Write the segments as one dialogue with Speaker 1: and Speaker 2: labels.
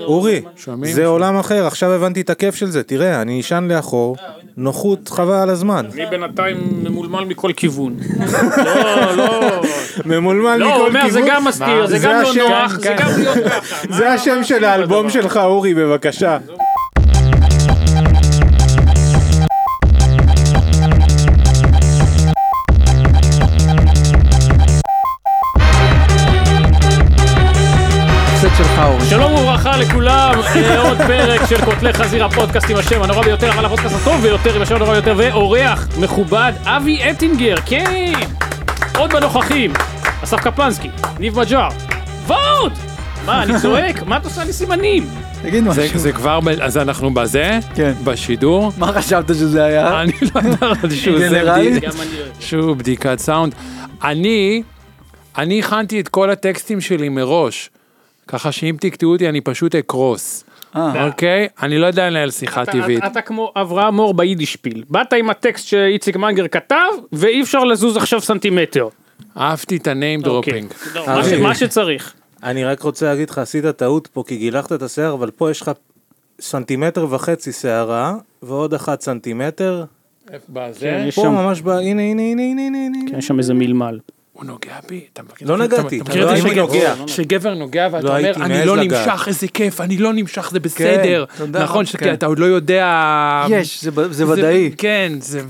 Speaker 1: אורי,
Speaker 2: שומעים?
Speaker 1: זה עולם אחר, עכשיו הבנתי את הכיף של זה, תראה, אני אשן לאחור, נוחות חבל על הזמן,
Speaker 3: אני בינתיים ממולמל מכל כיוון. לא, לא.
Speaker 1: ממולמל
Speaker 3: לא,
Speaker 1: מכל
Speaker 3: הוא אומר, זה
Speaker 1: כיוון.
Speaker 3: גם מסתיר, זה
Speaker 1: זה
Speaker 3: גם לא
Speaker 1: השם,
Speaker 3: נוח, זה
Speaker 1: כן.
Speaker 3: גם להיות ככה. מה-
Speaker 1: זה השם של האלבום שלך, אורי, בבקשה.
Speaker 2: הפסד שלך אורי.
Speaker 3: שלום וברכה לכולם, אה, עוד פרק של קוטלי חזיר הפודקאסט עם השם הנורא ביותר, אבל הפודקאסט הטוב ביותר, עם השם הנורא ביותר, ואורח מכובד, אבי אטינגר, כן! עוד בנוכחים, אסף קפלנסקי, ניב מג'אר, וואו! מה, אני צועק? מה את עושה לי סימנים?
Speaker 2: תגיד
Speaker 4: זה-
Speaker 2: משהו.
Speaker 4: זה כבר, ב- אז אנחנו בזה,
Speaker 2: כן.
Speaker 4: בשידור.
Speaker 2: מה חשבת שזה היה?
Speaker 4: אני לא יודע שהוא זה
Speaker 2: גנרלי?
Speaker 4: בדיד- שהוא בדיקת סאונד. אני, אני הכנתי את כל הטקסטים שלי מראש, ככה שאם תקטעו אותי אני פשוט אקרוס,
Speaker 2: אה,
Speaker 4: אוקיי? אני לא יודע לנהל שיחה
Speaker 3: אתה-
Speaker 4: טבעית.
Speaker 3: אתה כמו אברהם מור ביידישפיל, באת עם הטקסט שאיציק מנגר כתב, ואי אפשר לזוז עכשיו סנטימטר.
Speaker 4: אהבתי את הניים דרופינג.
Speaker 3: אוקיי. לא, מה ש-
Speaker 1: אה,
Speaker 3: מה שצריך.
Speaker 1: אני רק רוצה להגיד לך, עשית טעות פה כי גילחת את השיער, אבל פה יש לך סנטימטר וחצי שערה, ועוד אחת סנטימטר.
Speaker 4: כן.
Speaker 3: יש
Speaker 1: פה
Speaker 3: שם-
Speaker 1: ממש ב... הנה, הנה, הנה, הנה, הנה, הנה.
Speaker 3: יש שם איזה מלמל.
Speaker 4: הוא נוגע בי, אתה מכיר?
Speaker 1: לא
Speaker 4: אתה-
Speaker 1: נגעתי,
Speaker 4: אתה מכיר את
Speaker 1: לא
Speaker 4: זה
Speaker 1: הייתי
Speaker 4: שגבר-
Speaker 1: נוגע.
Speaker 4: שגבר נוגע
Speaker 1: לא
Speaker 4: ואתה אומר,
Speaker 1: הייתי
Speaker 4: אני
Speaker 1: מעז
Speaker 4: לא
Speaker 1: לגעת."
Speaker 4: נמשך, איזה כיף, אני לא נמשך, זה בסדר.
Speaker 2: תודה,
Speaker 4: נכון,
Speaker 2: כן.
Speaker 4: שכי אתה עוד לא יודע...
Speaker 2: יש, זה ב- זה ודאי.
Speaker 4: כן, זה...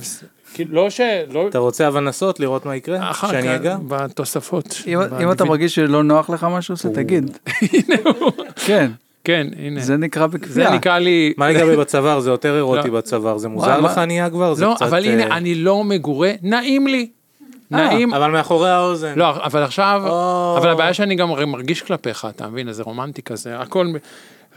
Speaker 4: כאילו, לא ש... לא...
Speaker 1: אתה רוצה אבל לנסות לראות מה יקרה?
Speaker 4: אחר
Speaker 1: שאני
Speaker 4: כך,
Speaker 1: אגע?
Speaker 4: בתוספות.
Speaker 2: אם- אם אתה מרגיש שלא נוח לך משהו, אז תגיד. כן,
Speaker 4: כן, הנה.
Speaker 2: זה נקרא
Speaker 4: זה
Speaker 2: בכפייה.
Speaker 4: נקרא לי...
Speaker 1: מה לגבי בצוואר? זה יותר אירוטי
Speaker 4: לא.
Speaker 1: בצוואר, זה מוזר
Speaker 2: מה-
Speaker 1: לך נהיה כבר? זה
Speaker 4: לא,
Speaker 1: קצת,
Speaker 4: אבל
Speaker 1: אה,
Speaker 4: הנה, אני לא מגורה, נעים לי. נעים.
Speaker 1: אבל מאחורי האוזן.
Speaker 4: לא, אבל עכשיו...
Speaker 1: או.
Speaker 4: אבל הבעיה שאני גם הרי מרגיש כלפיך, אתה מבין? איזה רומנטי כזה, הכל... מ-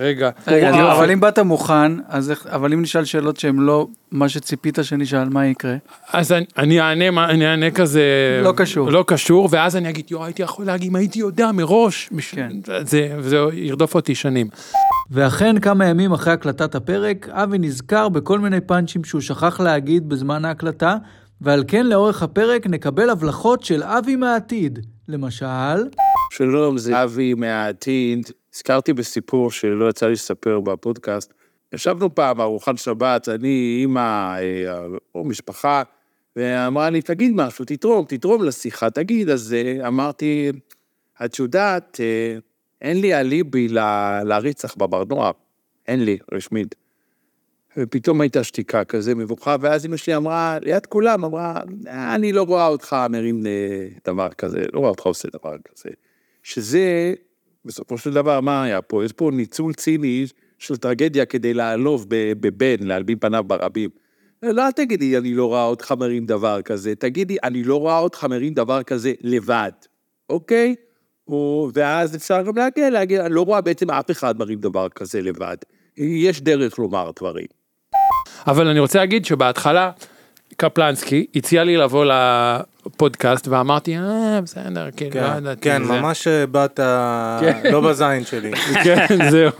Speaker 4: רגע.
Speaker 2: רגע,
Speaker 4: וואו.
Speaker 2: לא, אבל אם באת מוכן, אז איך- אבל אם נשאל שאלות שהן לא מה שציפית שנשאל, מה יקרה?
Speaker 4: אז אני- אני אענה, מה- אני אענה כזה...
Speaker 2: לא קשור.
Speaker 4: לא קשור, ואז אני אגיד, יואו, הייתי יכול להגיד, אם הייתי יודע מראש, מש-
Speaker 2: כן.
Speaker 4: זה זה ירדוף אותי שנים.
Speaker 2: ואכן, כמה ימים אחרי הקלטת הפרק, אבי נזכר בכל מיני פאנצ'ים שהוא שכח להגיד בזמן ההקלטה, ועל כן לאורך הפרק נקבל הבלחות של אבי מהעתיד. למשל...
Speaker 5: שלום, זה אבי מהעתיד. הזכרתי בסיפור שלא יצא לי לספר בפודקאסט. ישבנו פעם, ארוחת שבת, אני, אימא אה, או משפחה, ואמרה לי, תגיד משהו, תתרום, תתרום לשיחה, תגיד. אז אה, אמרתי, את יודעת, אה, אין לי אליבי ל- לרצח בבר נוער. אין לי, רשמית. ופתאום הייתה שתיקה כזה מבוכה, ואז אמא שלי אמרה, ליד כולם, אמרה, "אה, אני לא רואה אותך מרים אה, דבר כזה, לא רואה אותך עושה דבר כזה. שזה, בסופו של דבר, מה היה פה? יש פה ניצול ציני של טרגדיה כדי לעלוב ב- בבן, להלבין פניו ברבים. לא, אל תגידי, אני לא רואה אותך מרים דבר כזה, תגידי, אני לא רואה אותך מרים דבר כזה לבד, אוקיי? או- ואז אפשר גם להגיע, להגיד, אני לא רואה בעצם אף אחד מרים דבר כזה לבד. יש דרך לומר דברים.
Speaker 4: אבל אני רוצה להגיד שבהתחלה קפלנסקי הציע לי לבוא לפודקאסט ואמרתי אה בסדר כאילו לא
Speaker 1: כן,
Speaker 4: ידעתי.
Speaker 1: כן,
Speaker 4: זה."
Speaker 1: ממש אה, באת לא בזין שלי.
Speaker 4: כן זהו.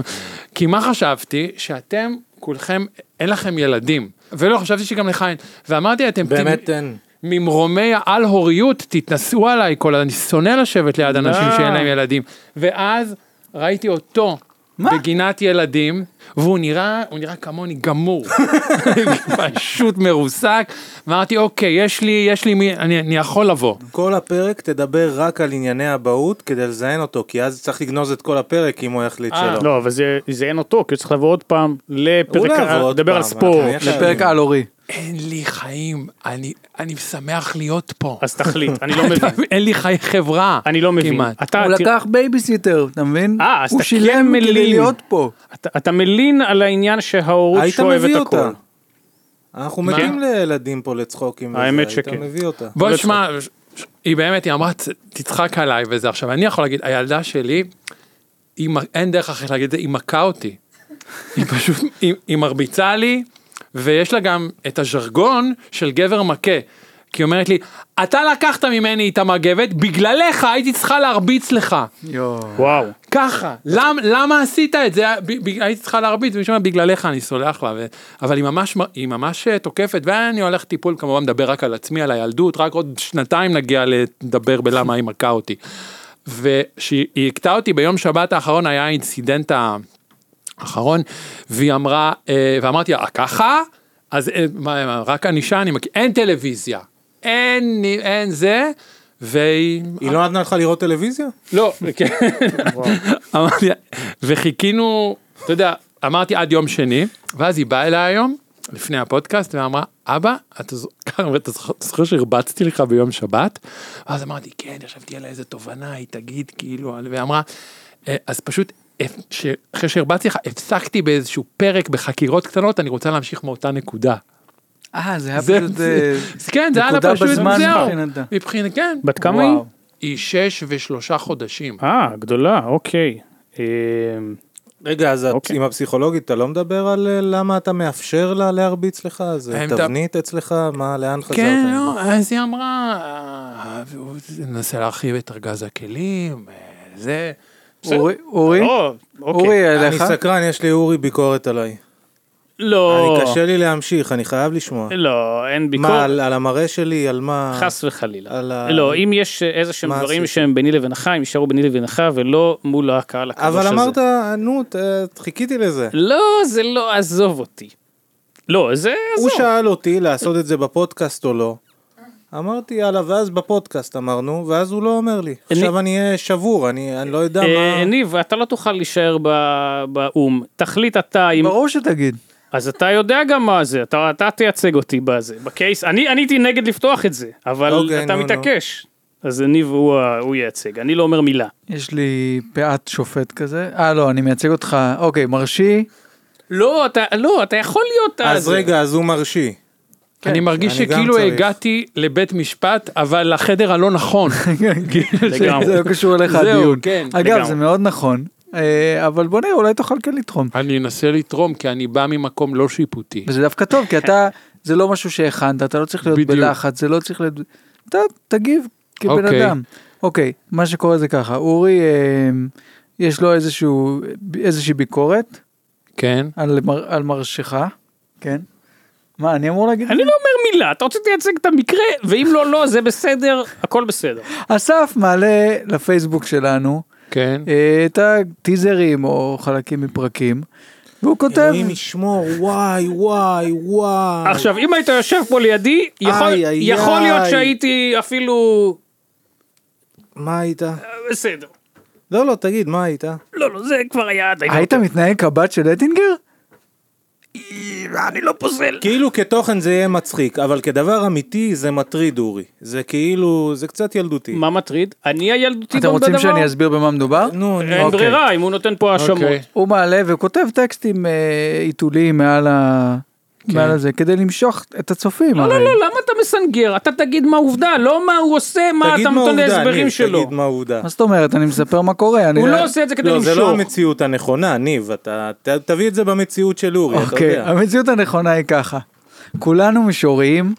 Speaker 4: כי מה חשבתי שאתם כולכם אין לכם ילדים ולא חשבתי שגם לך אין ואמרתי אתם
Speaker 1: באמת אה?
Speaker 4: ת-
Speaker 1: אין.
Speaker 4: ממרומי העל הוריות תתנסו עליי כל הזמן, אני שונא לשבת ליד אנשים
Speaker 3: לא.
Speaker 4: שאין להם ילדים ואז ראיתי אותו. בגינת ילדים, והוא נראה, הוא נראה כמוני גמור, פשוט מרוסק, אמרתי אוקיי, יש לי, יש לי מי, אני, אני יכול לבוא.
Speaker 1: כל הפרק תדבר רק על ענייני אבהות כדי לזיין אותו, כי אז צריך לגנוז את כל הפרק אם הוא יחליט שלא.
Speaker 3: לא, אבל זה- זה אין אותו, כי הוא צריך לבוא עוד פעם
Speaker 1: הוא
Speaker 3: לפרק,
Speaker 1: לא יבוא עוד
Speaker 3: לדבר
Speaker 1: פעם,
Speaker 3: על ספורט.
Speaker 1: אנחנו נהיה
Speaker 2: לפרק
Speaker 1: חייבים.
Speaker 2: על-הורי.
Speaker 4: אין לי חיים, אני, אני שמח להיות פה.
Speaker 3: אז תחליט, אני לא מבין.
Speaker 4: אין לי חיי חברה.
Speaker 3: אני לא מבין.
Speaker 4: כמעט.
Speaker 3: אתה-
Speaker 2: הוא
Speaker 3: תראה-
Speaker 2: לקח בייביסיטר, אתה מבין?
Speaker 3: אה, אז
Speaker 2: הוא
Speaker 3: אתה
Speaker 2: שילם
Speaker 3: כן
Speaker 2: כדי
Speaker 3: מלין.
Speaker 2: להיות פה.
Speaker 3: אתה- אתה מלין על העניין שההורות
Speaker 1: היית
Speaker 3: שואבת
Speaker 1: מביא
Speaker 3: הכל.
Speaker 1: אותה. אנחנו מתים לילדים פה לצחוקים. וזה,
Speaker 3: האמת
Speaker 1: היית
Speaker 3: שכן.
Speaker 1: מביא אותה.
Speaker 4: בוא נשמע, ש- היא באמת, היא אמרה, "ת- תצחק עליי וזה. עכשיו, אני יכול להגיד, הילדה שלי, היא מ- אין דרך אחרת להגיד את זה, היא מכה אותי. היא פשוט, היא- היא מרביצה לי, ויש לה גם את הז'רגון של גבר מכה. כי היא אומרת לי, אתה לקחת ממני את המגבת, בגללך הייתי צריכה להרביץ לך.
Speaker 2: יואו.
Speaker 3: וואו.
Speaker 4: ככה, למ, למה עשית את זה? ב- ב- הייתי צריכה להרביץ, ומשום מה בגללך אני סולח לה, ו... אבל היא ממש, מ- היא ממש אה, תוקפת, ואני הולך טיפול, כמובן מדבר רק על עצמי, על הילדות, רק עוד שנתיים נגיע לדבר בלמה היא מכה אותי. וכשהיא הכתה אותי ביום שבת האחרון היה האינסידנט ה... האחרון, והיא אמרה, אה, ואמרתי לה, "אה, ככה? אז אה, מה, מה, רק ענישה, אני מכיר, אין טלוויזיה, אין, אין זה, והיא...
Speaker 1: היא לא נתנה לך לראות טלוויזיה?
Speaker 4: לא, כן. אמרתי, וחיכינו, אתה יודע, אמרתי עד יום שני, ואז היא באה אליי היום, לפני הפודקאסט, ואמרה, אבא, אתה ז- אתה זוכר- זוכר שהרבצתי לך ביום שבת? ואז אמרתי, כן, ישבתי על איזה תובנה, היא תגיד, כאילו, והיא אמרה, "אה, אז פשוט, אפ- ש- אחרי שהרבצתי לך, הפסקתי באיזשהו פרק בחקירות קטנות, אני רוצה להמשיך מאותה נקודה.
Speaker 2: אה, זה היה
Speaker 4: זה-
Speaker 2: פשוט...
Speaker 4: זה-
Speaker 2: אה,
Speaker 4: אז כן, זה היה לה
Speaker 2: נקודה
Speaker 4: פשוט,
Speaker 2: בזמן
Speaker 4: זהו,
Speaker 2: מבחינתה.
Speaker 4: מבחינת, כן.
Speaker 3: בת כמה היא?
Speaker 2: וואו.
Speaker 4: היא שש ושלושה חודשים.
Speaker 3: אה, גדולה, אוקיי. אמ,
Speaker 1: רגע, אז את-
Speaker 3: אוקיי.
Speaker 1: עם הפסיכולוגית אתה לא מדבר על אה, למה אתה מאפשר לה להרביץ לך? זה
Speaker 4: האם אתה-
Speaker 1: תבנית אצלך? מה, לאן חזרת?
Speaker 4: כן, לא, אז היא אמרה, "אה, הוא ננסה להרחיב את ארגז הכלים, אה, זה.
Speaker 2: אורי,
Speaker 1: אה?
Speaker 2: אורי,
Speaker 3: לא, אוקיי.
Speaker 2: אורי
Speaker 1: אני
Speaker 2: אליך.
Speaker 1: סקרן, יש לי אורי ביקורת עליי.
Speaker 3: לא,
Speaker 1: אני קשה לי להמשיך, אני חייב לשמוע.
Speaker 3: לא, אין
Speaker 1: מה,
Speaker 3: ביקורת,
Speaker 1: על על המראה שלי? על מה?
Speaker 3: חס וחלילה.
Speaker 1: על ה-
Speaker 3: לא, אם יש איזה שהם
Speaker 1: מה
Speaker 3: דברים
Speaker 1: עשית?
Speaker 3: שהם ביני לבינך, הם יישארו ביני לבינך ולא מול הקהל הקדוש הזה.
Speaker 1: אבל אמרת, נו, ת- חיכיתי לזה.
Speaker 3: לא, זה לא, עזוב אותי. לא, זה
Speaker 1: הוא
Speaker 3: עזוב.
Speaker 1: שאל אותי לעשות את זה בפודקאסט או לא. אמרתי יאללה, ואז בפודקאסט אמרנו, ואז הוא לא אומר לי. עכשיו אני אהיה שבור, אני אני לא יודע
Speaker 3: אה,
Speaker 1: מה...
Speaker 3: ניב, אתה לא תוכל להישאר ב- באו"ם. תחליט אתה אם...
Speaker 2: ברור שתגיד.
Speaker 3: אז אתה יודע גם מה זה, אתה אתה תייצג אותי בזה. בקייס, אני אני הייתי נגד לפתוח את זה, אבל
Speaker 1: אוקיי,
Speaker 3: אתה
Speaker 1: נו, נו.
Speaker 3: מתעקש. אז ניב הוא ה- הוא ייצג, אני לא אומר מילה.
Speaker 2: יש לי פאת שופט כזה. אה, לא, אני מייצג אותך. אוקיי, מרשי.
Speaker 3: לא, אתה לא, אתה יכול להיות...
Speaker 1: אז
Speaker 3: הזה.
Speaker 1: רגע, אז הוא מרשי.
Speaker 4: אני מרגיש
Speaker 1: אני גם
Speaker 4: שכאילו
Speaker 1: צריך.
Speaker 4: הגעתי לבית משפט, אבל לחדר הלא נכון.
Speaker 3: לגמרי.
Speaker 2: זה לא קשור אליך
Speaker 4: זהו,
Speaker 2: הדיון.
Speaker 4: כן,
Speaker 2: אגב,
Speaker 3: לגמרי.
Speaker 2: זה מאוד נכון. אה, אבל בוא נראה, אולי תוכל כן לתרום.
Speaker 4: אני אנסה לתרום, כי אני בא ממקום לא שיפוטי.
Speaker 2: וזה דווקא טוב, כי אתה, זה לא משהו שהכנת, אתה לא צריך להיות
Speaker 4: בדיוק.
Speaker 2: בלחץ, זה לא צריך להיות... אתה תגיב כבן
Speaker 4: אוקיי.
Speaker 2: אדם. אוקיי, מה שקורה זה ככה, אורי, אה, יש לו איזשהו, איזושהי ביקורת
Speaker 4: כן.
Speaker 2: על, מר, על מרשך, כן? מה, אני אמור להגיד? את
Speaker 3: אני לא אומר מילה, אתה רוצה תייצג את המקרה, ואם לא, לא, זה בסדר, הכל בסדר.
Speaker 2: זה? אסף מעלה לפייסבוק שלנו
Speaker 4: כן.
Speaker 2: אה, את הטיזרים או חלקים מפרקים, והוא כותב,
Speaker 1: אלוהים ישמור, וואי, וואי, וואי.
Speaker 3: עכשיו, אם היית יושב פה לידי, יכול-
Speaker 1: איי, איי,
Speaker 3: יכול להיות
Speaker 1: איי.
Speaker 3: שהייתי אפילו... אה,
Speaker 1: מה היית?
Speaker 3: בסדר.
Speaker 1: לא, לא, תגיד, מה היית?
Speaker 3: לא, לא, זה כבר היה עד היום.
Speaker 2: היית מתנהג כבת של אטינגר?
Speaker 3: אני לא פוזל.
Speaker 1: כאילו כתוכן זה יהיה מצחיק, אבל כדבר אמיתי זה מטריד, אורי. זה כאילו, זה קצת ילדותי.
Speaker 3: מה מטריד? אני הילדותי גם
Speaker 2: אתם
Speaker 3: בדבר?
Speaker 2: רוצים שאני אסביר במה מדובר?
Speaker 1: נו, נו.
Speaker 3: אין
Speaker 2: אוקיי.
Speaker 3: ברירה, אם הוא נותן פה האשמות.
Speaker 4: אוקיי.
Speaker 2: הוא מעלה וכותב טקסטים אה, עיתוליים מעל, ה...
Speaker 4: כן.
Speaker 2: מעל הזה כדי למשוך את הצופים.
Speaker 3: לא,
Speaker 2: הרי.
Speaker 3: לא, לא, למה אתה מסנגר? אתה תגיד מה העובדה, לא מה הוא עושה, מה
Speaker 1: תגיד
Speaker 3: אתה נותן
Speaker 1: העובדה,
Speaker 3: להסברים
Speaker 1: ניב,
Speaker 3: שלו.
Speaker 1: תגיד מה העובדה.
Speaker 2: מה זאת אומרת? אני מספר מה קורה. אני
Speaker 3: הוא לא עושה את זה כדי
Speaker 1: לא,
Speaker 3: למשוך.
Speaker 1: זה לא המציאות הנכונה, ניב, אתה ת- תביא את זה במציאות של אורי, אתה
Speaker 2: אוקיי,
Speaker 1: יודע.
Speaker 2: המציאות הנכונה היא ככה. כולנו מישוריים,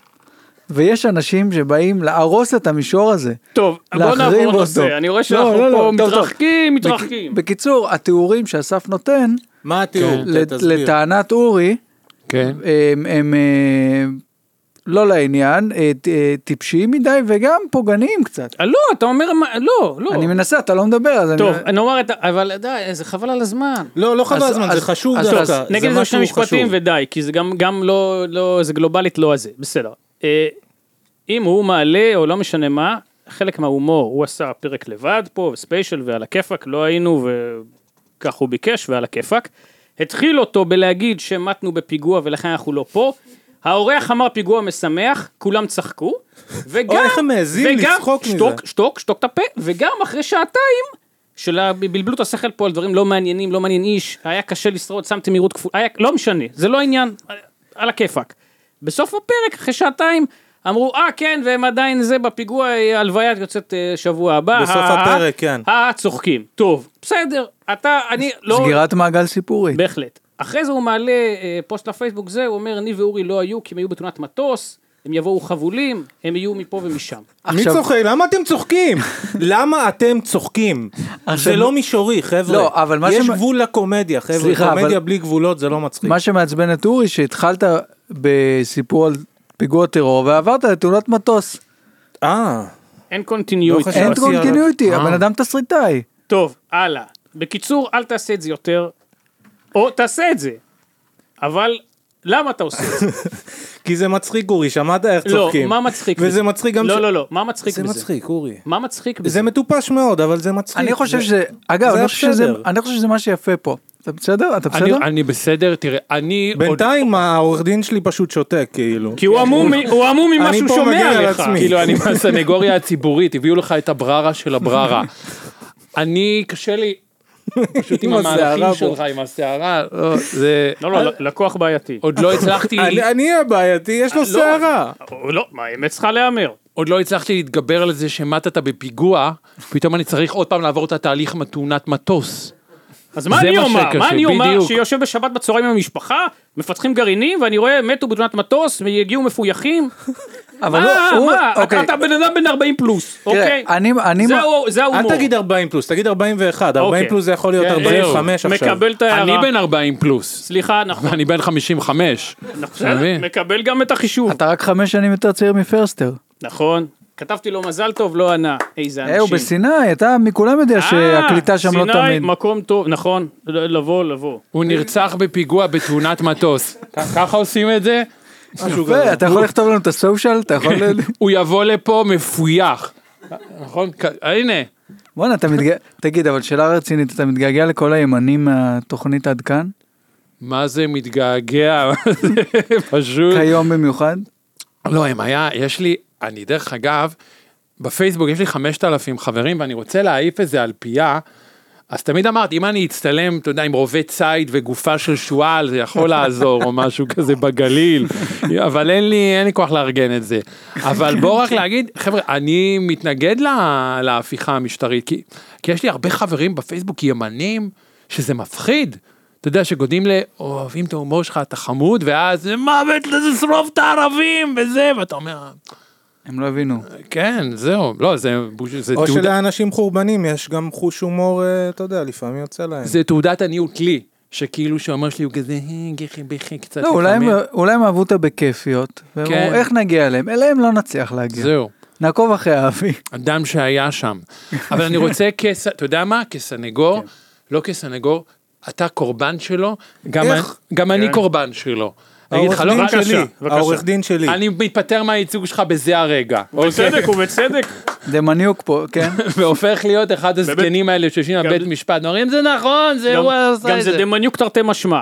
Speaker 2: ויש אנשים שבאים להרוס את המישור הזה.
Speaker 3: טוב, בוא
Speaker 2: להחריב
Speaker 3: נעבור
Speaker 2: אותו.
Speaker 3: לנושא. אני רואה
Speaker 2: לא,
Speaker 3: שאנחנו
Speaker 2: לא, לא,
Speaker 3: פה
Speaker 2: טוב, טוב.
Speaker 3: מתרחקים,
Speaker 2: בק-
Speaker 3: מתרחקים.
Speaker 2: בקיצור, התיאורים שאסף נותן,
Speaker 1: מה
Speaker 3: כן,
Speaker 1: התיאור? ת-
Speaker 2: לת-
Speaker 1: תסביר.
Speaker 2: לטענת אורי,
Speaker 4: כן.
Speaker 2: הם, הם אה, לא לעניין, אה, ט- אה, טיפשיים מדי וגם פוגעניים קצת.
Speaker 3: אה, לא, אתה אומר מה... לא, לא.
Speaker 2: אני מנסה, אתה לא מדבר, אז אני...
Speaker 3: טוב, נאמר את ה... אבל די, זה חבל על הזמן.
Speaker 1: לא, לא חבל
Speaker 2: אז-
Speaker 1: הזמן, זה
Speaker 2: אז-
Speaker 1: חשוב
Speaker 2: אז-
Speaker 1: דווקא.
Speaker 2: אז-
Speaker 1: זה
Speaker 3: נגד איזה
Speaker 1: משהו
Speaker 3: שני משפטים
Speaker 1: חשוב.
Speaker 3: ודי, כי זה גם, גם לא, לא, זה גלובלית לא הזה, בסדר. אה, אם הוא מעלה או לא משנה מה, חלק מההומור, הוא עשה פרק לבד פה, ספיישל ועל הכיפאק, לא היינו וכך הוא ביקש ועל הכיפאק. התחיל אותו בלהגיד שמתנו בפיגוע ולכן אנחנו לא פה. האורח אמר פיגוע משמח, כולם צחקו. וגם,
Speaker 1: אוי, איך הם מעזים
Speaker 3: וגם-
Speaker 1: לצחוק מזה.
Speaker 3: שתוק, שתוק, שתוק את הפה, וגם אחרי שעתיים של בלבלו את השכל פה על דברים לא מעניינים, לא מעניין איש, היה קשה לשרוד, שמתי מהירות כפולה, היה- לא משנה, זה לא עניין, על הכיפאק. בסוף הפרק, אחרי שעתיים, אמרו, אה, כן, והם עדיין זה בפיגוע, אה, הלוויה יוצאת אה, שבוע הבא.
Speaker 1: בסוף
Speaker 3: אה, אה,
Speaker 1: הפרק, כן.
Speaker 3: אה, אה, צוחקים. טוב, בסדר, אתה, אני, לא...
Speaker 2: סגירת מעגל סיפורית.
Speaker 3: בהחלט. אחרי זה הוא מעלה אה, פוסט לפייסבוק זה, הוא אומר, אני ואורי לא היו, כי הם היו בתאונת מטוס, הם יבואו חבולים, הם יהיו מפה ומשם.
Speaker 1: מי
Speaker 2: עכשיו-
Speaker 1: צוחק? למה אתם צוחקים? למה אתם צוחקים?
Speaker 2: עכשיו-
Speaker 1: זה לא מישורי, חבר'ה.
Speaker 2: לא, אבל מה
Speaker 1: יש
Speaker 2: שמ-
Speaker 1: גבול לקומדיה, חבר'ה.
Speaker 2: סליחה, אבל-
Speaker 1: קומדיה בלי גבולות זה לא מצחיק.
Speaker 2: מה שמעצבן את אורי, שהתחלת בסיפור על פיגוע טרור ועברת לתאונת מטוס.
Speaker 1: אה,
Speaker 3: אין קונטיניוטי.
Speaker 1: לא חשבתי.
Speaker 2: אין
Speaker 1: שעשי עליו.
Speaker 2: קונטיניוטי,
Speaker 4: אה.
Speaker 2: הבן אדם תסריטאי.
Speaker 3: טוב, הלאה. בקיצור, אל תעשה את זה יותר. או תעשה את זה. אבל למה אתה עושה את זה?
Speaker 1: כי זה מצחיק אורי, שמעת איך
Speaker 3: לא,
Speaker 1: צוחקים.
Speaker 3: מה מצחיק בזה?
Speaker 1: וזה מצחיק גם... ש-
Speaker 3: לא, לא, לא, מה מצחיק
Speaker 1: זה
Speaker 3: בזה?
Speaker 1: מצחיק אורי.
Speaker 3: מה מצחיק בזה?
Speaker 1: זה מטופש מאוד, אבל זה מצחיק.
Speaker 2: אני חושב
Speaker 1: זה-
Speaker 2: שזה, אגב,
Speaker 1: זה
Speaker 2: אני חושב שזה-
Speaker 1: הסדר.
Speaker 2: אני חושב שזה מה שיפה פה. אתה בסדר? אתה
Speaker 4: אני,
Speaker 2: בסדר?
Speaker 4: אני בסדר, תראה, אני... עוד-
Speaker 1: בינתיים העורך דין שלי פשוט שותק כאילו.
Speaker 3: כי הוא המום מ- הוא המום ממה
Speaker 1: אני
Speaker 3: שהוא
Speaker 1: פה מגן
Speaker 3: שומע
Speaker 1: על
Speaker 3: לך.
Speaker 1: עצמי.
Speaker 4: כאילו אני מהסנגוריה הציבורית, הביאו לך את הבררה של הבררה. אני, קשה לי, פשוט עם
Speaker 1: עם
Speaker 4: המהלכים
Speaker 1: הסערה אה,
Speaker 4: שלך, עם הסערה, לא, זה...
Speaker 3: לא, לא, לקוח בעייתי.
Speaker 4: עוד לא הצלחתי,
Speaker 1: אני- אני הבעייתי, יש
Speaker 3: אה, לא,
Speaker 1: לו שערה.
Speaker 3: או לא, מה, האמת צריכה להיאמר.
Speaker 4: עוד לא הצלחתי להתגבר על זה שמטת בפיגוע, פתאום אני צריך עוד פעם לעבור את התהליך מ- תאונת מטוס.
Speaker 3: אז מה
Speaker 4: זה
Speaker 3: אני
Speaker 4: מה
Speaker 3: אומר?
Speaker 4: שקשה,
Speaker 3: מה אני אומר
Speaker 4: בדיוק.
Speaker 3: שיושב בשבת בצהריים עם המשפחה, מפתחים גרעינים, ואני רואה מתו בתאונת מטוס, והגיעו מפויחים?
Speaker 1: לא,
Speaker 2: אבל
Speaker 3: מה,
Speaker 2: הוא-
Speaker 3: אה, מה,
Speaker 2: אוקיי.
Speaker 3: אתה- אתה בן אדם בן 40 פלוס, אוקיי?
Speaker 2: תראה, אני, אני,
Speaker 3: זה
Speaker 2: מה-
Speaker 3: ההומור. זה
Speaker 1: אל
Speaker 3: ההומור.
Speaker 1: תגיד 40 פלוס, תגיד 41,
Speaker 3: לא, אוקיי.
Speaker 1: 40 פלוס זה יכול להיות
Speaker 3: כן,
Speaker 1: 45
Speaker 3: זהו.
Speaker 1: עכשיו.
Speaker 3: מקבל את
Speaker 4: אני
Speaker 3: ההערה.
Speaker 4: בן 40 פלוס,
Speaker 3: סליחה, נכון.
Speaker 4: אני בן 55.
Speaker 3: נכון,
Speaker 4: אתה מבין?
Speaker 3: מקבל גם את החישוב.
Speaker 2: אתה רק חמש שנים יותר צעיר מפרסטר.
Speaker 3: נכון. כתבתי לו מזל טוב, לא ענה. איזה
Speaker 2: אה, הוא
Speaker 3: אנשים. אה,
Speaker 2: בסיני, אתה מכולם יודע שהקליטה שם
Speaker 3: סיני,
Speaker 2: לא תמיד.
Speaker 3: מקום טוב, נכון, ל- לבוא, לבוא.
Speaker 4: הוא נרצח בפיגוע בתאונת מטוס. כ- ככה עושים את זה?
Speaker 2: יפה, אתה יכול לכתוב לנו את הסושיאל, אתה יכול... ל-
Speaker 4: הוא יבוא לפה מפויח. נכון? כ- הנה.
Speaker 2: בואנה, אתה מתגעגע... תגיד, אבל שאלה רצינית, אתה מתגעגע לכל הימנים מהתוכנית עד כאן?
Speaker 4: מה זה מתגעגע? פשוט.
Speaker 2: כיום במיוחד?
Speaker 4: לא, הם היה, יש לי, אני דרך אגב, בפייסבוק יש לי 5,000 חברים ואני רוצה להעיף איזה על פייה, אז תמיד אמרתי, אם אני אצטלם, אתה יודע, עם רובה ציד וגופה של שועל, זה יכול לעזור, או משהו כזה בגליל, אבל אין לי, אין לי כוח לארגן את זה. אבל בואו רק להגיד, חבר'ה, אני מתנגד לה, להפיכה המשטרית, כי, כי יש לי הרבה חברים בפייסבוק ימנים, שזה מפחיד. אתה יודע שגודעים ל... אוהבים את ההומור שלך, אתה חמוד, ואז מוות לשרוף את הערבים וזה, ואתה אומר,
Speaker 2: הם לא הבינו.
Speaker 4: כן, זהו, לא, זה, זה
Speaker 1: או
Speaker 4: תעודה-
Speaker 1: שלאנשים חורבנים יש גם חוש הומור, אה, אתה יודע, לפעמים יוצא להם.
Speaker 4: זה תעודת עניות לי, שכאילו שאומר שלי הוא כזה, "אה, גיחי ביחי קצת.
Speaker 2: לא, אולי הם-
Speaker 4: לפעמים."
Speaker 2: אולי הם אהבו אותה בכיפיות, והם
Speaker 4: כן.
Speaker 2: אמרו, איך נגיע אליהם? אליהם לא נצליח להגיע.
Speaker 4: זהו,
Speaker 2: נעקוב אחרי אבי.
Speaker 4: אדם שהיה שם. אבל אני רוצה, כס- אתה יודע מה?
Speaker 2: כן.
Speaker 4: כסנגור, לא כסנגור, אתה קורבן שלו, גם
Speaker 1: איך?
Speaker 4: אני- גם
Speaker 3: כן.
Speaker 4: אני קורבן שלו. אני אגיד לך,
Speaker 1: העורך
Speaker 4: לא
Speaker 1: דין
Speaker 4: רק
Speaker 1: שלי,
Speaker 4: עכשיו.
Speaker 3: בבקשה.
Speaker 1: העורך דין שלי.
Speaker 4: אני מתפטר מהייצוג שלך בזה הרגע.
Speaker 3: בצדק ובצדק.
Speaker 2: זה מניוק פה, כן?
Speaker 4: והופך להיות אחד הזקנים האלה שיושבים
Speaker 3: גם-
Speaker 4: בבית משפט, אומרים זה נכון, זה
Speaker 3: גם
Speaker 4: הוא עשה
Speaker 3: גם
Speaker 4: את
Speaker 3: זה
Speaker 4: זה.
Speaker 3: דמניוק תרתי משמע.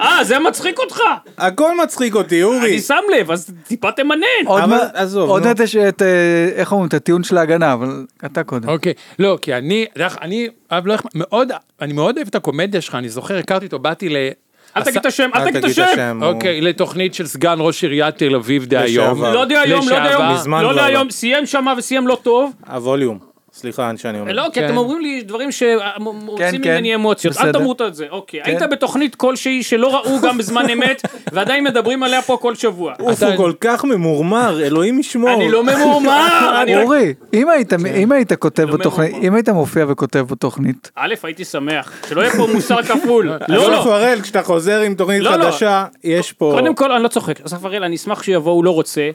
Speaker 3: אה, זה מצחיק אותך.
Speaker 1: הכל מצחיק אותי, אורי.
Speaker 3: אני שם לב, אז טיפה תמנן.
Speaker 2: עוד
Speaker 1: אבל
Speaker 2: מעט-
Speaker 1: עזוב,
Speaker 2: עוד
Speaker 1: נו.
Speaker 2: מעט יש את, אה, איך אומרים, את הטיעון של ההגנה, אבל אתה קודם.
Speaker 4: אוקיי, לא, כי אני, דרך- אני, אבל לא אכפ- מאוד, אני מאוד אוהב את הקומדיה שלך, אני זוכר, הכרתי אותו, באתי ל...
Speaker 3: אל
Speaker 4: עשה-
Speaker 3: תגיד את השם, אל תגיד את השם.
Speaker 1: הוא-
Speaker 4: אוקיי, לתוכנית של סגן ראש עיריית תל אביב דהיום.
Speaker 1: לשעבר.
Speaker 3: לא יודע היום, לא יודע
Speaker 4: לשעבר.
Speaker 3: היום,
Speaker 1: מזמן
Speaker 3: לא
Speaker 1: כבר
Speaker 3: יודע
Speaker 1: לא.
Speaker 3: היום, סיים שמה וסיים לא טוב.
Speaker 1: הווליום. סליחה שאני אומר.
Speaker 3: לא, כי
Speaker 4: כן.
Speaker 3: אתם אומרים לי דברים שמוצאים
Speaker 2: כן,
Speaker 3: ממני אמוציות. אל
Speaker 2: בסדר.
Speaker 3: תמרו את זה, אוקיי.
Speaker 1: כן.
Speaker 3: היית בתוכנית כלשהי שלא ראו גם בזמן אמת, ועדיין מדברים עליה פה כל שבוע.
Speaker 1: אוף,
Speaker 4: אתה-
Speaker 1: הוא כל כך ממורמר, אלוהים ישמור.
Speaker 3: אני לא ממורמר, אני רק... כן.
Speaker 2: אורי, אם היית- אם היית כותב
Speaker 3: אומר,
Speaker 2: בתוכנית,
Speaker 3: הוא-
Speaker 2: אם היית מופיע וכותב בתוכנית,
Speaker 3: א', הייתי שמח, שלא יהיה פה מוסר כפול. לא,
Speaker 1: אסף
Speaker 3: לא.
Speaker 1: הראל, כשאתה חוזר עם תוכנית
Speaker 3: לא, לא.
Speaker 1: חדשה, יש פה...
Speaker 3: קודם כל, אני לא צוחק. אסף הראל, אני אשמח שיבוא, הוא לא רוצה.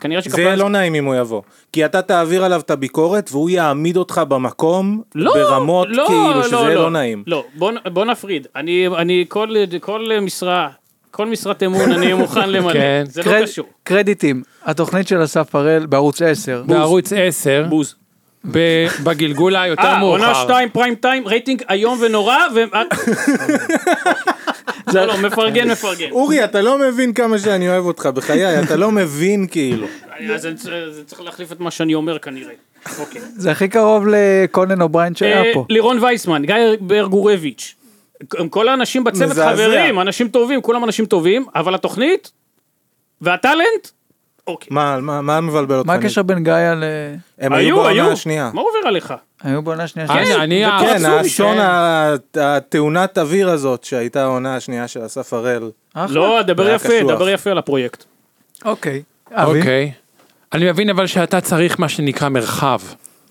Speaker 3: כנראה
Speaker 1: זה יהיה
Speaker 3: שקפלנסקי...
Speaker 1: לא נעים אם הוא יבוא. כי אתה תעביר עליו את הביקורת, והוא יעמיד אותך במקום,
Speaker 3: לא,
Speaker 1: ברמות,
Speaker 3: לא,
Speaker 1: כאילו, שזה יהיה לא נעים.
Speaker 3: לא, בוא, נ- בוא נפריד. אני, אני כל, כל משרה, כל משרת אמון אני מוכן למלא.
Speaker 4: כן.
Speaker 3: זה
Speaker 2: קרד-
Speaker 3: לא קשור.
Speaker 2: קרדיטים, התוכנית של אסף הראל בערוץ 10.
Speaker 4: בערוץ 10,
Speaker 3: בוז.
Speaker 4: ב- בגלגול היותר
Speaker 3: אה, עונה
Speaker 4: מאוחר.
Speaker 3: 2 פריים טיים, רייטינג איום ונורא, ו... אה, לא, לא, מפרגן, מפרגן.
Speaker 1: אורי, אתה לא מבין כמה שאני אוהב אותך, בחיי, אתה לא מבין כאילו.
Speaker 3: אה, אז אני צ- אז אני צריך להחליף את מה שאני אומר כנראה. אוקיי.
Speaker 2: זה הכי קרוב לקונן אובריין שהיה
Speaker 3: אה,
Speaker 2: פה.
Speaker 3: לירון וייסמן, גיא ברגורביץ'. הם כל האנשים בצוות
Speaker 1: מזעזע.
Speaker 3: חברים, אנשים טובים, כולם אנשים טובים, אבל התוכנית והטאלנט, אוקיי.
Speaker 1: מה, מה, מה מבלבל
Speaker 3: לא,
Speaker 1: אותך?
Speaker 2: מה הקשר בין גיא ל...
Speaker 1: הם היו בעונה השנייה.
Speaker 3: מה עובר עליך?
Speaker 2: היו בעונה שנייה
Speaker 3: אה,
Speaker 4: אני-
Speaker 2: שלהם.
Speaker 4: אה, אני,
Speaker 1: כן,
Speaker 4: הרצוי,
Speaker 1: האסון, ה- התאונת אוויר הזאת שהייתה העונה השנייה של אסף הראל.
Speaker 2: אחלה.
Speaker 3: לא, דבר
Speaker 1: היה
Speaker 3: יפה,
Speaker 1: קשוח.
Speaker 3: דבר יפה על הפרויקט.
Speaker 2: אוקיי. אבי,
Speaker 4: אוקיי. אני מבין אבל שאתה צריך מה שנקרא מרחב.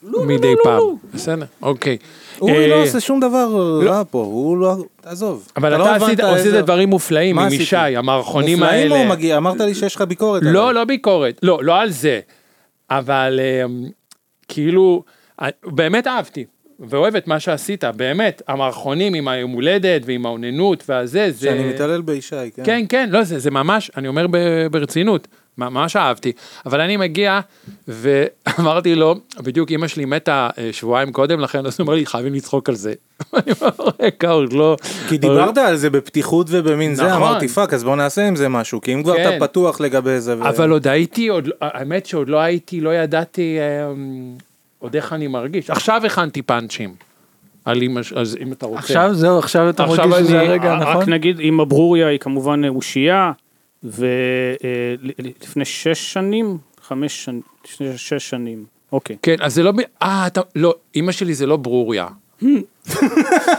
Speaker 1: לא,
Speaker 4: מדי פעם. בסדר, אוקיי.
Speaker 1: אורי
Speaker 4: אה,
Speaker 1: לא עושה שום דבר רע פה, הוא לא... עזוב.
Speaker 4: אבל
Speaker 1: לא
Speaker 4: אתה
Speaker 1: הבנת
Speaker 4: עשית-
Speaker 1: איזה-
Speaker 4: עשית דברים מופלאים
Speaker 1: מה
Speaker 4: עם
Speaker 1: עשיתי?
Speaker 4: ישי, המערכונים האלה.
Speaker 1: מופלאים הוא מגיע, אמרת לי שיש לך ביקורת.
Speaker 4: לא,
Speaker 1: עליו.
Speaker 4: לא ביקורת, לא, לא על זה, אבל אמ, כאילו, אה, באמת אהבתי. ואוהב את מה שעשית, באמת, המערכונים עם היום הולדת ועם האוננות והזה, זה...
Speaker 1: שאני מתעלל בישי, כן?
Speaker 4: כן, כן, לא, זה, זה ממש, אני אומר ב- ברצינות, ממש אהבתי. אבל אני מגיע, ואמרתי לו, בדיוק אימא שלי מתה אה, שבועיים קודם לכן, אז הוא אומר לי, חייבים לצחוק על זה. אני אומר, רגע, עוד לא...
Speaker 1: כי דיברת על זה בפתיחות ובמין זה,
Speaker 4: נכון.
Speaker 1: אמרתי פאק, אז בוא נעשה עם זה משהו, כי אם כבר
Speaker 4: כן.
Speaker 1: אתה פתוח לגבי זה, ו-
Speaker 4: אבל עוד הייתי, עוד, האמת שעוד לא הייתי, לא ידעתי אה, עוד איך אני מרגיש. עכשיו הכנתי פאנצ'ים. על אמא, ש- אז אם אתה רוצה.
Speaker 2: עכשיו זהו, כן. עכשיו אתה
Speaker 4: עכשיו
Speaker 2: מרגיש שזה
Speaker 4: אני-
Speaker 2: הרגע, נכון?
Speaker 3: רק נגיד, אמא ברוריה היא כמובן אושייה, אה, ולפני שש שנים, חמש שנים, לפני שש שנים, אוקיי.
Speaker 4: כן, אז זה לא... ב- אה, אתה... לא, אימא שלי זה לא ברוריה.
Speaker 1: Hmm.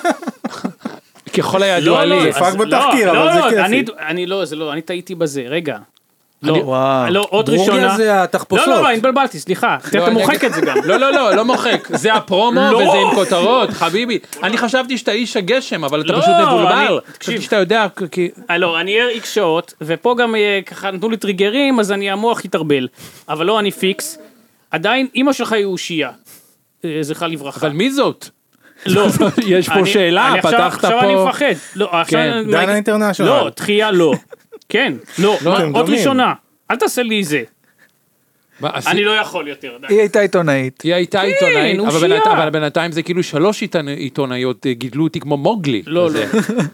Speaker 4: ככל
Speaker 1: לא,
Speaker 4: הידוע לי.
Speaker 1: זה פאק
Speaker 3: אז-
Speaker 1: בתחקיר,
Speaker 3: לא,
Speaker 1: אבל
Speaker 3: לא,
Speaker 1: זה
Speaker 3: לא,
Speaker 1: כיפי.
Speaker 3: אני- אני לא, זה לא, אני טעיתי בזה, רגע.
Speaker 2: לא,
Speaker 3: אני-
Speaker 2: וואו.
Speaker 3: לא, עוד
Speaker 1: ברוריה
Speaker 3: ראשונה.
Speaker 1: זה התחפושות.
Speaker 3: לא, לא, לא, אני התבלבלתי, סליחה.
Speaker 4: לא,
Speaker 3: אתה
Speaker 4: אני-
Speaker 3: מוחק את זה גם.
Speaker 4: לא, לא, לא, לא מוחק. זה הפרומו
Speaker 3: לא.
Speaker 4: וזה עם כותרות, חביבי. אני חשבתי שאתה איש הגשם, אבל אתה
Speaker 3: לא,
Speaker 4: פשוט מבולבל.
Speaker 3: אני-
Speaker 4: חשבתי
Speaker 3: תקשיב.
Speaker 4: שאתה יודע, כ- כי...
Speaker 3: אה, לא, אני ער איקס שעות, ופה גם אה, ככה נתנו לי טריגרים, אז אני המוח יתערבל. אבל לא, אני פיקס. עדיין, אימא שלך היא אושייה. אה, זכרה לברכה.
Speaker 4: אבל מי זאת?
Speaker 3: לא.
Speaker 4: יש פה
Speaker 3: אני-
Speaker 4: שאלה,
Speaker 3: אני עכשיו-
Speaker 4: פתחת
Speaker 3: עכשיו
Speaker 4: פה-
Speaker 3: אני מפחד. לא, עכשיו...
Speaker 4: כן.
Speaker 3: אני-
Speaker 1: דנה אינטרנשיונל.
Speaker 3: לא, דחייה לא. כן, לא, מה,
Speaker 1: הם
Speaker 3: עוד
Speaker 1: דומים.
Speaker 3: ראשונה. אל תעשה לי זה.
Speaker 4: מה, עשי-
Speaker 3: אני כן, לא יכול יותר, די.
Speaker 2: היא הייתה עיתונאית.
Speaker 4: היא הייתה עיתונאית, אבל
Speaker 3: אושייה.
Speaker 4: בינתיים- אבל בינתיים זה כאילו שלוש עיתונ- עיתונאיות אה, גידלו אותי כמו מוגלי.
Speaker 3: לא, לא.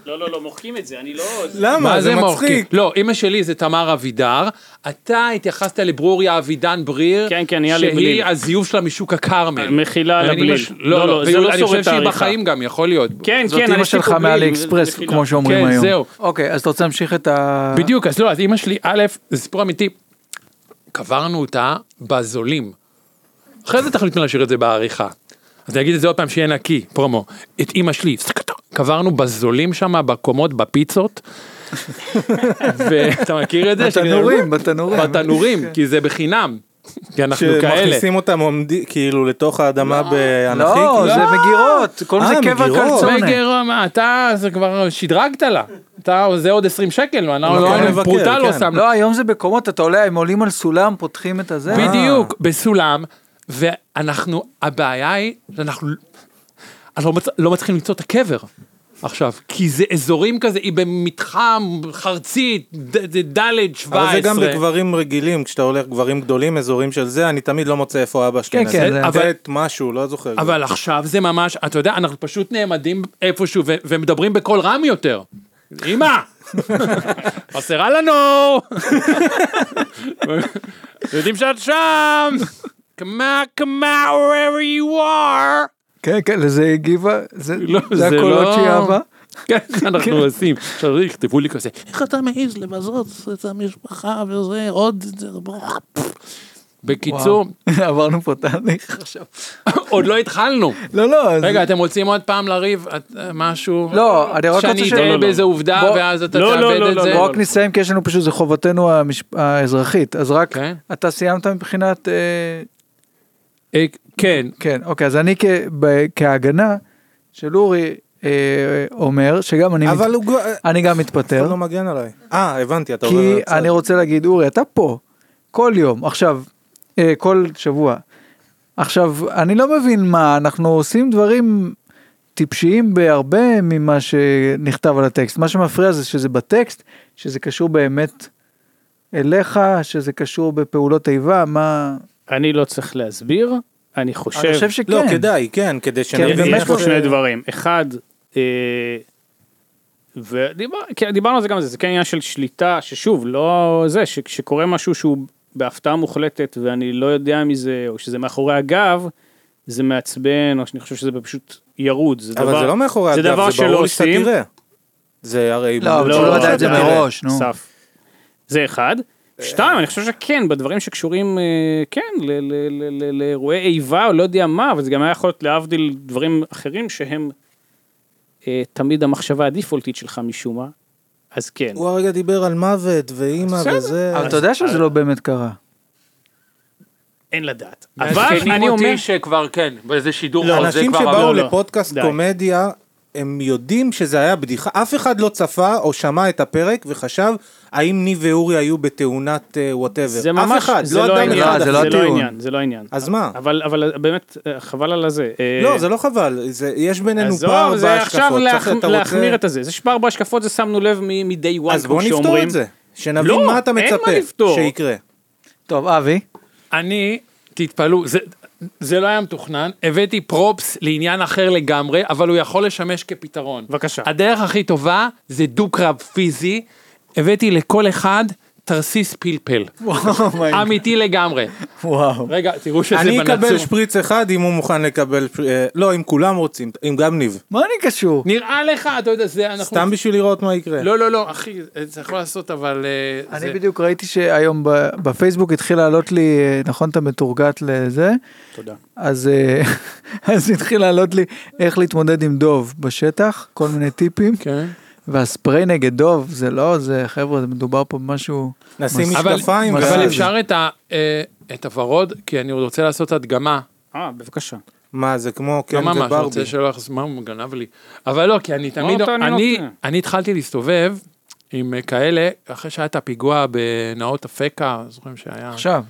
Speaker 3: לא, לא, לא, מוחקים את זה, אני לא... זה-
Speaker 1: למה? זה מצחיק.
Speaker 4: לא, אימא שלי זה תמר אבידר, אתה התייחסת לברוריה אבידן בריר,
Speaker 3: כן, כן, נהיה לי
Speaker 4: שהיא
Speaker 3: בליל.
Speaker 4: הזיוף שלה משוק הכרמל.
Speaker 3: מחילה על
Speaker 4: אני
Speaker 3: הבליל.
Speaker 4: מש- לא, לא, זה לא שורד את העריכה. אני חושב שהיא
Speaker 3: העריכה.
Speaker 4: בחיים גם, יכול להיות.
Speaker 3: כן,
Speaker 2: זאת
Speaker 3: כן,
Speaker 2: אימא
Speaker 3: יש לי
Speaker 2: שלך
Speaker 3: פה בליל,
Speaker 2: מעלי אקספרס,
Speaker 3: מחילה.
Speaker 2: כמו שאומרים
Speaker 4: כן,
Speaker 2: היום.
Speaker 4: זהו.
Speaker 2: אוקיי, אז אתה רוצה להמשיך את ה...
Speaker 1: אה?
Speaker 4: בדיוק, אז לא, אז אימא שלי, א', זה סיפור אמיתי, קברנו אותה בזולים. אחרי זה תחליטו להשאיר את זה בעריכה. אז אני אגיד את זה עוד פעם שיהיה נקי, פרומו. את אימא שלי, קברנו בזולים שם, בקומות, בפיצות. ואתה מכיר את זה?
Speaker 2: בתנורים, בתנורים.
Speaker 4: בתנורים, כי זה בחינם. כי אנחנו כאלה.
Speaker 1: שמכניסים אותם עומדי- כאילו לתוך האדמה באנכי?
Speaker 2: לא,
Speaker 1: כאילו?
Speaker 2: זה מגירות, כל
Speaker 1: אה,
Speaker 2: זה קבע
Speaker 1: מגירות.
Speaker 2: קלצונת.
Speaker 4: בגר, מה, אתה, זה כבר שדרגת לה. אתה, זה עוד 20 שקל, אנחנו לא
Speaker 1: מקום
Speaker 4: היינו
Speaker 1: מבקר,
Speaker 4: פרוטה לא
Speaker 1: כן.
Speaker 4: שמנו.
Speaker 2: לא, היום זה בקומות, אתה עולה, הם עולים על סולם, פותחים את הזה.
Speaker 4: בדיוק, בסולם, ואנחנו, הבעיה היא, שאנחנו אנחנו לא, מצ... לא מצליחים למצוא את הקבר עכשיו, כי זה אזורים כזה, היא במתחם חרצית, ד- ד- ד' 17.
Speaker 1: אבל זה גם בגברים רגילים, כשאתה הולך גברים גדולים, אזורים של זה, אני תמיד לא מוצא איפה אבא שלי.
Speaker 2: כן,
Speaker 1: נעשה.
Speaker 2: כן, זה-
Speaker 1: אבל... ט' משהו, לא זוכר.
Speaker 4: אבל עכשיו זה ממש, אתה יודע, אנחנו פשוט נעמדים איפשהו ו- ומדברים בקול רם יותר. אמא! חסרה לנו! יודעים שאת שם! כמה, כמה, wherever you are!
Speaker 2: כן, כן, לזה היא הגיבה, זה
Speaker 4: לא,
Speaker 2: זה
Speaker 4: זה לא-
Speaker 2: הקולות שהיא אהבה.
Speaker 4: כן, אנחנו עושים. עכשיו יכתבו לי כזה.
Speaker 6: איך אתה מעז לבזות את המשפחה וזה, עוד...
Speaker 4: בקיצור,
Speaker 2: עברנו פה תהליך עכשיו.
Speaker 4: עוד לא התחלנו.
Speaker 2: לא, לא, זה-
Speaker 4: רגע, אתם רוצים עוד פעם לריב את- אה, משהו?
Speaker 2: לא, אני רק רוצה
Speaker 4: שאני
Speaker 2: ש...
Speaker 4: אטעה
Speaker 2: לא, לא,
Speaker 4: באיזה עובדה
Speaker 2: בוא-
Speaker 4: ואז אתה
Speaker 3: לא, לא,
Speaker 4: תאבד
Speaker 3: לא,
Speaker 4: את
Speaker 3: לא,
Speaker 4: זה?
Speaker 3: לא,
Speaker 2: בוא רק נסיים, כי יש לנו פשוט, זה חובתנו המשפ- האזרחית, אז רק,
Speaker 4: כן.
Speaker 2: אתה סיימת מבחינת... אה,
Speaker 4: אה, כן,
Speaker 2: כן, אוקיי, אז אני כ- ב- כהגנה של אורי אה, אומר, שגם אני
Speaker 1: אבל
Speaker 2: מת-
Speaker 1: הוא גו- אף
Speaker 2: אני גם
Speaker 1: אחד
Speaker 2: מתפטר,
Speaker 1: לא מגן עליי. אה, הבנתי, אתה עובר
Speaker 2: כי
Speaker 1: לצד.
Speaker 2: אני לא רוצה להגיד, אורי, אתה פה, כל יום, עכשיו, אה, כל שבוע. עכשיו, אני לא מבין מה, אנחנו עושים דברים טיפשיים בהרבה ממה שנכתב על הטקסט. מה שמפריע זה שזה בטקסט, שזה קשור באמת אליך, שזה קשור בפעולות איבה, מה...
Speaker 3: אני לא צריך להסביר, אני חושב...
Speaker 2: אני חושב שכן.
Speaker 1: לא, כדאי, כן, כדי
Speaker 2: כן,
Speaker 1: שנבין
Speaker 3: יש
Speaker 1: איך
Speaker 3: פה
Speaker 1: זה-
Speaker 3: שני דברים. אחד, אה, ודיבר- כן, דיברנו על זה גם, זה זה כן עניין של שליטה, ששוב, לא זה, שכשקורה משהו שהוא בהפתעה מוחלטת ואני לא יודע מזה, או שזה מאחורי הגב, זה מעצבן, או שאני חושב שזה פשוט ירוד. זה
Speaker 1: אבל
Speaker 3: דבר-
Speaker 1: זה לא מאחורי הגב, זה
Speaker 3: דבר שלא
Speaker 1: ברור לי שאתה
Speaker 3: עושים.
Speaker 1: תראה. זה הרי...
Speaker 2: לא, אבל
Speaker 1: ברור
Speaker 2: אתה לא
Speaker 1: שאתה
Speaker 2: יודע את זה
Speaker 1: תראה.
Speaker 2: מראש, נו.
Speaker 3: אסף. זה אחד. שתיים, אני חושב שכן, בדברים שקשורים, אה, כן, ל- ל- ל- ל- לאירועי איבה או לא יודע מה, אבל זה גם היה יכול להיות להבדיל דברים אחרים שהם אה, תמיד המחשבה הדפולטית שלך משום מה, אז כן.
Speaker 1: הוא הרגע דיבר על מוות ואימא
Speaker 3: בסדר.
Speaker 1: וזה.
Speaker 2: אבל אתה יודע שזה לא באמת קרה.
Speaker 3: אין לדעת. אבל
Speaker 4: מעדכנים
Speaker 3: אני אומר...
Speaker 4: אותי שכבר כן, באיזה שידור חוזה
Speaker 1: אנשים
Speaker 4: כבר
Speaker 1: שבאו
Speaker 4: עבר.
Speaker 3: לא, לא.
Speaker 1: לפודקאסט
Speaker 3: די.
Speaker 1: קומדיה, אה, הם יודעים שזה היה בדיחה, אף אחד לא צפה או שמע את הפרק וחשב האם ניב ואורי היו בתאונת וואטאבר.
Speaker 3: זה ממש,
Speaker 1: אף אחד,
Speaker 3: זה
Speaker 1: לא
Speaker 3: לא
Speaker 1: אדם
Speaker 3: העניין,
Speaker 1: אחד.
Speaker 3: זה
Speaker 1: אפילו.
Speaker 3: לא
Speaker 2: הטיעון.
Speaker 3: העניין, זה לא העניין.
Speaker 1: אז מה?
Speaker 3: אבל, אבל באמת, אה, חבל על הזה. אה,
Speaker 1: לא, זה לא חבל, זה, יש בינינו
Speaker 3: עזוב,
Speaker 1: פער
Speaker 3: זה
Speaker 1: בהשקפות.
Speaker 3: עכשיו
Speaker 1: צריך
Speaker 3: להח-
Speaker 1: שאתה רוצה-
Speaker 3: להחמיר את הזה. זה שפער בהשקפות, זה שמנו לב מ- מ-day one,
Speaker 1: אז
Speaker 3: כמו
Speaker 1: בוא נפתור
Speaker 3: שאומרים.
Speaker 1: את זה, שנבין
Speaker 3: לא,
Speaker 1: מה אתה
Speaker 3: אין מה
Speaker 1: מצפה
Speaker 3: לפתור.
Speaker 1: שיקרה.
Speaker 2: טוב, אבי.
Speaker 4: אני, תתפלאו, זה, זה לא היה מתוכנן, הבאתי פרופס לעניין אחר לגמרי, אבל הוא יכול לשמש כפתרון.
Speaker 3: בבקשה.
Speaker 4: הדרך הכי טובה זה דו-קרב פיזי, הבאתי לכל אחד תרסיס פלפל. אמיתי לגמרי.
Speaker 2: וואו.
Speaker 4: Oh רגע, תראו שזה
Speaker 1: אני
Speaker 4: בנצור.
Speaker 1: אקבל שפריץ אחד אם הוא מוכן לקבל, פר- אה, לא, אם כולם רוצים, אם גם ניב.
Speaker 2: מה אני קשור?
Speaker 4: נראה לך, אתה יודע, זה אנחנו...
Speaker 1: סתם בשביל לראות מה יקרה.
Speaker 4: לא, לא, לא, אחי, זה יכול לעשות, אבל... אה,
Speaker 2: אני
Speaker 4: זה-
Speaker 2: בדיוק ראיתי שהיום ב- בפייסבוק התחיל לעלות לי, אה, נכון אתה מתורגת לזה?
Speaker 3: תודה.
Speaker 2: אז, אה, אז התחיל לעלות לי איך להתמודד עם דוב בשטח, כל מיני טיפים,
Speaker 4: כן.
Speaker 2: והספרי נגד דוב זה לא, זה חבר'ה, זה מדובר פה במשהו,
Speaker 1: נשים
Speaker 4: אבל-
Speaker 1: משקפיים.
Speaker 4: אבל
Speaker 1: ואז-
Speaker 4: אפשר את ה- אה, את הוורוד, כי אני רוצה לעשות הדגמה.
Speaker 3: אה, בבקשה.
Speaker 1: מה, כן, זה כמו
Speaker 4: לא
Speaker 1: קן
Speaker 4: ממש,
Speaker 1: וברבי.
Speaker 4: רוצה שלא יחס... מה הוא גנב לי? אבל לא, כי אני תמיד...
Speaker 3: אותו אני
Speaker 4: אני-
Speaker 3: נותן.
Speaker 4: אני התחלתי להסתובב עם אה, כאלה, אחרי שהיה את הפיגוע בנאות אפקה, זוכרים שהיה...
Speaker 2: עכשיו,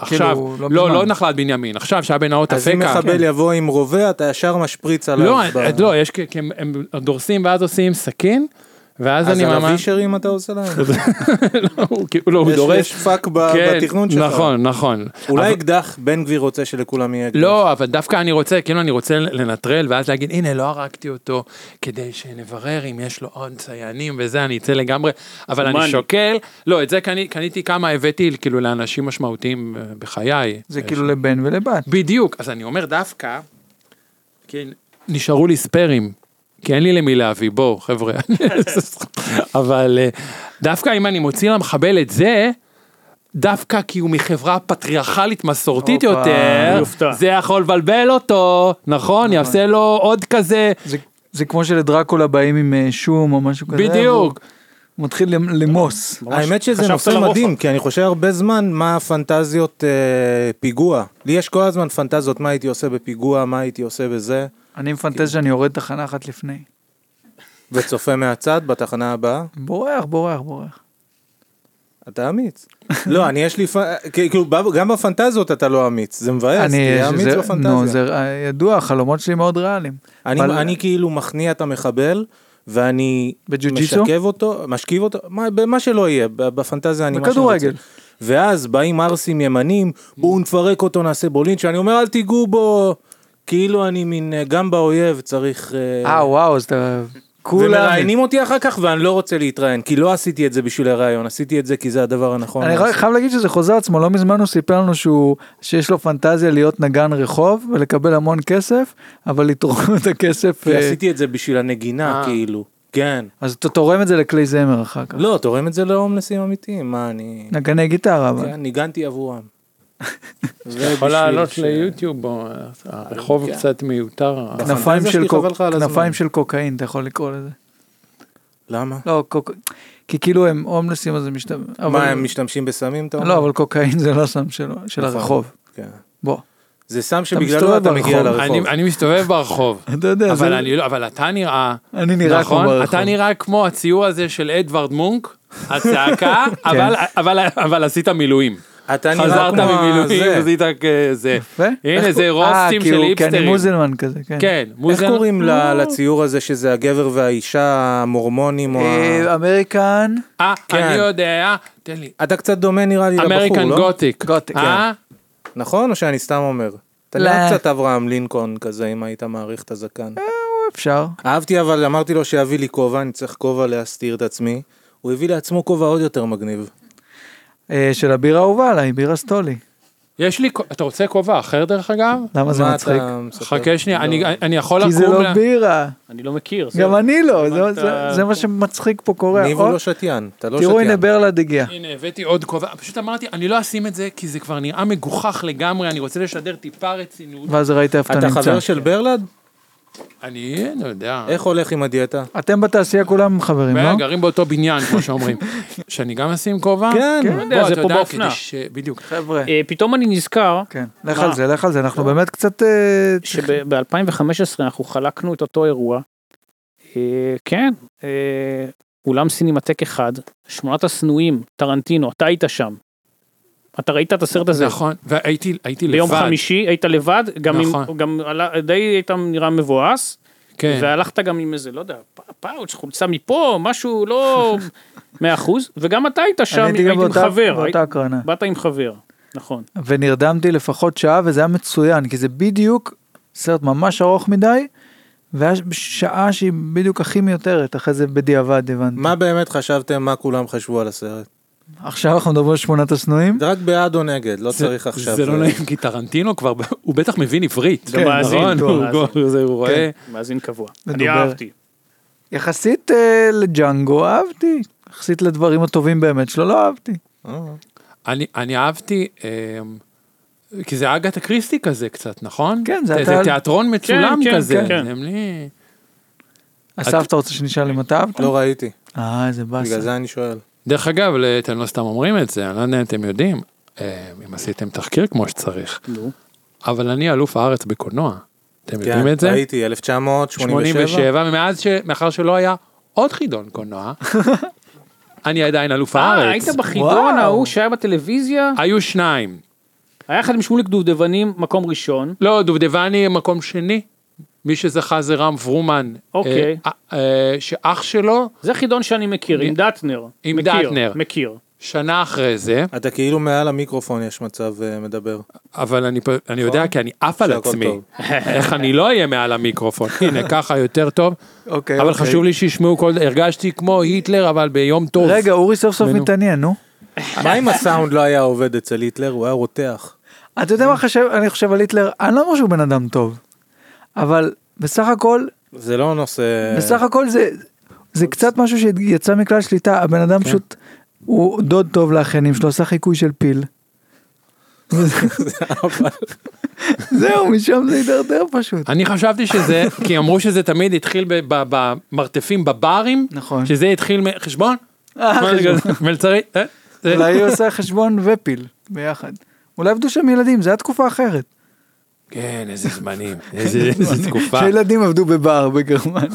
Speaker 4: עכשיו,
Speaker 2: כאילו, לא
Speaker 4: לא,
Speaker 2: מזמן.
Speaker 4: לא נחלת בנימין, עכשיו שהיה בנאות
Speaker 1: אז אם
Speaker 4: אפקה.
Speaker 1: מחבל יבוא עם רובה, אתה ישר משפריץ עליו.
Speaker 4: כן. לא,
Speaker 1: ב-
Speaker 4: לא, יש, כ- כי הם הם דורסים ואז עושים סכין, ואז
Speaker 1: אז
Speaker 4: אני
Speaker 1: על
Speaker 4: ממש...
Speaker 1: הווישרים אתה עושה להם?
Speaker 4: לא, הוא כאילו, לא, הוא
Speaker 1: יש-
Speaker 4: דורס.
Speaker 1: יש פאק ב-
Speaker 4: כן,
Speaker 1: בתכנון שלך.
Speaker 4: נכון, נכון.
Speaker 1: אולי
Speaker 4: אבל-
Speaker 1: אקדח, בן גביר רוצה שלכולם יהיה אקדח.
Speaker 4: לא, אבל דווקא אני רוצה, כאילו אני רוצה לנטרל ואז להגיד, הנה, לא הרגתי אותו, כדי שנברר אם יש לו עוד ציינים וזה, אני אצא לגמרי, אבל
Speaker 3: הומני.
Speaker 4: אני שוקל, לא, את זה קני- קניתי כמה הבאתי, כאילו, לאנשים משמעותיים אה, בחיי.
Speaker 2: זה
Speaker 4: אה,
Speaker 2: כאילו לבן ולבת.
Speaker 4: בדיוק, אז אני אומר דווקא, כי נשארו לי ספיירים, כי אין לי למי להביא, בואו חבר'ה, אבל אה, דווקא אם אני מוציא למחבל את זה, דווקא כי הוא מחברה פטריארכלית מסורתית
Speaker 2: הופה.
Speaker 4: יותר,
Speaker 3: יופתע.
Speaker 4: זה יכול לבלבל אותו, נכון? יעשה לו עוד כזה,
Speaker 2: זה, זה כמו שלדרקולה באים עם אה, שום או משהו כזה, והוא
Speaker 4: בדיוק. כן.
Speaker 2: מתחיל למ- למוס.
Speaker 1: האמת שזה
Speaker 3: חשבת
Speaker 1: נושא
Speaker 3: לרוחב.
Speaker 1: מדהים, כי אני חושב הרבה זמן מה הפנטזיות אה, פיגוע. לי יש כל הזמן פנטזיות מה הייתי עושה בפיגוע, מה הייתי עושה בזה,
Speaker 2: אני מפנטז שאני יורד תחנה אחת לפני.
Speaker 1: וצופה מהצד בתחנה הבאה.
Speaker 2: בורח, בורח, בורח.
Speaker 1: אתה אמיץ. לא, אני יש לי, פ- כאילו, ב- גם בפנטזיות אתה לא אמיץ, זה מבאס, תהיה אמיץ
Speaker 2: זה, נו,
Speaker 1: בפנטזיה.
Speaker 2: זה אה, ידוע, החלומות שלי מאוד ריאליים.
Speaker 1: אני,
Speaker 2: אבל-
Speaker 1: אבל... אני כאילו מכניע את המחבל, ואני
Speaker 2: בג'ו-ג'יסו?
Speaker 1: משכב אותו, משכיב אותו, מה, במה שלא יהיה, ב- בפנטזיה אני מה שאני רוצה.
Speaker 2: בכדורגל.
Speaker 1: ואז באים ערסים ימנים, בואו נפרק אותו, נעשה בו לינץ', אני אומר אל תיגעו בו, כאילו אני מין, אה, גם באויב צריך...
Speaker 2: אה, וואו, אז אתה... כולם...
Speaker 1: ומראיינים אותי אחר כך ואני לא רוצה להתראיין, כי לא עשיתי את זה בשביל הראיון, עשיתי את זה כי זה הדבר הנכון.
Speaker 2: אני לא רק
Speaker 1: לעשות.
Speaker 2: חייב להגיד שזה חוזר עצמו, לא מזמן הוא סיפר לנו שהוא, שיש לו פנטזיה להיות נגן רחוב ולקבל המון כסף, אבל לתרום את הכסף,
Speaker 1: כי
Speaker 2: אה,
Speaker 1: עשיתי את זה בשביל הנגינה,
Speaker 4: אה.
Speaker 1: כאילו. כן.
Speaker 2: אז אתה תורם את זה לכלי זמר אחר כך.
Speaker 1: לא, תורם את זה להומלסים אמיתיים, מה אני...
Speaker 2: נגני גיטרה, אבל.
Speaker 1: כן, ניגנתי עבורם. זה
Speaker 4: יכול
Speaker 1: בשביל
Speaker 4: לעלות
Speaker 1: ש-
Speaker 4: ליוטיוב, או, אה, הרחוב
Speaker 1: כן.
Speaker 4: קצת מיותר.
Speaker 2: כנפיים
Speaker 1: הפנטזיה
Speaker 2: של
Speaker 1: שלי,
Speaker 2: קוק-
Speaker 1: חבל לך על הזמן.
Speaker 2: כנפיים של קוקאין, אתה יכול לקרוא לזה.
Speaker 1: למה?
Speaker 2: לא, קוק... כי כאילו הם הומלסים אז הם משתמשים.
Speaker 1: מה, הם משתמשים בסמים, אתה אומר?
Speaker 2: לא, אבל קוקאין זה לא סם שלו- של
Speaker 1: נכון.
Speaker 2: הרחוב.
Speaker 1: כן.
Speaker 2: בוא.
Speaker 1: זה סם
Speaker 2: מסתובב
Speaker 1: שבגללו אתה מגיע
Speaker 2: ברחוב.
Speaker 1: לרחוב.
Speaker 4: אני- אני מסתובב ברחוב.
Speaker 2: אתה יודע,
Speaker 4: אבל
Speaker 2: זה...
Speaker 4: אני לא, אבל אתה נראה,
Speaker 2: אני נראה
Speaker 4: נכון?
Speaker 2: כמו ברחוב.
Speaker 4: אתה נראה כמו הציור הזה של אדוארד מונק, הצעקה, אבל,
Speaker 2: כן.
Speaker 4: אבל, אבל עשית מילואים.
Speaker 1: אתה נראה
Speaker 4: חזרת
Speaker 1: כמו
Speaker 4: ממילואים,
Speaker 1: הזה.
Speaker 4: עשית כזה.
Speaker 2: יפה.
Speaker 4: הנה
Speaker 2: איך
Speaker 4: זה
Speaker 2: קוראים- אה,
Speaker 4: רוסטים
Speaker 2: כי הוא-
Speaker 4: של
Speaker 2: כי אני
Speaker 4: היפסטרים.
Speaker 2: מוזלמן כזה, כן.
Speaker 4: כן,
Speaker 1: איך
Speaker 4: מוזן.
Speaker 1: קוראים ל-
Speaker 2: לא.
Speaker 1: לציור הזה שזה הגבר והאישה המורמונים או ה...
Speaker 2: אה, אמריקן,
Speaker 4: אה, אני
Speaker 1: כן.
Speaker 4: יודע, אה, תן לי.
Speaker 1: אתה קצת דומה נראה לי לבחור,
Speaker 4: אמריקן
Speaker 1: לא?
Speaker 4: גותיק.
Speaker 2: גותיק,
Speaker 4: אה?
Speaker 1: נכון? או שאני סתם אומר? אתה
Speaker 2: לא.
Speaker 1: נראה קצת אברהם לינקולן כזה, אם היית מעריך את הזקן.
Speaker 2: אפשר.
Speaker 1: אהבתי אבל אמרתי לו שיביא לי כובע, אני צריך כובע להסתיר את עצמי. הוא הביא לעצמו כובע עוד יותר מגניב.
Speaker 2: אה, של הבירה האהובה עליי, בירה סטולי.
Speaker 4: יש לי, כ- אתה רוצה כובע אחר דרך אגב?
Speaker 2: למה זה
Speaker 1: מה
Speaker 2: מצחיק?
Speaker 1: אתה מספר?
Speaker 4: חכה שנייה,
Speaker 1: לא.
Speaker 4: אני- אני יכול
Speaker 2: כי
Speaker 4: לקום...
Speaker 2: זה
Speaker 4: ל-
Speaker 2: לא בירה.
Speaker 3: אני לא מכיר.
Speaker 2: גם
Speaker 3: זה-
Speaker 2: אני לא, זה-
Speaker 3: אבל
Speaker 2: זה-
Speaker 3: אתה-
Speaker 2: זה מה שמצחיק פה קורה.
Speaker 1: ניב
Speaker 2: או,
Speaker 1: הוא לא שתיין, אתה לא שתיין.
Speaker 2: תראו, הנה ברלד הגיע.
Speaker 4: הנה, הבאתי עוד כובע. פשוט אמרתי, אני לא אשים את זה, כי זה כבר נראה מגוחך לגמרי, אני רוצה לשדר טיפה רצינות.
Speaker 2: ואז ראית איפה אתה
Speaker 1: אתה
Speaker 2: נמצא.
Speaker 1: חבר של ברלד?
Speaker 4: אני לא יודע.
Speaker 1: איך הולך עם הדיאטה?
Speaker 2: אתם בתעשייה כולם חברים,
Speaker 4: והם
Speaker 2: לא?
Speaker 4: גרים באותו בניין, כמו שאומרים. שאני גם אשים כובע?
Speaker 1: כן.
Speaker 4: בוא,
Speaker 1: אתה
Speaker 3: יודע, זה
Speaker 4: אתה
Speaker 3: פה
Speaker 4: יודע,
Speaker 3: באופנה.
Speaker 4: כדי ש- בדיוק.
Speaker 2: חבר'ה.
Speaker 3: אה, פתאום אני נזכר
Speaker 2: כן, לך
Speaker 3: מה?
Speaker 2: על זה, לך על זה, אנחנו באמת קצת... אה,
Speaker 3: שב-2015 אנחנו חלקנו את אותו אירוע אה, כן, אה, אולם סינמטק אחד, שמונת השנואים, טרנטינו, אתה היית שם. אתה ראית את הסרט הזה.
Speaker 4: נכון, והייתי הייתי לבד.
Speaker 3: ביום חמישי היית לבד, גם,
Speaker 4: נכון.
Speaker 3: עם, גם עלה, די היית נראה מבואס,
Speaker 4: כן.
Speaker 3: והלכת גם עם איזה, לא יודע, פ- פאוץ', חולצה מפה, משהו לא מאה אחוז, וגם אתה היית שם,
Speaker 2: אני הייתי
Speaker 3: הייתי
Speaker 2: גם
Speaker 3: עם
Speaker 2: באותה-
Speaker 3: חבר,
Speaker 2: באותה הקרנה.
Speaker 3: היית- באת עם חבר, נכון.
Speaker 2: ונרדמתי לפחות שעה וזה היה מצוין כי זה בדיוק סרט ממש ארוך מדי. והיה שעה שהיא בדיוק הכי מיותרת אחרי זה בדיעבד הבנתי.
Speaker 1: מה באמת חשבתם, מה כולם חשבו על הסרט?
Speaker 2: עכשיו אנחנו מדברים על שמונת השנואים.
Speaker 1: זה רק בעד או נגד, לא
Speaker 4: זה-
Speaker 1: צריך עכשיו.
Speaker 4: זה לא נעים כי טרנטינו כבר, ב- הוא בטח מבין עברית.
Speaker 3: גם כן, מאזין,
Speaker 4: נכון?
Speaker 3: טוב,
Speaker 4: הוא-
Speaker 3: מאזין. כן,
Speaker 4: הוא- זה- הוא רואה.
Speaker 3: מאזין קבוע. אני
Speaker 2: מדובר.
Speaker 3: אהבתי.
Speaker 2: יחסית אה, לג'אנגו אהבתי. יחסית לדברים הטובים באמת שלו לא אהבתי.
Speaker 1: אה,
Speaker 4: אני- אני אהבתי, אמ, כי זה אגת קריסטי כזה קצת, נכון?
Speaker 2: כן, זה
Speaker 4: זה
Speaker 2: אתה-
Speaker 4: תיאטרון מצולם
Speaker 3: כן,
Speaker 4: כזה.
Speaker 3: כן.
Speaker 4: הם לי-
Speaker 2: אסף אתה רוצה שנשאל אם אתה אהבת?
Speaker 1: אוקיי. לא ראיתי,
Speaker 2: אה איזה
Speaker 1: בגלל
Speaker 2: באסה.
Speaker 1: זה אני שואל.
Speaker 4: דרך אגב, ל- אתם לא סתם אומרים את זה, אני לא יודע אם אתם יודעים, אה, אם עשיתם תחקיר כמו שצריך,
Speaker 3: נו.
Speaker 4: אבל אני אלוף הארץ בקולנוע. אתם יודעים
Speaker 1: כן,
Speaker 4: את זה?
Speaker 1: ראיתי, 1987.
Speaker 4: 87, ומאז ש... מאחר שלא היה עוד חידון קולנוע, אני עדיין אלוף
Speaker 3: אה,
Speaker 4: הארץ.
Speaker 3: היית בחידון
Speaker 2: וואו.
Speaker 3: ההוא שהיה בטלוויזיה?
Speaker 4: היו שניים.
Speaker 3: היה אחד עם שמוליק דובדבנים, מקום ראשון.
Speaker 4: לא, דובדבני מקום שני. מי שזכה זה רם פרומן.
Speaker 3: אוקיי.
Speaker 4: אה, אה, שאח שלו,
Speaker 3: זה חידון שאני מכיר, עם דטנר.
Speaker 4: עם
Speaker 3: מכיר,
Speaker 4: דטנר.
Speaker 3: מכיר.
Speaker 4: שנה אחרי זה,
Speaker 1: אתה כאילו מעל המיקרופון יש מצב אה, מדבר.
Speaker 4: אבל אני, פ- אני
Speaker 3: נכון.
Speaker 4: יודע כי אני עף על
Speaker 1: שהכל
Speaker 4: עצמי.
Speaker 1: טוב.
Speaker 4: איך אני לא אהיה מעל המיקרופון. הנה, ככה יותר טוב.
Speaker 2: אוקיי.
Speaker 4: אבל
Speaker 2: אוקיי.
Speaker 4: חשוב לי שישמעו כל... הרגשתי כמו היטלר, אבל ביום טוב.
Speaker 2: רגע אורי סוף סוף
Speaker 4: נו.
Speaker 2: מתעניין נו.
Speaker 1: מה אם הסאונד לא היה עובד אצל היטלר? הוא היה רותח.
Speaker 2: אתה יודע מה חשב אני חושב על היטלר אני לא אומר שהוא בן אדם טוב. אבל בסך הכל
Speaker 1: זה לא נושא...
Speaker 2: בסך הכל זה זה קצת משהו שיצא מכלל שליטה הבן אדם פשוט הוא דוד טוב לאחיינים שלו עשה חיקוי של פיל. זהו משם זה הידרדר פשוט.
Speaker 4: אני חשבתי שזה, כי אמרו שזה תמיד התחיל ב- ב- במרתפים בברים,
Speaker 2: נכון.
Speaker 4: שזה התחיל מחשבון,
Speaker 2: אה, חשבון.
Speaker 4: מלצרי, אה, זה-
Speaker 2: אולי הוא עושה חשבון ופיל ביחד. אולי עבדו שם ילדים זה היה תקופה אחרת.
Speaker 4: כן איזה זמנים, איזה איזה תקופה.
Speaker 2: שילדים עבדו בבר בגרמניה.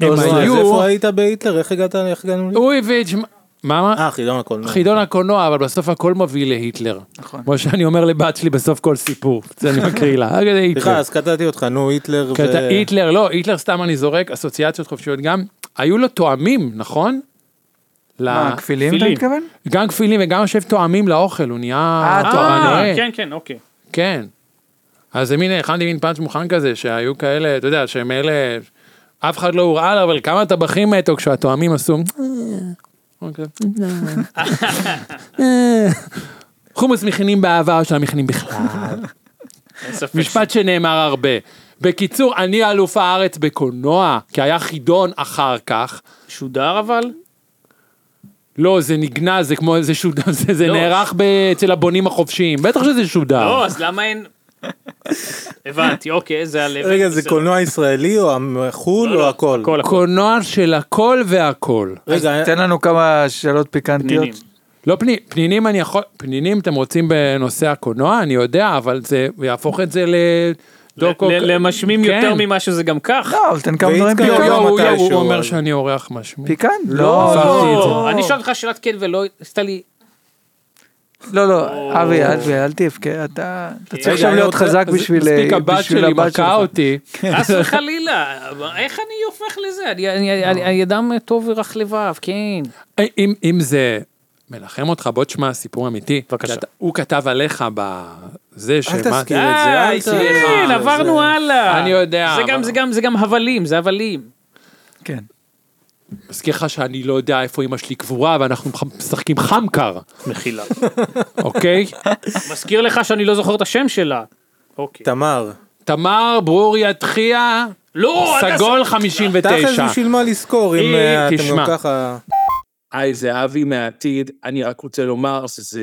Speaker 4: הם
Speaker 1: אז
Speaker 4: היו-
Speaker 1: איפה היית בהיטלר? איך הגעת? איך הגענו? ל-
Speaker 4: הוא הביא את שמ... מה מה?
Speaker 1: אה, חידון הקולנוע.
Speaker 4: חידון הקולנוע, אבל בסוף הכל מוביל להיטלר.
Speaker 2: נכון.
Speaker 4: כמו שאני אומר לבת שלי בסוף כל סיפור, זה אני מקריא לה, רק זה היטלר.
Speaker 1: סליחה, אז קטעתי אותך, נו, היטלר
Speaker 4: קטע-
Speaker 2: אה.
Speaker 1: ו...
Speaker 4: היטלר, לא, היטלר סתם אני זורק, אסוציאציות חופשיות גם, היו לו תואמים, נכון?
Speaker 2: מה
Speaker 4: ל-
Speaker 2: כפילים אתה
Speaker 3: כפילים.
Speaker 2: מתכוון?
Speaker 4: גם כפילים וגם יושב תואמים לאוכל, הוא נהיה...
Speaker 2: אה,
Speaker 4: תוארן,
Speaker 3: אה,
Speaker 4: אה.
Speaker 3: כן, כן, אוקיי.
Speaker 4: כן. אז זה מין, הכנתי מין פאנץ' מוכן כזה, שהיו כאלה, אתה יודע, שהם אלה, אף אחד לא הורעל, אבל כמה טבחים מתו כשהתואמים עשו... "אה, אוקיי. "אה, חומוס מכינים באהבה או שלא מכינים
Speaker 3: אה,
Speaker 4: בכלל.
Speaker 3: אין ספק.
Speaker 4: משפט שנאמר הרבה. בקיצור, אני אלוף הארץ בקולנוע, כי היה חידון אחר כך.
Speaker 3: שודר אבל?
Speaker 4: לא, זה נגנז, זה כמו, זה שודר, זה, זה
Speaker 3: לא.
Speaker 4: נערך ב, אצל הבונים החופשיים, בטח שזה שודר.
Speaker 3: לא, אז למה אין... הבנתי, אוקיי, זה הלב.
Speaker 1: רגע, זה קולנוע ישראלי או המ- חו"ל או הכל?
Speaker 3: הכל, הכל.
Speaker 4: קולנוע של הכל והכל.
Speaker 1: רגע,
Speaker 2: תן לנו כמה שאלות פיקנטיות.
Speaker 3: פנינים.
Speaker 4: לא פני, פנינים אני יכול, פנינים אתם רוצים בנושא הקולנוע, אני יודע, אבל זה יהפוך את זה לדוקו.
Speaker 3: ל- למשמים
Speaker 4: לא, כן.
Speaker 3: יותר ממה שזה גם כך.
Speaker 2: לא אבל תן כמה
Speaker 1: ואיץ
Speaker 2: דברים
Speaker 1: כאן
Speaker 4: לא,
Speaker 1: יום
Speaker 4: לא,
Speaker 2: פיקנטיות.
Speaker 1: יום
Speaker 4: הוא-
Speaker 1: מתישהו,
Speaker 4: הוא אומר
Speaker 1: אבל.
Speaker 4: שאני אורח משהו.
Speaker 2: פיקנט?
Speaker 4: עברתי את זה.
Speaker 2: לא.
Speaker 3: אני שואל אותך שאלת כן ולא, עשית לי...
Speaker 2: לא, לא, אבי, אבי, אל תבכה, אתה אתה צריך
Speaker 1: רגע,
Speaker 2: עכשיו
Speaker 1: אני
Speaker 2: להיות
Speaker 1: רוצה-
Speaker 2: חזק בשביל אה,
Speaker 4: מספיק הבת
Speaker 2: בשביל
Speaker 4: שלי
Speaker 2: הבת
Speaker 4: מכה
Speaker 2: שלך.
Speaker 4: אותי.
Speaker 3: חס וחלילה, איך אני הופך לזה? אני- אני אני- אני אדם טוב ורח לבב, כן.
Speaker 4: אי, אה, אם, אם זה מנחם אותך, בוא תשמע סיפור אמיתי.
Speaker 3: בבקשה.
Speaker 4: כי אתה- הוא כתב עליך בזה,
Speaker 1: אל
Speaker 4: שמה...
Speaker 1: תזכיר את זה,
Speaker 3: די,
Speaker 1: אל תזכיר.
Speaker 3: כן, עברנו הלאה.
Speaker 4: אני יודע,
Speaker 3: זה גם-
Speaker 4: אבל-
Speaker 3: זה גם- זה גם הבלים, זה הבלים.
Speaker 2: כן.
Speaker 4: מזכיר לך שאני לא יודע איפה אמא שלי קבורה, ואנחנו מח- משחקים חמקר,
Speaker 3: מחילה.
Speaker 4: אוקיי?
Speaker 3: מזכיר לך שאני לא זוכר את השם שלה. אוקיי.
Speaker 1: תמר.
Speaker 4: תמר ברוריה תחיה,
Speaker 3: לא, אתה-
Speaker 4: סגול
Speaker 1: תכל'ס
Speaker 4: 59.
Speaker 1: בשביל מה לזכור אם
Speaker 4: אה,
Speaker 1: אה, אתם
Speaker 4: תשמע.
Speaker 1: גם ככה...
Speaker 5: היי, זה אבי מהעתיד. אני רק רוצה לומר שזו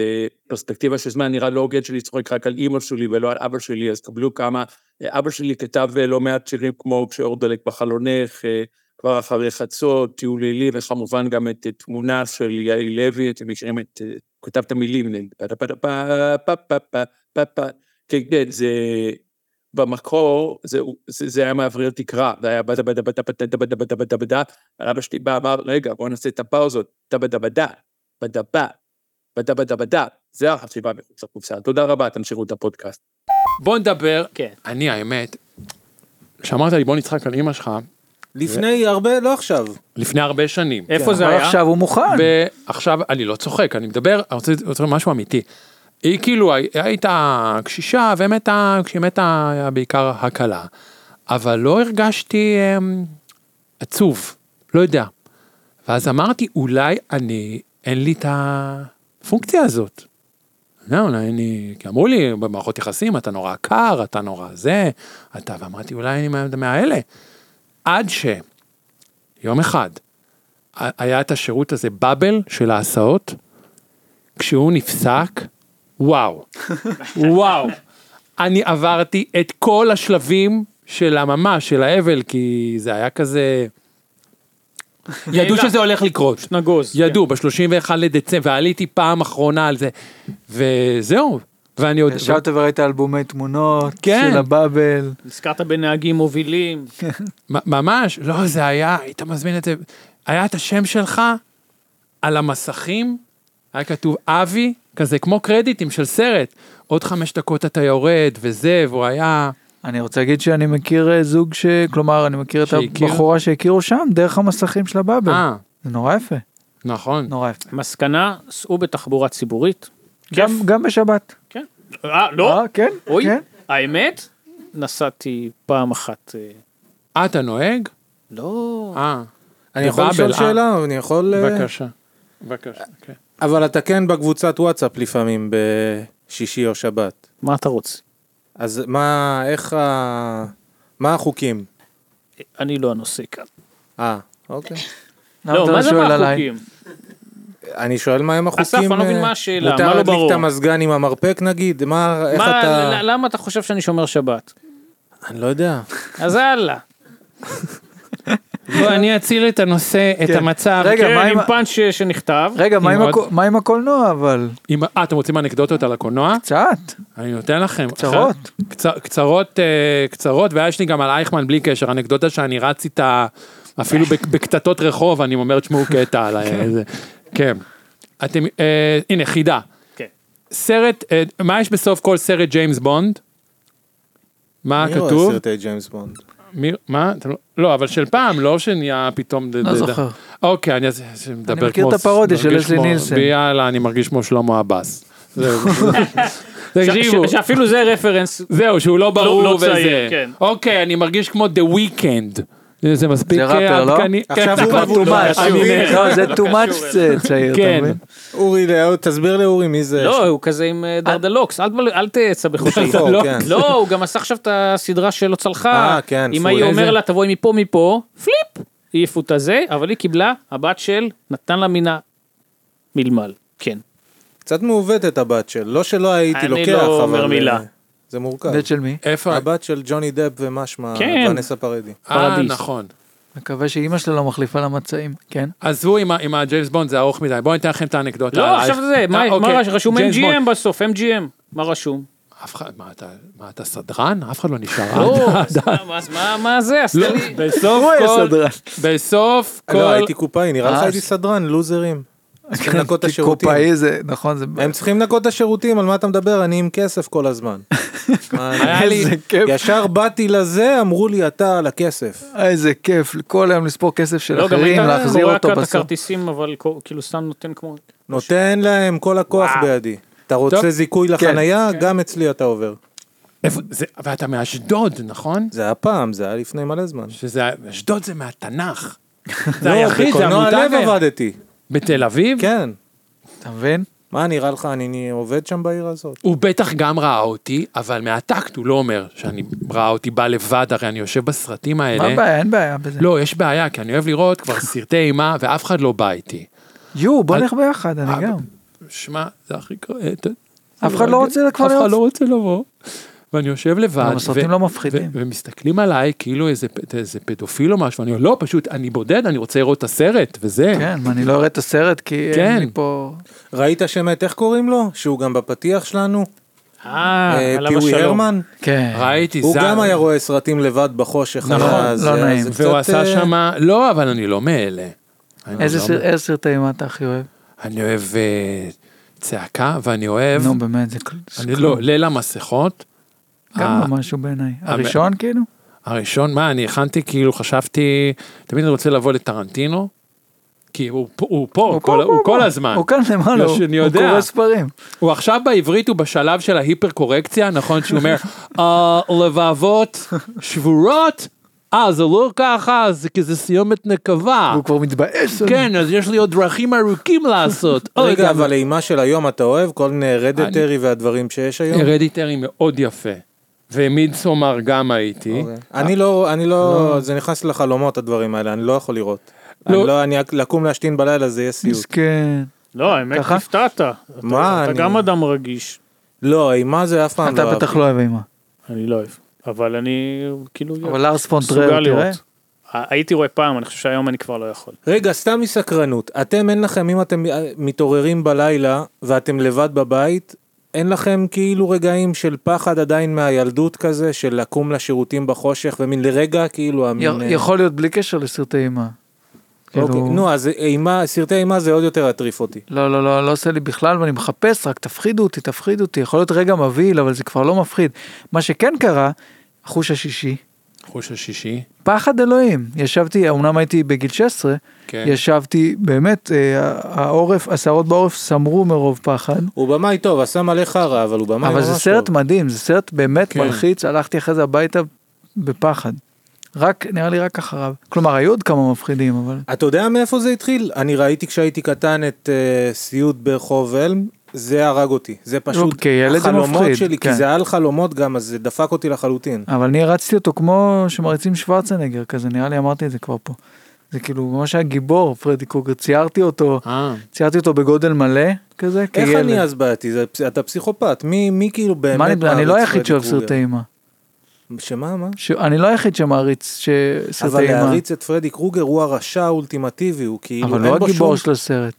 Speaker 5: פרספקטיבה של זמן, נראה לא הוגן שלי לצחוק רק על אימא שלי ולא על אבא שלי, אז קבלו כמה. אה, אבא שלי כתב אה, לא מעט שירים כמו "כשאור דלק בחלונך", אה, כבר אחרי חצות, טיול לילי, וכמובן גם את אה, תמונה של יאיר לוי, אתם מכירים את... אה, הוא כתב את המילים, אה, פ- פ- פ- פ- פ- פ- פ- פ- כן, כן, זה במקור, זה, זה, זה היה מעביר תקרה, זה היה בדה בדה בדה בדה בדה בדה בדה בדה בדה, אבא שלי בא, אמר, רגע, בוא נעשה את הפאוזות, דה בדה בדה, בדה בדה, בדה בדה בדה, זה החשיבה מחוץ לקופסה. תודה רבה, תמשיכו את הפודקאסט.
Speaker 4: בוא נדבר,
Speaker 3: כן.
Speaker 4: אני האמת, כשאמרת לי בוא נצחק על אמא שלך,
Speaker 1: לפני הרבה, לא עכשיו.
Speaker 4: לפני הרבה שנים.
Speaker 3: איפה זה
Speaker 2: אבל
Speaker 3: היה?
Speaker 2: עכשיו הוא מוכן.
Speaker 4: ועכשיו, אני לא צוחק, אני מדבר, אני רוצה רוצה לומר משהו אמיתי. היא כאילו הי- הייתה קשישה, ומתה, כשהיא מתה היה בעיקר הקלה. אבל לא הרגשתי אמ, עצוב, לא יודע. ואז אמרתי, אולי אני, אין לי את הפונקציה הזאת. לא, אולי אני, כי אמרו לי, במערכות יחסים, אתה נורא קר, אתה נורא זה, אתה, ואמרתי, אולי אני מה- מהאלה. עד ש... יום אחד, היה את השירות הזה, באבל של ההסעות, כשהוא נפסק, וואו, וואו. אני עברתי את כל השלבים של הממה, של האבל, כי זה היה כזה... ידעו שזה הולך לקרות.
Speaker 3: נגוז.
Speaker 4: ידעו, ב-31 לדצמבר, ועליתי פעם אחרונה על זה, וזהו. ואני עוד...
Speaker 2: ישבת וראית אלבומי תמונות
Speaker 4: כן.
Speaker 2: של הבאבל.
Speaker 3: נזכרת בנהגים מובילים.
Speaker 4: מ- ממש, לא, זה היה, היית מזמין את זה, היה את השם שלך על המסכים, היה כתוב אבי, כזה כמו קרדיטים של סרט, עוד חמש דקות אתה יורד וזה, והוא היה,
Speaker 2: אני רוצה להגיד שאני מכיר אה, זוג ש... כלומר, אני מכיר את
Speaker 4: שהכיר?
Speaker 2: הבחורה שהכירו שם דרך המסכים של הבאבל.
Speaker 4: אה,
Speaker 2: זה נורא יפה,
Speaker 4: נכון,
Speaker 2: נורא יפה.
Speaker 3: מסקנה, סעו בתחבורה ציבורית. כיף.
Speaker 2: גם- גם בשבת.
Speaker 3: אה, לא?
Speaker 2: אה, כן?
Speaker 3: אוי,
Speaker 2: כן.
Speaker 3: האמת? נסעתי פעם אחת. אה,
Speaker 4: אה, אתה נוהג?
Speaker 3: לא.
Speaker 4: אה,
Speaker 1: אני יכול לשאול
Speaker 4: בבאבל, אה.
Speaker 1: שאלה, אני יכול... אה,
Speaker 4: בבקשה, בבקשה, כן.
Speaker 1: אבל אתה כן בקבוצת וואטסאפ לפעמים בשישי או שבת.
Speaker 3: מה אתה רוצה?
Speaker 1: אז מה, איך ה... מה החוקים?
Speaker 3: אני לא הנושא כאן.
Speaker 1: אה, אוקיי.
Speaker 2: למה אתה
Speaker 3: לא, מה זה
Speaker 2: שואל
Speaker 3: מה
Speaker 2: עליי?
Speaker 3: החוקים?
Speaker 1: אני שואל מה הם החוקים.
Speaker 3: אסף, אני לא
Speaker 1: אה,
Speaker 3: מבין מה השאלה, מה
Speaker 1: מותר
Speaker 3: לא
Speaker 1: להדליק
Speaker 3: ברור?
Speaker 1: את המזגן עם המרפק נגיד? מה, איך
Speaker 3: מה, לא,
Speaker 1: אתה...
Speaker 3: ל- למה אתה חושב שאני שומר שבת?
Speaker 1: אני לא יודע.
Speaker 3: אז יאללה.
Speaker 4: בוא, אני אציל את הנושא, את
Speaker 2: כן.
Speaker 4: המצב.
Speaker 2: רגע,
Speaker 3: כן,
Speaker 2: מה עם
Speaker 3: עם
Speaker 2: ה-
Speaker 3: פאנץ' ש- שנכתב.
Speaker 2: רגע, מה עם
Speaker 4: מאוד.
Speaker 2: הקו- מה עם הקולנוע אבל?
Speaker 4: אם- אה, אתם רוצים אנקדוטות על הקולנוע?
Speaker 2: קצת.
Speaker 4: אני נותן לכם.
Speaker 2: קצרות.
Speaker 4: אחת- קצר- קצרות, אה, קצרות, ויש לי גם על אייכמן בלי קשר, אנקדוטה שאני רץ איתה אפילו בק- בקטטות רחוב, אני אומר, תשמעו קטע על ה- זה. כן. אתם, אה, הנה, חידה.
Speaker 3: כן.
Speaker 4: סרט, אה, מה יש בסוף כל סרט ג'יימס בונד? מה
Speaker 2: לא
Speaker 1: מי לא רואה
Speaker 4: כתוב?
Speaker 1: סרטי ג'יימס בונד?
Speaker 4: מי- מה? אתם לא- לא, אבל של פעם, לא שנהיה פתאום...
Speaker 2: לא זוכר.
Speaker 4: אוקיי, אני אז- אז מדבר כמו...
Speaker 2: מכיר את הפרודיה של
Speaker 4: מרגיש
Speaker 2: לסלי
Speaker 4: כמו-
Speaker 2: נילסן.
Speaker 4: יאללה, אני מרגיש כמו שלמה עבאס. זהו.
Speaker 3: ש-
Speaker 4: תקשיבו.
Speaker 3: ש- שאפילו זה רפרנס.
Speaker 4: זהו, שהוא לא ברור
Speaker 3: לא
Speaker 4: וזה.
Speaker 3: צעיר, כן.
Speaker 4: אוקיי, אני מרגיש כמו The Weeknd. זה זה מספיק
Speaker 2: זה ראפר, לא?
Speaker 4: עדכני.
Speaker 1: עכשיו
Speaker 4: כן,
Speaker 1: הוא
Speaker 4: כבר
Speaker 1: מבולבל,
Speaker 4: too much.
Speaker 1: עכשיו הוא-
Speaker 4: אני-
Speaker 2: לא, זה too much אה, צעיר,
Speaker 4: כן.
Speaker 2: אתה מבין?
Speaker 1: אורי, לאו- תסביר לאורי מי זה.
Speaker 3: לא, הוא כזה עם אה, דרדלוקס, אל תבל- אל תסבך אותי.
Speaker 1: שחור,
Speaker 3: לא,
Speaker 1: כן.
Speaker 3: לא, הוא גם עשה עכשיו את הסדרה שלא צלחה.
Speaker 1: אה, כן,
Speaker 3: אם
Speaker 1: פול.
Speaker 3: ההיא אומר
Speaker 4: איזה-
Speaker 3: לה, תבואי מפה, מפה, פליפ, העיפו את הזה, אבל היא קיבלה, הבת של, נתן לה מינה מלמל. כן.
Speaker 1: קצת מעוותת הבת של, לא שלא הייתי
Speaker 3: אני
Speaker 1: לוקח,
Speaker 3: לא
Speaker 1: אבל...
Speaker 3: אומר
Speaker 1: אה,
Speaker 3: מילה.
Speaker 1: זה מורכב.
Speaker 2: בית של מי?
Speaker 4: איפה?
Speaker 1: הבת של ג'וני דפ ומשמע,
Speaker 3: כן.
Speaker 1: ונסה פרדי.
Speaker 4: אה,
Speaker 3: פרדיס.
Speaker 4: נכון.
Speaker 2: מקווה שאימא שלו לא מחליפה לה מצעים. כן.
Speaker 4: עזבו עם ה- עם הג'יימס בונד, זה ארוך מדי. בואו ניתן לכם את האנקדוטה.
Speaker 3: לא,
Speaker 4: עלייך.
Speaker 3: עכשיו זה, מה-
Speaker 4: אה,
Speaker 3: מה
Speaker 4: אוקיי.
Speaker 3: רש- רשום
Speaker 4: ג'יימס בונד.
Speaker 3: MGM בסוף, MGM. מה רשום?
Speaker 4: אף אחד- מה אתה- מה אתה סדרן? אף אחד לא נשאר.
Speaker 3: לא,
Speaker 4: עד-
Speaker 3: אז מה- אז מה- מה זה?
Speaker 4: לא,
Speaker 3: עשתה לי...
Speaker 4: בסוף כל- בסוף
Speaker 1: לא,
Speaker 4: כל...
Speaker 1: הייתי קופאי, נראה לך
Speaker 2: אה,
Speaker 1: הייתי
Speaker 2: אז-
Speaker 1: סדרן, לוזרים. צריכים לנקות
Speaker 4: כן,
Speaker 1: את השירותים.
Speaker 2: קופאי זה, נכון, זה...
Speaker 1: הם צריכים לנקות את השירותים, על מה אתה מדבר? אני עם כסף כל הזמן. מה, אני-
Speaker 4: אה, היה לי-
Speaker 2: איזה כיף,
Speaker 1: ישר באתי לזה, אמרו לי, אתה על הכסף.
Speaker 2: איזה כיף, כל היום לספור כסף של
Speaker 3: לא, גם היית
Speaker 2: אחרים, להחזיר
Speaker 3: קורע
Speaker 2: אותו
Speaker 3: את
Speaker 2: בסוף.
Speaker 3: הכרטיסים, אבל כ- כאילו סתם נותן כמו...
Speaker 1: נותן להם כל הכוח בידי. אתה
Speaker 4: טוב.
Speaker 1: רוצה
Speaker 2: כן.
Speaker 1: זיכוי לחנייה? גם אצלי אתה עובר.
Speaker 4: איפה- זה- ואתה מאשדוד, נכון?
Speaker 1: זה היה פעם, זה היה לפני מלא זמן.
Speaker 4: שזה... אשדוד זה מהתנ"ך. זה
Speaker 1: לא,
Speaker 4: היחיד, זה
Speaker 1: בקולנוע
Speaker 4: המותג.
Speaker 1: לב עבדתי.
Speaker 4: בתל אביב?
Speaker 1: כן.
Speaker 2: אתה מבין?
Speaker 4: אה.
Speaker 1: מה נראה לך, אני אני עובד שם בעיר הזאת?
Speaker 4: הוא בטח גם ראה אותי, אבל מהטקט הוא לא אומר שאני ראה אותי בא לבד, הרי אני יושב בסרטים האלה.
Speaker 2: מה הבעיה? אין בעיה בזה.
Speaker 4: לא, יש בעיה, כי אני אוהב לראות כבר סרטי אימה, ואף אחד לא בא איתי.
Speaker 2: יו, בוא
Speaker 4: אז-
Speaker 2: נלך ביחד, אני
Speaker 4: אה,
Speaker 2: גם.
Speaker 4: שמע, זה הכי קראת.
Speaker 2: אף אחד לא רוצה כבר
Speaker 4: אף אחד
Speaker 2: להיות.
Speaker 4: לא רוצה לבוא. ואני יושב לבד.
Speaker 2: גם הסרטים
Speaker 4: ו-
Speaker 2: לא
Speaker 4: ו-
Speaker 2: מפחידים.
Speaker 4: ומסתכלים עליי כאילו איזה, פ- איזה פדופיל או משהו, אני אומר, לא, פשוט, אני בודד, אני רוצה לראות את הסרט, וזה.
Speaker 2: כן, מה, אני לא אראה את הסרט כי
Speaker 4: כן.
Speaker 2: אין לי פה...
Speaker 1: ראית שמת, איך קוראים לו? שהוא גם בפתיח שלנו?
Speaker 3: אה,
Speaker 1: אה,
Speaker 3: עליו
Speaker 1: פיווי
Speaker 3: השלום.
Speaker 1: הרמן,
Speaker 2: כן.
Speaker 4: ראיתי,
Speaker 1: הוא
Speaker 4: זן.
Speaker 1: גם היה רואה סרטים לבד בחושך.
Speaker 2: נכון,
Speaker 1: היה- זה-
Speaker 2: לא
Speaker 1: זה
Speaker 2: נעים.
Speaker 1: קצת,
Speaker 4: והוא עשה
Speaker 1: אה,
Speaker 4: שמה, לא, אבל אני לא מאלה. אני
Speaker 2: איזה
Speaker 4: לא
Speaker 2: סר- איזה סרטים אתה הכי אוהב?
Speaker 4: אני אוהב אה, צעקה, ואני אוהב,
Speaker 2: נו באמת, זה כל- זה
Speaker 4: אה, אני לא,
Speaker 2: כלום.
Speaker 4: ליל המסכות,
Speaker 2: גם
Speaker 4: אה,
Speaker 2: לא משהו בעיניי. הראשון כאילו?
Speaker 4: הראשון, מה, אני הכנתי, כאילו חשבתי, תמיד אני רוצה לבוא לטרנטינו, כי הוא פה, הוא פה,
Speaker 2: הוא
Speaker 4: כל,
Speaker 2: פה,
Speaker 4: הוא
Speaker 2: פה,
Speaker 4: כל
Speaker 2: פה.
Speaker 4: הזמן.
Speaker 2: הוא כאן למעלה,
Speaker 4: לא
Speaker 2: הוא
Speaker 4: שאני
Speaker 2: הוא
Speaker 4: יודע.
Speaker 2: קורא ספרים.
Speaker 4: הוא עכשיו בעברית הוא בשלב של ההיפר קורקציה, נכון שהוא אומר, "אה, לבבות שבורות, אה זה לא ככה, זה כי זה סיומת נקבה.
Speaker 2: הוא כבר מתבאס.
Speaker 4: כן, אז יש לי עוד דרכים ארוכים לעשות.
Speaker 1: רגע, אבל אימה של היום אתה אוהב? כל מיני רדטרי והדברים שיש היום?
Speaker 4: הרדיטרי מאוד יפה, ומידסומר גם הייתי.
Speaker 1: אוקיי. אני לא, אני לא, זה נכנס לחלומות הדברים האלה, אני לא יכול לראות. אני
Speaker 4: לא.
Speaker 1: לא, אני לקום להשתין בלילה זה יהיה סיוט.
Speaker 2: מסכן.
Speaker 3: לא, האמת,
Speaker 2: ככה?
Speaker 3: הפתעת. אתה-
Speaker 1: מה,
Speaker 3: אתה
Speaker 1: אני-
Speaker 3: גם אדם רגיש.
Speaker 1: לא, אימה זה אף פעם
Speaker 4: אה,
Speaker 2: אתה
Speaker 1: לא אהבתי.
Speaker 2: בטח לא אוהב אימה.
Speaker 3: אני לא אוהב. אבל אני, כאילו,
Speaker 2: אבל לארס פון
Speaker 3: מסוגל
Speaker 2: טרר, תראה.
Speaker 3: לראות. הייתי רואה פעם, אני חושב שהיום אני כבר לא יכול.
Speaker 1: רגע, סתם מסקרנות. אתם אין לכם, אם אתם אה, מתעוררים בלילה ואתם לבד בבית, אין לכם כאילו רגעים של פחד עדיין מהילדות כזה, של לקום לשירותים בחושך, ומין לרגע כאילו המין...
Speaker 2: י-
Speaker 1: אה,
Speaker 2: יכול להיות בלי קשר לסרטי אימה.
Speaker 1: אוקיי.
Speaker 2: כאילו-
Speaker 1: נו, אז אימה, סרטי אימה זה עוד יותר יטריף אותי.
Speaker 2: לא, לא, לא, לא עושה לי בכלל, ואני מחפש, רק תפחידו אותי, תפחידו אותי. יכול להיות רגע מבהיל, אבל זה כבר לא מפחיד. מה שכן קרה, החוש השישי,
Speaker 4: חוש השישי.
Speaker 2: פחד אלוהים. ישבתי, אמנם הייתי בגיל 16,
Speaker 4: כן.
Speaker 2: ישבתי, באמת, אה, העורף, השערות בעורף סמרו מרוב פחד.
Speaker 1: הוא במאי טוב, עשה מלא חרא, אבל הוא במאי ממש לא.
Speaker 2: אבל
Speaker 1: טוב.
Speaker 2: זה סרט מדהים, זה סרט באמת
Speaker 4: כן.
Speaker 2: מלחיץ, הלכתי אחרי זה הביתה בפחד. רק, נראה לי רק אחריו. כלומר, היו עוד כמה מפחידים, אבל...
Speaker 1: אתה יודע מאיפה זה התחיל? אני ראיתי כשהייתי קטן את אה, סיוט ברחוב אלם, זה הרג אותי. זה פשוט,
Speaker 2: כילד זה
Speaker 1: החלומות
Speaker 2: אוקיי, מפחיד,
Speaker 1: שלי,
Speaker 2: כן. אה,
Speaker 1: כי זה היה על חלומות גם, אז זה דפק אותי לחלוטין.
Speaker 2: אבל אני הרצתי אותו כמו שמריצים שוורצנגר כזה, נראה לי אמרתי את זה כבר פה. זה כאילו ממש היה גיבור, פרדי קוגר, ציירתי אותו,
Speaker 4: אה,
Speaker 2: ציירתי אותו בגודל מלא כזה,
Speaker 1: איך
Speaker 2: כילד.
Speaker 1: אני אז בעייתי? זה פס- אתה פסיכופת, מי מי כאילו באמת...
Speaker 2: מה אני,
Speaker 1: מעריץ
Speaker 2: אני לא היחיד
Speaker 1: פרדי
Speaker 2: שאוהב
Speaker 1: קרוגר?
Speaker 2: סרטי אימה.
Speaker 1: שמה, מה?
Speaker 2: ש... אני לא היחיד שמעריץ ש... סרטי
Speaker 1: אבל
Speaker 2: אימה.
Speaker 1: להעריץ את פרדי קרוגר הוא הרשע האולטימטיבי, הוא כאילו...
Speaker 2: אבל
Speaker 1: אין
Speaker 2: הוא
Speaker 1: בו
Speaker 2: הגיבור
Speaker 1: שום-
Speaker 2: של הסרט.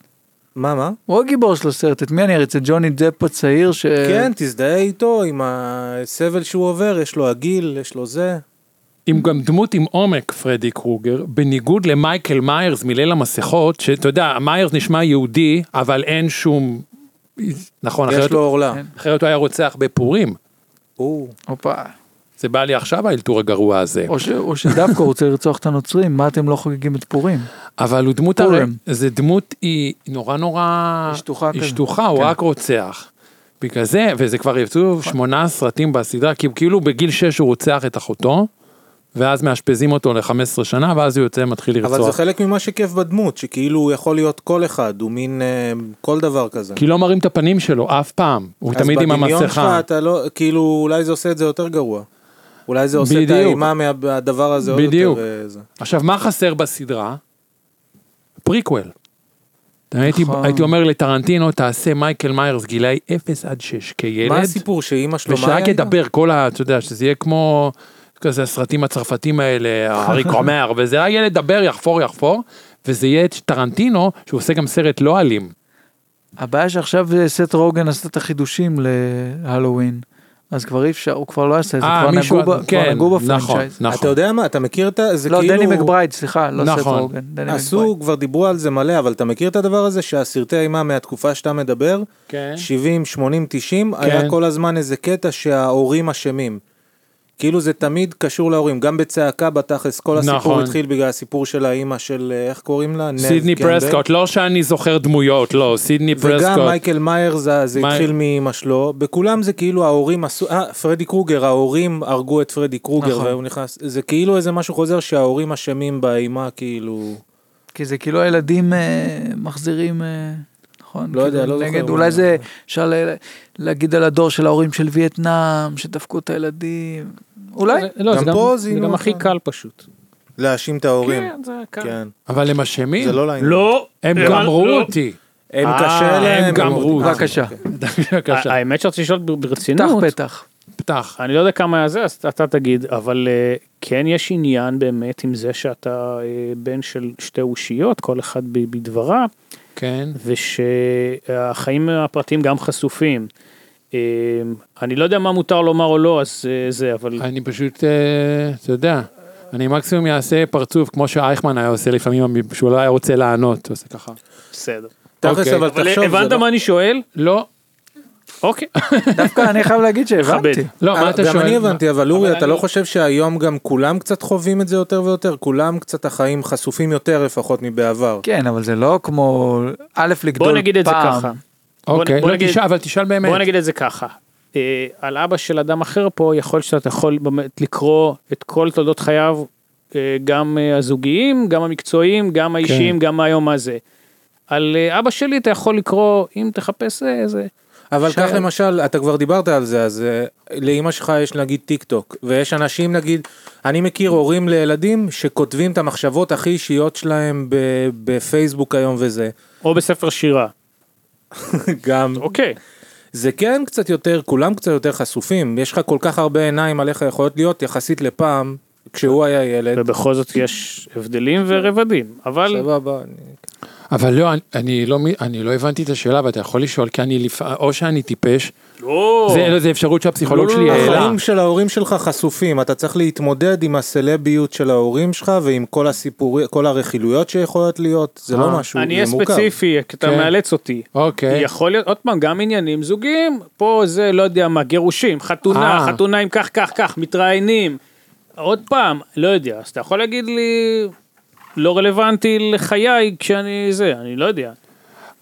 Speaker 1: מה, מה?
Speaker 2: הוא הגיבור של הסרט, את מי אני אריץ? את ג'וני דפ הצעיר ש...
Speaker 1: כן, תזדהה איתו, עם הסבל שהוא עובר, יש לו עגיל, יש לו זה.
Speaker 4: עם גם דמות עם עומק, פרדי קרוגר, בניגוד למייקל מיירס מליל המסכות, שאתה יודע, מיירס נשמע יהודי, אבל אין שום... נכון,
Speaker 1: יש
Speaker 4: אחרת,
Speaker 1: לו עורלה.
Speaker 2: כן.
Speaker 4: אחרת הוא היה רוצח בפורים.
Speaker 1: הוא-
Speaker 2: הופה.
Speaker 4: זה בא לי עכשיו האלתור הגרוע הזה.
Speaker 2: או, ש... או שדווקא הוא רוצה לרצוח את הנוצרים, מה אתם לא חוגגים את פורים?
Speaker 4: אבל הוא דמות,
Speaker 2: פורים.
Speaker 4: הרי, זה דמות היא נורא נורא...
Speaker 2: היא שטוחה
Speaker 4: היא
Speaker 2: כזה.
Speaker 4: שטוחה, הוא
Speaker 2: כן.
Speaker 4: רק רוצח. בגלל זה, וזה כבר יצאו שמונה סרטים בסדרה, כי כאילו בגיל 6 הוא רוצח את אחותו, ואז מאשפזים אותו ל-15 שנה, ואז הוא יוצא מתחיל
Speaker 1: אבל זה
Speaker 4: לרצוח.
Speaker 1: חלק ממה שכיף בדמות, שכאילו הוא יכול להיות כל אחד, הוא מין אה, כל דבר כזה.
Speaker 4: כי לא מראים את הפנים שלו אף פעם, הוא תמיד עם
Speaker 1: אז בדמיון שלך
Speaker 4: המסכה.
Speaker 1: אתה לא, כאילו אולי זה עושה את זה יותר גרוע. אולי זה עושה את
Speaker 4: בדיוק.
Speaker 1: האימה מה- מהדבר הזה עוד
Speaker 4: בדיוק.
Speaker 1: יותר... אה, זה.
Speaker 4: עכשיו, מה חסר בסדרה? פריקוול. הייתי,
Speaker 2: נכון.
Speaker 4: הייתי אומר לטרנטינו, תעשה מייקל מיירס גילאי 0 עד 6 כילד.
Speaker 1: מה הסיפור שאימא שלו... מה
Speaker 4: ושרק
Speaker 1: היה איתה?
Speaker 4: ידבר כל ה... אתה יודע, שזה יהיה כמו כזה הסרטים הצרפתים האלה, הארי קומר, וזה היה לדבר, יחפור יחפור, וזה יהיה את טרנטינו, שהוא עושה גם סרט לא אלים.
Speaker 2: הבעיה שעכשיו אה, סט רוגן עשתה את החידושים להלואוין, אז כבר אי אפשר, הוא כבר לא יעשה את זה,
Speaker 4: אה,
Speaker 2: כבר
Speaker 4: מישהו-
Speaker 2: נגעו ב- כבר
Speaker 4: כן,
Speaker 2: נגעו
Speaker 4: נכון,
Speaker 2: בפרנצ'ייז.
Speaker 1: אתה
Speaker 4: נכון.
Speaker 1: יודע מה, אתה מכיר את ה... זה
Speaker 2: לא,
Speaker 1: כאילו...
Speaker 2: דני מקברייד, סליחה, לא סט
Speaker 4: נכון.
Speaker 2: רוגן, דני
Speaker 1: עשו, כבר דיברו על זה מלא, אבל אתה מכיר את הדבר הזה שהסרטי אימה מהתקופה שאתה מדבר,
Speaker 4: כן.
Speaker 1: 70, 80, 90, היה כל הזמן איזה קטע שההורים אשמים. כאילו זה תמיד קשור להורים, גם בצעקה בתכלס, כל הסיפור
Speaker 4: נכון.
Speaker 1: התחיל בגלל הסיפור של האימא של, אה, איך קוראים לה? נב
Speaker 4: סידני
Speaker 1: קמפבל.
Speaker 4: פרסקוט, לא שאני זוכר דמויות, לא, סידני
Speaker 1: וגם
Speaker 4: פרסקוט.
Speaker 1: מייקל מאייר זה, זה
Speaker 4: מי-
Speaker 1: התחיל מאמא שלו, בכולם זה כאילו ההורים עשו, אה, פרדי קרוגר, ההורים הרגו את פרדי קרוגר
Speaker 2: נכון.
Speaker 1: והוא נכנס, זה כאילו איזה משהו חוזר שההורים אשמים באימה כאילו,
Speaker 2: כי זה כאילו הילדים אה, מחזירים, אה, נכון?
Speaker 1: לא יודע,
Speaker 2: כאילו,
Speaker 1: לא זוכר
Speaker 2: נגד,
Speaker 1: מה
Speaker 2: אולי
Speaker 1: זה.
Speaker 2: זה אפשר ל- להגיד על הדור של ההורים של וייטנאם, שדפקו את הילדים, אולי?
Speaker 3: לא,
Speaker 1: גם
Speaker 3: זה
Speaker 1: פה
Speaker 3: גם-
Speaker 1: זה
Speaker 3: זה
Speaker 1: אינו
Speaker 3: גם הכי
Speaker 1: אחר.
Speaker 3: קל פשוט.
Speaker 1: להאשים את ההורים.
Speaker 3: כן, זה קל.
Speaker 1: כן.
Speaker 4: אבל הם אשמים?
Speaker 1: זה לא לעניין.
Speaker 3: לא,
Speaker 4: הם
Speaker 3: לא,
Speaker 4: גמרו
Speaker 3: לא.
Speaker 4: אותי.
Speaker 1: הם
Speaker 3: אה,
Speaker 1: קשה
Speaker 3: הם
Speaker 1: להם. הם
Speaker 4: גמרו.
Speaker 1: עובדים.
Speaker 2: בבקשה,
Speaker 1: אוקיי.
Speaker 4: בבקשה,
Speaker 3: האמת שרציתי לשאול ב-
Speaker 2: פתח
Speaker 3: ברצינות,
Speaker 2: פתח.
Speaker 4: פתח.
Speaker 3: אני לא יודע כמה היה זה, אז אתה תגיד, אבל אה, כן יש עניין באמת עם זה שאתה אה, בן של שתי אושיות, כל אחד ב- בדברה,
Speaker 4: כן.
Speaker 3: ושהחיים הפרטיים גם חשופים. אה, אני לא יודע מה מותר לומר או לא, אז אה, זה, אבל...
Speaker 4: אני פשוט, אה, אתה יודע, אני מקסימום אעשה פרצוף כמו שאייכמן היה עושה לפעמים, שהוא לא היה רוצה לענות, הוא עושה ככה.
Speaker 3: בסדר.
Speaker 1: תכלס,
Speaker 4: אוקיי.
Speaker 1: אבל
Speaker 3: אבל אה,
Speaker 1: תחשוב,
Speaker 3: הבנת
Speaker 1: זה לא-
Speaker 3: מה אני שואל?
Speaker 4: לא,
Speaker 3: אוקיי.
Speaker 2: דווקא אני חייב להגיד שהבנתי.
Speaker 3: מכבד.
Speaker 4: לא, מה אתה שואל?
Speaker 1: אה, גם אני הבנתי, אבל אורי, אתה
Speaker 3: אני-
Speaker 1: לא חושב שהיום גם כולם קצת חווים את זה יותר ויותר? כולם קצת החיים חשופים יותר לפחות מבעבר.
Speaker 2: כן, אבל זה לא כמו, א', לגדול פעם.
Speaker 3: בוא נגיד את זה ככה.
Speaker 4: אוקיי,
Speaker 3: בוא
Speaker 4: לא,
Speaker 3: נגיד-
Speaker 4: תשאל, אבל תשאל באמת.
Speaker 3: בוא נגיד את זה ככה. אה, על אבא של אדם אחר פה, יכול שאתה יכול באמת לקרוא את כל תולדות חייו, אה, גם אה, הזוגיים, גם המקצועיים, גם האישיים, גם היום מה זה. על אה, אבא שלי אתה יכול לקרוא, אם תחפש אה, איזה...
Speaker 1: אבל קח למשל, אתה כבר דיברת על זה, אז אה, לאימא שלך יש נגיד טיק טוק, ויש אנשים נגיד, אני מכיר הורים לילדים שכותבים את המחשבות הכי אישיות שלהם ב- בפייסבוק היום וזה,
Speaker 3: או בספר שירה.
Speaker 1: גם,
Speaker 3: אוקיי.
Speaker 1: זה כן קצת יותר, כולם קצת יותר חשופים, יש לך כל כך הרבה עיניים עליך יכולות להיות יחסית לפעם, כשהוא היה ילד,
Speaker 3: ובכל זאת יש הבדלים ורבדים, אבל
Speaker 1: סבבה, אני-
Speaker 4: אבל לא, אני- אני לא, מ- אני לא הבנתי את השאלה, ואתה יכול לשאול, כי אני לפעמים, או שאני טיפש,
Speaker 3: או,
Speaker 4: זה, לא, זה אפשרות שהפסיכולוג
Speaker 3: לא,
Speaker 4: שלי
Speaker 3: לא, לא,
Speaker 4: העלה.
Speaker 1: החיים של ההורים שלך חשופים, אתה צריך להתמודד עם הסלביות של ההורים שלך ועם כל הסיפורים, כל הרכילויות שיכולות להיות, זה לא
Speaker 4: אה,
Speaker 1: משהו,
Speaker 3: אני
Speaker 1: זה
Speaker 3: אהיה
Speaker 1: מורכב.
Speaker 3: ספציפי, כי אתה
Speaker 4: כן.
Speaker 3: מאלץ אותי.
Speaker 4: אוקיי.
Speaker 3: יכול להיות, עוד פעם, גם עניינים זוגיים, פה זה, לא יודע מה, גירושים, חתונה,
Speaker 4: אה.
Speaker 3: חתונה עם כך, כך, כך, מתראיינים. עוד פעם, לא יודע, אז אתה יכול להגיד לי, לא רלוונטי לחיי כשאני זה, אני לא יודע.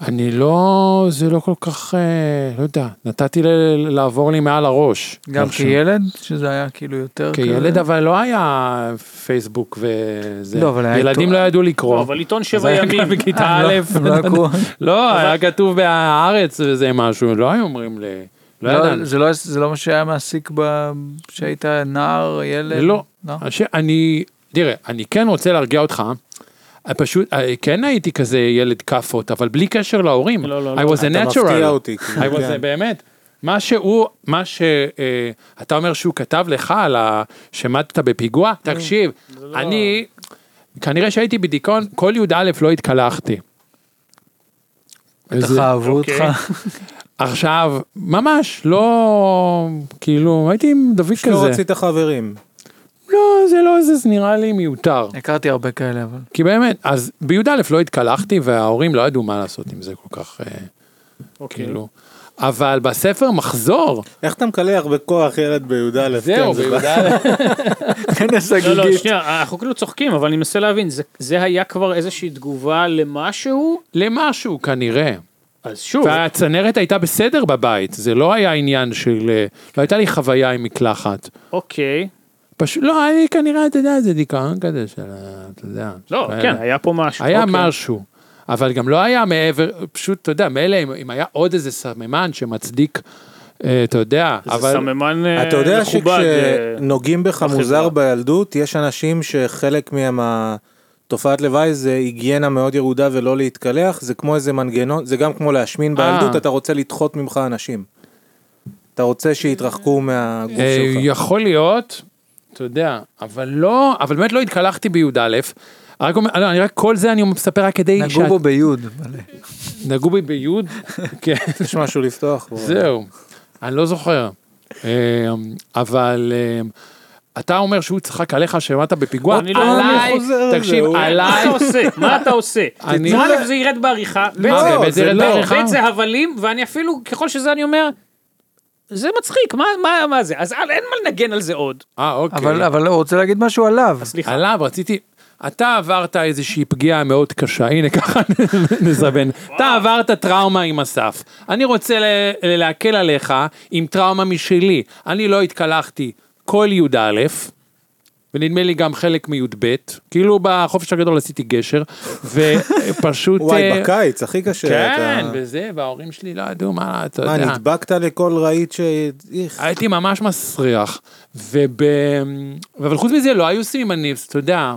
Speaker 4: אני לא, זה לא כל כך, אה, לא יודע, נתתי ל- לעבור לי מעל הראש.
Speaker 2: גם
Speaker 4: לא חושב.
Speaker 2: כילד, שזה היה כאילו יותר
Speaker 3: אוקיי.
Speaker 4: כילד,
Speaker 2: כזה.
Speaker 4: אבל לא היה פייסבוק וזה.
Speaker 2: לא, אבל היה
Speaker 4: ילדים
Speaker 2: עיתון-
Speaker 4: לא ידעו לקרוא.
Speaker 3: לא, אבל עיתון
Speaker 4: זה
Speaker 3: שבע
Speaker 4: היה
Speaker 3: ימים, אה,
Speaker 4: גם בכיתה
Speaker 2: לא,
Speaker 4: א',
Speaker 2: לא לקרוא.
Speaker 4: לא, היה כתוב בהארץ וזה משהו, לא היו אומרים ל... לא
Speaker 2: לא,
Speaker 4: ידענו.
Speaker 2: זה לא- זה לא מה שהיה מעסיק ב- כשהיית נער, ילד.
Speaker 4: לא.
Speaker 2: לא.
Speaker 4: הש- אני, תראה, אני כן רוצה להרגיע אותך. אני פשוט, אה, כן הייתי כזה ילד כאפות, אבל בלי קשר להורים.
Speaker 3: לא, לא,
Speaker 4: I
Speaker 3: לא.
Speaker 4: was a
Speaker 1: אתה
Speaker 4: natural.
Speaker 1: מפתיע אותי,
Speaker 4: I
Speaker 1: כאילו,
Speaker 4: was
Speaker 1: כן.
Speaker 4: a, באמת. מה שהוא, מה שאתה אומר שהוא כתב לך על ה- שמתת בפיגוע,
Speaker 3: לא.
Speaker 4: תקשיב, אני, כנראה שהייתי בדיכאון, כל י"א לא התקלחתי.
Speaker 2: בטח
Speaker 4: איזה-
Speaker 2: אהבו אותך.
Speaker 4: עכשיו, ממש, לא, כאילו, הייתי עם דוד
Speaker 1: לא
Speaker 4: כזה.
Speaker 1: רצית חברים.
Speaker 4: לא, זה לא, זה זה נראה לי מיותר.
Speaker 2: הכרתי הרבה כאלה, אבל.
Speaker 4: כי באמת, אז בי"א לא התקלחתי וההורים לא ידעו מה לעשות עם זה כל כך, אה,
Speaker 3: אוקיי.
Speaker 4: כאילו. אבל בספר מחזור,
Speaker 1: איך אתה מקלח בכוח ילד בי"א?
Speaker 4: זהו,
Speaker 1: כן, זה-
Speaker 4: בי"א,
Speaker 2: אין
Speaker 3: לא, לא,
Speaker 2: הסגיגית.
Speaker 3: שנייה, אנחנו כאילו צוחקים, אבל אני מנסה להבין, זה- זה היה כבר איזושהי תגובה למשהו?
Speaker 4: למשהו כנראה.
Speaker 3: אז שוב,
Speaker 4: והצנרת הייתה בסדר בבית, זה לא היה עניין של, אה, לא הייתה לי חוויה עם מקלחת.
Speaker 3: אוקיי.
Speaker 4: פשוט, לא, היה לי כנראה, אתה יודע, זה דיכאון כזה של, ה- אתה יודע.
Speaker 3: לא,
Speaker 4: כאלה.
Speaker 3: כן, היה פה משהו.
Speaker 4: אה. היה
Speaker 3: אוקיי.
Speaker 4: משהו, אבל גם לא היה מעבר, פשוט, אתה יודע, מילא אם- אם היה עוד איזה סממן שמצדיק, אה, אתה יודע,
Speaker 3: זה
Speaker 4: אבל...
Speaker 3: סממן אה, מכובד.
Speaker 1: אתה יודע
Speaker 3: אה,
Speaker 1: שכשנוגעים בך מוזר בילדות, יש אנשים שחלק מהם התופעת לוואי זה היגיינה מאוד ירודה ולא להתקלח, זה כמו איזה מנגנון, זה גם כמו להשמין
Speaker 4: אה.
Speaker 1: בילדות, אתה רוצה לדחות ממך אנשים. אתה רוצה שיתרחקו מהגוף
Speaker 4: אה,
Speaker 1: שלך.
Speaker 4: יכול להיות, אתה יודע, אבל לא, אבל באמת לא התקלחתי בי"א. רק אומר, לא, אני רק כל זה אני מספר רק כדי
Speaker 2: נגעו בו ביוד. מלא.
Speaker 4: נגעו בי ביוד, כן,
Speaker 1: יש משהו לפתוח? בו.
Speaker 4: זהו, אני לא זוכר. אה, אבל אה, אתה אומר שהוא צחק עליך שמעת בפיגוע,
Speaker 3: אני לא-
Speaker 4: עליי,
Speaker 1: אה, אני חוזר על זה,
Speaker 4: תקשיב, אה,
Speaker 1: הוא-
Speaker 3: מה
Speaker 4: עליי,
Speaker 3: אתה עושה? מה אתה עושה?
Speaker 4: אני-
Speaker 3: זה א', זה ירד בעריכה, ב',
Speaker 4: מה,
Speaker 1: לא,
Speaker 4: אה, באמת זה
Speaker 1: זה
Speaker 4: ירד
Speaker 1: לא.
Speaker 4: בעריכה?
Speaker 3: ב', זה הבלים, ואני אפילו, ככל שזה אני אומר, זה מצחיק, מה- מה- מה זה? אז אל- אין מה לנגן על זה עוד.
Speaker 4: אה, אוקיי.
Speaker 2: אבל אבל לא, הוא רוצה להגיד משהו עליו.
Speaker 3: סליחה.
Speaker 4: עליו רציתי, אתה עברת איזושהי פגיעה מאוד קשה, הנה ככה נזבן. אתה עברת טראומה עם אסף. אני רוצה ל- להקל עליך עם טראומה משלי. אני לא התקלחתי כל י"א. ונדמה לי גם חלק מי"ב, כאילו בחופש הגדול עשיתי גשר, ופשוט...
Speaker 1: וואי,
Speaker 4: אה,
Speaker 1: בקיץ, הכי קשה.
Speaker 4: כן,
Speaker 1: אתה-
Speaker 4: וזה, וההורים שלי לא ידעו מה, אתה
Speaker 1: מה,
Speaker 4: יודע.
Speaker 1: נדבקת לכל רהיט ש... איך.
Speaker 4: הייתי ממש מסריח, וב... אבל חוץ מזה לא היו סימנים, אתה יודע,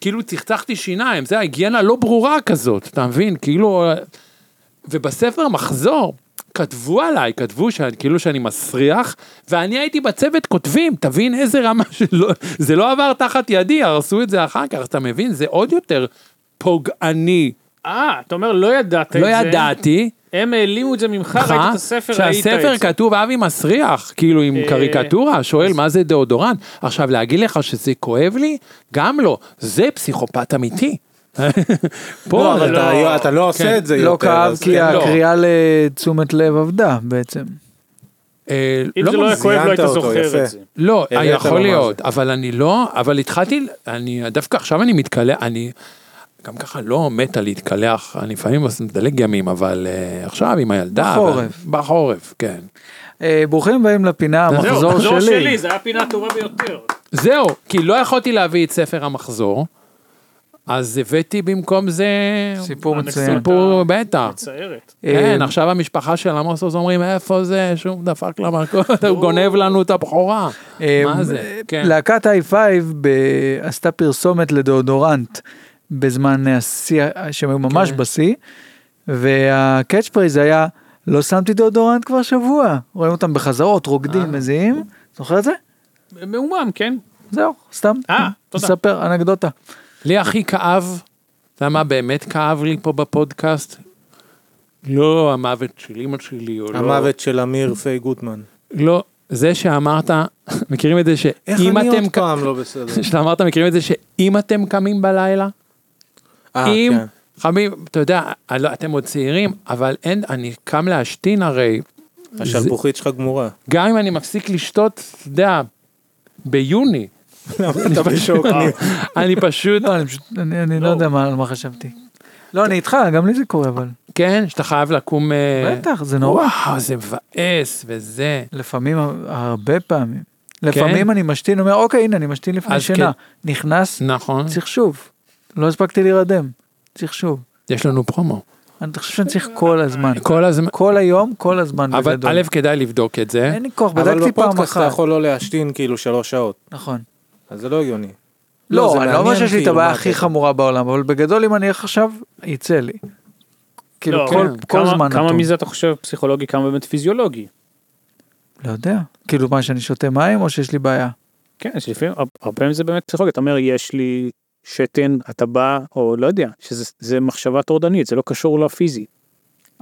Speaker 4: כאילו צחצחתי שיניים, זה ההיגיינה לא ברורה כזאת, אתה מבין? כאילו... ובספר מחזור כתבו עליי, כתבו שאני, כאילו שאני מסריח, ואני הייתי בצוות כותבים, תבין איזה רמה שלא... זה לא עבר תחת ידי, הרסו את זה אחר כך, אתה מבין? זה עוד יותר פוגעני.
Speaker 3: אה, אתה אומר, לא ידעת את זה.
Speaker 4: לא ידעתי,
Speaker 3: הם העלימו את זה ממך, אה, ראית את הספר, ראית את
Speaker 4: אה? שהספר
Speaker 3: זה.
Speaker 4: כתוב אבי מסריח, כאילו עם
Speaker 3: אה,
Speaker 4: קריקטורה, שואל מה זה דאודורנט. עכשיו, להגיד לך שזה כואב לי? גם לא. זה פסיכופת אמיתי. פה,
Speaker 1: לא, אבל
Speaker 3: לא.
Speaker 1: אתה- אתה לא
Speaker 4: כן.
Speaker 1: עושה את זה
Speaker 2: לא
Speaker 1: יותר.
Speaker 2: כאב
Speaker 1: אז
Speaker 2: כי
Speaker 1: כן.
Speaker 4: לא.
Speaker 2: הקריאה לתשומת לב עבדה בעצם.
Speaker 4: אה,
Speaker 3: אם זה לא אה, היה כואב,
Speaker 1: זיינת
Speaker 3: לא היית
Speaker 1: אותו,
Speaker 3: זוכר
Speaker 1: יפה.
Speaker 3: את זה.
Speaker 4: לא,
Speaker 1: הבאת לו
Speaker 4: יכול
Speaker 1: מה
Speaker 4: להיות, אבל אני לא, אבל התחלתי, אני, דווקא עכשיו אני מתקלח, אני גם ככה לא מתה להתקלח, אני לפעמים עושה- מדלג ימים, אבל אה, עכשיו עם הילדה.
Speaker 2: בחורף.
Speaker 4: אבל- בחורף, כן.
Speaker 2: אה, ברוכים הבאים לפינה
Speaker 3: זהו,
Speaker 2: המחזור
Speaker 3: מחזור
Speaker 2: שלי.
Speaker 3: שלי, זה היה הפינה הטובה ביותר.
Speaker 4: זהו, כי לא יכולתי להביא את ספר המחזור, אז הבאתי במקום זה...
Speaker 2: סיפור
Speaker 3: אנקדוטה.
Speaker 2: מצוין.
Speaker 4: סיפור בטח.
Speaker 3: מצערת.
Speaker 4: כן,
Speaker 2: אה,
Speaker 4: עכשיו המשפחה של עמוס עוז אומרים, איפה זה? שום דפק למכות, הוא גונב לנו את הבכורה.
Speaker 2: אה,
Speaker 4: מה זה?
Speaker 2: אה,
Speaker 4: כן.
Speaker 2: להקת היי פייב ב- עשתה פרסומת לדאודורנט בזמן השיא, שהם היו
Speaker 4: כן.
Speaker 2: ממש בשיא, והקאץ' פרייז היה, לא שמתי דאודורנט כבר שבוע. רואים אותם בחזרות,
Speaker 4: אה.
Speaker 2: רוקדים, מזיעים. זוכר את זה?
Speaker 3: מהומם, כן?
Speaker 2: זהו, סתם.
Speaker 3: אה, תודה.
Speaker 2: מספר אנקדוטה.
Speaker 4: לי הכי כאב, אתה יודע מה באמת כאב לי פה בפודקאסט? לא המוות של אמא שלי, או לא...
Speaker 1: המוות של אמיר פיי גוטמן.
Speaker 4: לא, זה שאמרת, מכירים את זה
Speaker 1: איך
Speaker 4: שאם
Speaker 1: אני עוד
Speaker 4: אתם... ק-
Speaker 1: פעם לא בסדר?
Speaker 4: שאמרת, מכירים את זה שאם אתם קמים בלילה,
Speaker 1: אה,
Speaker 4: אם...
Speaker 1: כן.
Speaker 4: חביב, אתה יודע, אני לא- אתם עוד צעירים, אבל אין, אני קם להשתין הרי,
Speaker 1: השלפוחית שלך גמורה.
Speaker 4: גם אם אני מפסיק לשתות, אתה יודע, ביוני,
Speaker 1: למה אתה בשוק?
Speaker 2: אה,
Speaker 4: אני פשוט,
Speaker 2: לא, אני פשוט, אני אני לא יודע מה- על מה חשבתי. לא, אני איתך, גם לי זה קורה, אבל.
Speaker 4: כן, שאתה חייב לקום... אה,
Speaker 2: בטח, זה נורא.
Speaker 4: וואו, זה מבאס, וזה.
Speaker 2: לפעמים, הרבה פעמים. לפעמים אני משתין, אומר, אוקיי, הנה, אני משתין לפני
Speaker 4: כן. אז
Speaker 2: שינה. נכנס,
Speaker 4: נכון,
Speaker 2: צריך שוב. לא הספקתי להירדם, צריך שוב.
Speaker 4: יש לנו פרומו.
Speaker 2: אני חושב שאני צריך כל הזמן.
Speaker 4: כל הזמן,
Speaker 2: כל היום, כל הזמן,
Speaker 4: אבל
Speaker 2: בגדול.
Speaker 4: א', כדאי לבדוק את זה.
Speaker 2: אין לי כוח,
Speaker 1: אבל
Speaker 2: בדקתי פעם
Speaker 1: בפודקאסט אתה
Speaker 2: אחת.
Speaker 1: יכול לא להשתין כאילו שלוש שעות.
Speaker 2: נכון.
Speaker 1: אז זה לא הגיוני. זה
Speaker 2: לא, אני לא אומר
Speaker 1: מעניין,
Speaker 2: שיש לי את
Speaker 1: כאילו,
Speaker 2: הבעיה
Speaker 1: מה
Speaker 2: הכי
Speaker 1: הקטע.
Speaker 2: חמורה בעולם, אבל בגדול, אם אני אלך עכשיו, יצא לי. כאילו,
Speaker 3: לא,
Speaker 2: כל-
Speaker 3: כן.
Speaker 2: כל
Speaker 3: כמה-
Speaker 2: זמן
Speaker 3: כמה
Speaker 2: נתון.
Speaker 3: מזה אתה חושב פסיכולוגי, כמה באמת פיזיולוגי?
Speaker 2: לא יודע. כאילו, מה, שאני שותה מים, או שיש לי בעיה?
Speaker 3: כן, שלפעמים, הרבה פעמים זה באמת פסיכולוגיה, אתה אומר, יש לי שתן, אתה בא, או לא יודע, שזה זה מחשבה טורדנית, זה לא קשור לפיזי.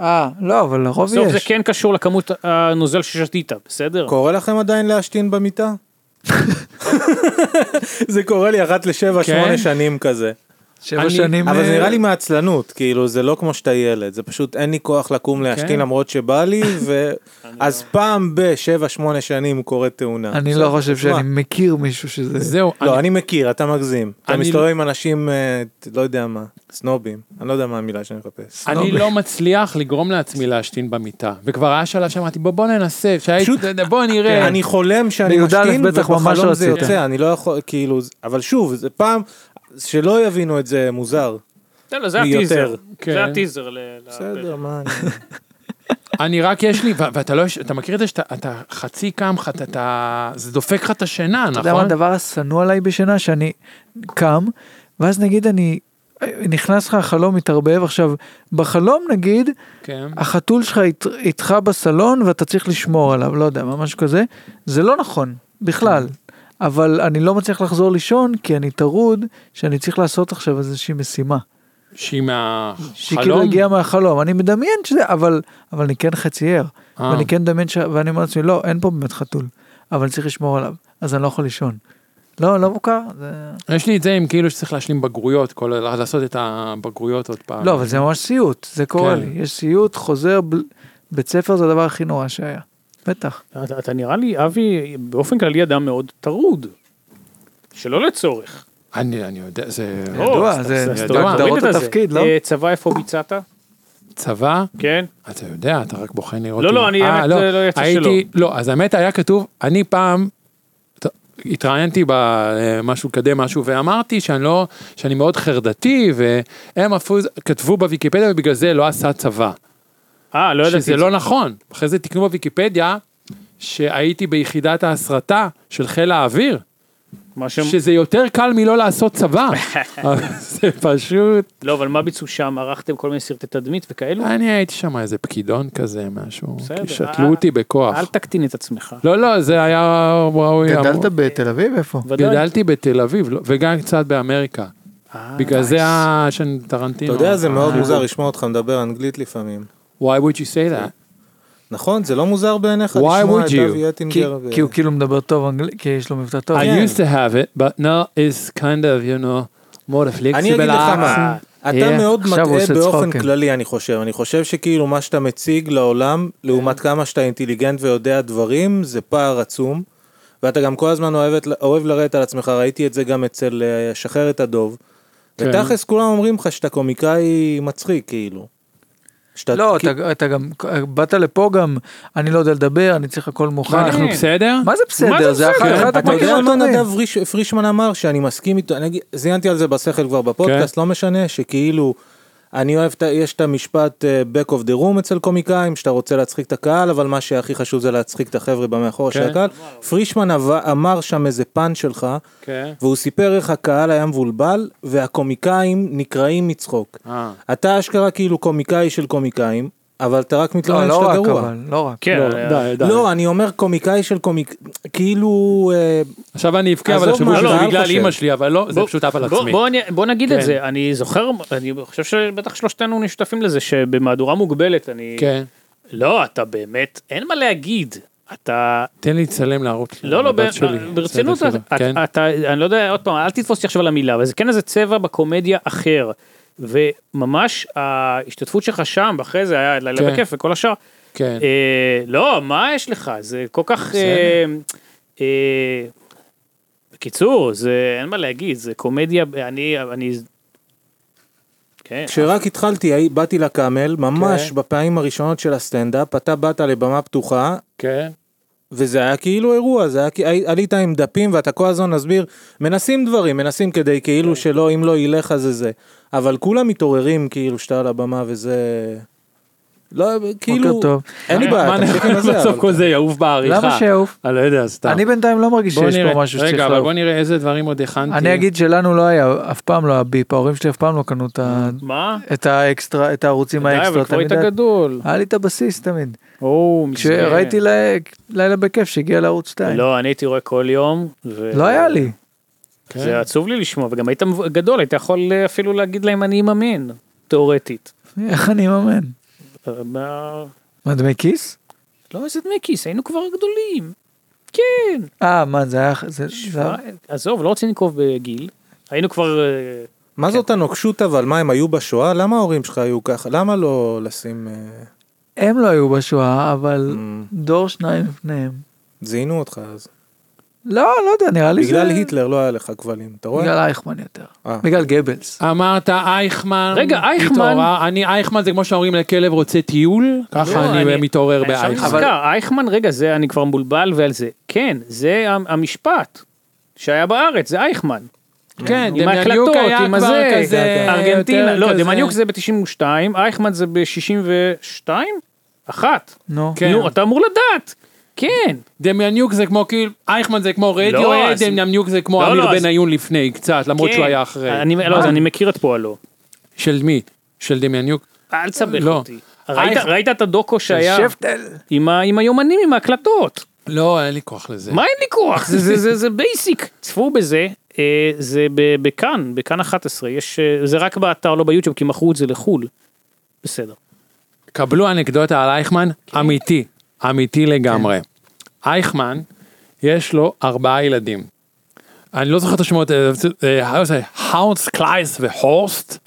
Speaker 2: אה, לא, אבל לרוב
Speaker 3: בסוף זה
Speaker 2: יש.
Speaker 3: כן קשור לכמות הנוזל ששתית, בסדר?
Speaker 1: קורה לכם עדיין להשתין במיטה? זה קורה לי אחת לשבע
Speaker 4: כן?
Speaker 1: שמונה שנים כזה.
Speaker 2: שבע
Speaker 4: אני-
Speaker 2: שנים...
Speaker 1: אבל זה
Speaker 2: אה,
Speaker 1: נראה לי מעצלנות, כאילו זה לא כמו שאתה ילד, זה פשוט אין לי כוח
Speaker 2: כן.
Speaker 1: לקום להשתין למרות שבא לי, ו- אז פעם בשבע שמונה שנים קורית תאונה.
Speaker 2: אני
Speaker 1: בסדר,
Speaker 2: לא חושב
Speaker 1: תשמע.
Speaker 2: שאני מכיר מישהו שזה...
Speaker 4: זהו,
Speaker 1: לא,
Speaker 4: אני-
Speaker 1: אני מכיר, אתה מגזים. אתה
Speaker 4: אני-
Speaker 1: מסתובב עם אנשים, אה, ת- לא יודע מה, סנובים. אני לא יודע מה המילה שאני מחפש.
Speaker 4: אני לא מצליח לגרום לעצמי להשתין במיטה. וכבר היה שאלה שאמרתי, בוא בוא ננסה, שהיית-
Speaker 1: פשוט-
Speaker 4: בוא נראה.
Speaker 1: אני חולם שאני
Speaker 2: בי"א
Speaker 1: משתין,
Speaker 2: כן. בטח ממש
Speaker 1: ובחלום זה
Speaker 2: רצית.
Speaker 1: יוצא, אני לא יכול, כאילו, זה- אבל שוב, זה פעם, שלא יבינו את זה מוזר.
Speaker 3: לא, לא, זה
Speaker 1: יותר.
Speaker 3: הטיזר. זה
Speaker 4: כן.
Speaker 3: הטיזר. ל- לפרק.
Speaker 1: בסדר, מה אני...
Speaker 4: אני רק יש לי, ו- ואתה לא, יש- אתה מכיר את זה שאתה אתה חצי קם לך, אתה- אתה, זה דופק לך את השינה,
Speaker 2: אתה יודע מה
Speaker 4: נכון?
Speaker 2: הדבר השנוא עליי בשינה? שאני קם, ואז נגיד אני, נכנס לך החלום מתערבב, עכשיו, בחלום נגיד,
Speaker 4: כן.
Speaker 2: החתול שלך אית- איתך בסלון ואתה צריך לשמור עליו, לא יודע, מה, משהו כזה, זה לא נכון, בכלל. אבל אני לא מצליח לחזור לישון כי אני טרוד שאני צריך לעשות עכשיו איזושהי משימה.
Speaker 4: שהיא
Speaker 2: שהיא כאילו
Speaker 4: מהחלום.
Speaker 2: הגיעה מהחלום, אני מדמיין שזה, אבל, אבל אני כן חצי ער,
Speaker 4: אה.
Speaker 2: ואני כן מדמיין, ש... ואני אומר לעצמי, לא, אין פה באמת חתול, אבל אני צריך לשמור עליו, אז אני לא יכול לישון. לא, לא מוכר, זה...
Speaker 4: יש לי את זה עם כאילו שצריך להשלים בגרויות, כל- לעשות את הבגרויות עוד פעם.
Speaker 2: לא, אבל זה ממש סיוט, זה קורה
Speaker 4: אה. כן.
Speaker 2: לי, יש סיוט, חוזר, בל... בית ספר זה הדבר הכי נורא שהיה, בטח.
Speaker 3: אתה- אתה נראה לי, אבי, באופן כללי אדם מאוד טרוד. שלא לצורך.
Speaker 4: אני אני יודע, זה
Speaker 3: לא,
Speaker 2: ידוע,
Speaker 3: אז-
Speaker 2: זה-
Speaker 3: אז- אז
Speaker 4: זה
Speaker 3: אתה מוריד
Speaker 2: הגדרות
Speaker 3: את זה.
Speaker 2: התפקיד, לא?
Speaker 3: אה, צבא איפה ביצעת?
Speaker 4: צבא,
Speaker 3: כן.
Speaker 4: אתה יודע, אתה רק בוחן לראות.
Speaker 3: לא,
Speaker 4: אם-
Speaker 3: לא, אני,
Speaker 4: אה,
Speaker 3: האמת, לא יצא
Speaker 4: הייתי, לא, אז האמת היה כתוב, אני פעם ת- התראיינתי במשהו, קדם משהו, ואמרתי שאני לא, שאני מאוד חרדתי, והם אפילו כתבו בוויקיפדיה ובגלל זה לא עשה צבא.
Speaker 3: אה, לא ידעתי.
Speaker 4: שזה
Speaker 3: את זה.
Speaker 4: לא נכון. אחרי זה תקנו בוויקיפדיה שהייתי ביחידת ההסרטה של חיל האוויר,
Speaker 3: מה שהם-
Speaker 4: שזה יותר קל מלא לעשות צבא. זה פשוט... לא,
Speaker 3: לא, אבל מה ביצעו שם? ערכתם כל מיני סרטי תדמית וכאלו?
Speaker 4: אני הייתי שם איזה פקידון כזה, משהו.
Speaker 3: בסדר,
Speaker 4: כי
Speaker 3: אה,
Speaker 4: שתלו אותי בכוח.
Speaker 3: אל תקטין את עצמך.
Speaker 4: לא, לא, זה היה ראוי.
Speaker 2: גדלת
Speaker 4: אמור-
Speaker 2: בתל אביב, איפה?
Speaker 3: ודאי.
Speaker 4: גדלתי בתל אביב, לא- וגם קצת באמריקה.
Speaker 3: אה,
Speaker 4: בגלל
Speaker 3: nice.
Speaker 4: זה היה שאני טרנטינו.
Speaker 2: לא? אה.
Speaker 1: אתה יודע, זה מאוד מוזר לשמוע אותך מדבר אנגלית לפעמים.
Speaker 4: Why would you say that?
Speaker 3: כן.
Speaker 1: נכון, זה לא מוזר בעיניך
Speaker 4: Why
Speaker 1: לשמוע
Speaker 4: would
Speaker 1: את
Speaker 4: you?
Speaker 1: אבי
Speaker 2: כי-
Speaker 1: אטינגר? ו-
Speaker 2: כי הוא כאילו מדבר טוב אנגלית, כי יש לו מבטא טוב.
Speaker 4: I
Speaker 1: Yeah.
Speaker 4: used to have it, but now it's kind of, you know, more flexible.
Speaker 1: אני אגיד לך מה,
Speaker 4: accent.
Speaker 1: אתה
Speaker 4: Yeah.
Speaker 1: מאוד
Speaker 2: אה, עכשיו הוא
Speaker 1: מטעה
Speaker 2: עושה
Speaker 1: באופן
Speaker 2: צחוקים.
Speaker 1: כללי, אני חושב. אני חושב שכאילו מה שאתה מציג לעולם, לעומת כמה שאתה אינטליגנט ויודע דברים, זה פער עצום. ואתה גם כל הזמן אוהבת- אוהב לרדת על עצמך, ראיתי את זה גם אצל אה, שחררת הדוב.
Speaker 4: כן.
Speaker 1: ותכלס כולם אומרים לך שאתה קומיקאי מצחיק, כאילו. שאתה-
Speaker 2: לא,
Speaker 1: כי-
Speaker 2: אתה- אתה גם, באת לפה גם, אני לא יודע לדבר, אני צריך הכל מוכן.
Speaker 4: מה, אנחנו בסדר?
Speaker 2: מה זה
Speaker 3: מה זה
Speaker 2: בסדר? זה
Speaker 3: בסדר?
Speaker 2: אחד אחד
Speaker 1: אתה
Speaker 2: הפרקים
Speaker 1: יודע מה
Speaker 2: הטובים.
Speaker 1: נדב פריש- פרישמן אמר שאני מסכים איתו, אני אגיד- זיינתי על זה בשכל כבר בפודקאסט,
Speaker 2: כן.
Speaker 1: לא משנה, שכאילו, אני אוהב, את ה- יש את המשפט אה, back of the room אצל קומיקאים, שאתה רוצה להצחיק את הקהל, אבל מה שהכי חשוב זה להצחיק את החבר'ה במאחור של
Speaker 4: כן.
Speaker 1: הקהל. פרישמן עב- אמר שם איזה פאנץ' שלך,
Speaker 4: כן.
Speaker 1: והוא סיפר איך הקהל היה מבולבל, והקומיקאים נקרעים מצחוק.
Speaker 4: אה.
Speaker 1: אתה אשכרה כאילו קומיקאי של קומיקאים, אבל אתה רק
Speaker 2: לא,
Speaker 1: מתלונן
Speaker 2: לא
Speaker 1: שאתה
Speaker 2: רק
Speaker 1: גרוע.
Speaker 2: אבל, לא רק.
Speaker 3: כן,
Speaker 4: לא,
Speaker 3: אה,
Speaker 4: די, די.
Speaker 1: לא, אני אומר קומיקאי של קומיק... כאילו... אה,
Speaker 4: עכשיו אני אבכה, אבל
Speaker 1: עזוב
Speaker 4: יחשבו
Speaker 1: מה
Speaker 4: שזה
Speaker 1: הקהל
Speaker 4: בגלל
Speaker 1: חושב.
Speaker 4: אימא שלי, אבל לא, זה
Speaker 3: בוא-
Speaker 4: פשוט אף על
Speaker 3: בוא-
Speaker 4: עצמי. כן.
Speaker 3: בוא אני- בוא נגיד את זה, אני זוכר, אני חושב שבטח שלושתנו נשותפים לזה, שבמהדורה מוגבלת אני...
Speaker 4: כן.
Speaker 3: לא, אתה באמת, אין מה להגיד. אתה,
Speaker 4: תן לי לצלם להראות לי.
Speaker 3: לא, לא,
Speaker 4: לבת
Speaker 3: ב-
Speaker 4: כן, שלי.
Speaker 3: ברצינות,
Speaker 4: בסדר,
Speaker 3: אתה-
Speaker 4: בסדר. כן.
Speaker 3: אתה, אני לא יודע, עוד פעם, אל תתפוס אותי עכשיו על המילה, אבל זה כן איזה צבע בקומדיה אחר. וממש ההשתתפות שלך שם, ואחרי זה היה לילה
Speaker 4: כן.
Speaker 3: בכיף וכל השאר.
Speaker 4: כן.
Speaker 3: אה, לא, מה יש לך? זה כל כך... אה, אה, בקיצור, זה אין מה להגיד, זה קומדיה, אני... אני כן.
Speaker 1: כשרק
Speaker 2: אה,
Speaker 1: התחלתי, הי- באתי לקאמל, ממש
Speaker 4: כן.
Speaker 1: בפעמים הראשונות של הסטנדאפ, אתה באת לבמה פתוחה,
Speaker 4: כן.
Speaker 1: וזה היה כאילו אירוע, זה היה, כי- הי- עלית עם דפים ואתה כל הזמן מסביר, מנסים דברים, מנסים כדי כאילו
Speaker 2: כן.
Speaker 1: שלא, אם לא ילך אז זה זה. אבל כולם מתעוררים כאילו שאתה על הבמה וזה... לא, כאילו,
Speaker 2: טוב. אה,
Speaker 1: אין לי
Speaker 3: אה,
Speaker 4: מה
Speaker 1: בעיה, תמשיך
Speaker 4: נכון
Speaker 1: עם זה,
Speaker 4: בסוף
Speaker 1: אבל...
Speaker 4: כל זה יעוף בעריכה?
Speaker 2: למה שיעוף?
Speaker 4: אני לא יודע, סתם.
Speaker 2: אני בינתיים לא מרגיש
Speaker 4: בוא
Speaker 2: שיש
Speaker 4: נראה.
Speaker 2: פה משהו שצריך
Speaker 4: רגע, אבל
Speaker 2: לעבור.
Speaker 4: בוא נראה איזה דברים עוד הכנתי.
Speaker 2: אני אגיד שלנו לא היה, אף פעם לא היה ביפ, ההורים שלי אף פעם לא קנו את ה-
Speaker 3: מה?
Speaker 2: את האקסטרה, את הערוצים
Speaker 3: די,
Speaker 2: האקסטרה,
Speaker 3: אבל כבר היית
Speaker 2: תמיד היה-
Speaker 3: גדול.
Speaker 2: היה לי את הבסיס תמיד.
Speaker 3: או, מסכן.
Speaker 2: אה, כשראיתי ל- לילה בכיף שהגיע לערוץ 2.
Speaker 3: לא, אני הייתי רואה כל יום. ו-
Speaker 2: לא היה לי. כן.
Speaker 3: זה עצוב לי לשמוע, וגם היית מב- גדול, היית יכול אה, אפילו להגיד להם אני מאמין, תיאורטית.
Speaker 2: איך אני אממן?
Speaker 3: אה, מה-
Speaker 2: מה, דמי כיס?
Speaker 3: לא, איזה דמי כיס, היינו כבר גדולים. כן.
Speaker 2: אה, מה, זה היה... זה- זה היה-
Speaker 3: עזוב, לא רוצים לנקוב בגיל. היינו כבר... אה,
Speaker 1: מה
Speaker 2: כן.
Speaker 1: זאת הנוקשות אבל, מה הם היו בשואה? למה ההורים שלך היו ככה? למה לא לשים... אה,
Speaker 2: הם לא היו בשואה, אבל דור שניים לפניהם.
Speaker 1: זיהינו אותך אז.
Speaker 2: לא, לא יודע, נראה לי זה...
Speaker 1: בגלל היטלר לא היה לך כבלים, אתה רואה?
Speaker 2: בגלל אייכמן יותר.
Speaker 1: אה.
Speaker 2: בגלל גבלס.
Speaker 4: אמרת אייכמן,
Speaker 3: רגע, אייכמן.
Speaker 4: התעורר. אני אייכמן זה כמו שאומרים לכלב רוצה טיול,
Speaker 3: לא,
Speaker 4: ככה אני מתעורר
Speaker 3: אני עכשיו
Speaker 4: באייכמן.
Speaker 3: נזכר, אה, אייכמן, רגע, זה, אני כבר מבולבל ועל זה. כן, זה המ- המשפט שהיה בארץ, זה אייכמן.
Speaker 4: כן,
Speaker 3: עם ההקלטות, עם הזה, ארגנטינה,
Speaker 4: יותר
Speaker 3: לא,
Speaker 4: כזה.
Speaker 3: דמניוק זה ב-92, אייכמן זה ב-62? אחת.
Speaker 2: נו.
Speaker 4: כן.
Speaker 3: נו, אתה אמור לדעת. כן.
Speaker 4: דמיינוק זה כמו כאילו, אייכמן זה כמו רדיו,
Speaker 3: לא, אז-
Speaker 4: דמיינוק זה כמו
Speaker 3: לא,
Speaker 4: אמיר
Speaker 3: לא, אז-
Speaker 4: בניון לפני קצת, למרות
Speaker 3: כן.
Speaker 4: שהוא היה אחרי.
Speaker 3: אני, לא, אז אני מכיר את פועלו.
Speaker 4: של מי? של דמיינוק?
Speaker 3: אל תסבך
Speaker 4: לא.
Speaker 3: אותי. ראית-
Speaker 4: אייכ-
Speaker 3: ראית את הדוקו שהיה
Speaker 2: שפטל.
Speaker 3: עם ה- עם היומנים, עם ההקלטות.
Speaker 4: לא, אין לי כוח לזה.
Speaker 3: מה אין לי כוח? זה- זה- זה- זה בייסיק. צפו בזה, אה, זה ב- בכאן, בכאן 11. יש, אה, זה רק באתר, לא ביוטיוב, כי מכרו את זה לחו"ל. בסדר.
Speaker 4: קבלו אנקדוטה על אייכמן, אמיתי, אמיתי לגמרי. אייכמן, יש לו ארבעה ילדים. אני לא זוכר את השמות, אה, אה, אה, האונס, קלייס והורסט,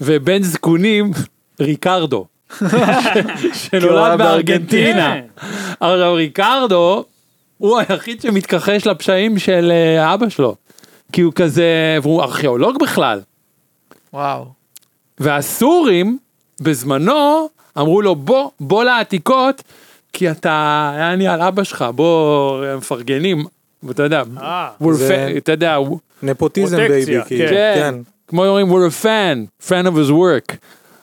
Speaker 4: ובן זקונים, ריקרדו. שנולד בארגנטינה.
Speaker 3: כן.
Speaker 4: עכשיו ריקרדו, הוא היחיד שמתכחש לפשעים של אה, אבא שלו. כי הוא כזה, והוא ארכיאולוג בכלל.
Speaker 2: וואו.
Speaker 4: והסורים בזמנו אמרו לו בוא בוא לעתיקות כי אתה אני על אבא שלך בוא הם מפרגנים ואתה יודע
Speaker 3: אה,
Speaker 4: we're
Speaker 1: זה-
Speaker 4: fa- אתה יודע הוא-
Speaker 1: נפוטיזם בייבי,
Speaker 3: פרוטקציה,
Speaker 1: כאילו.
Speaker 3: כן.
Speaker 4: כן כמו אומרים we're a fan fan of his work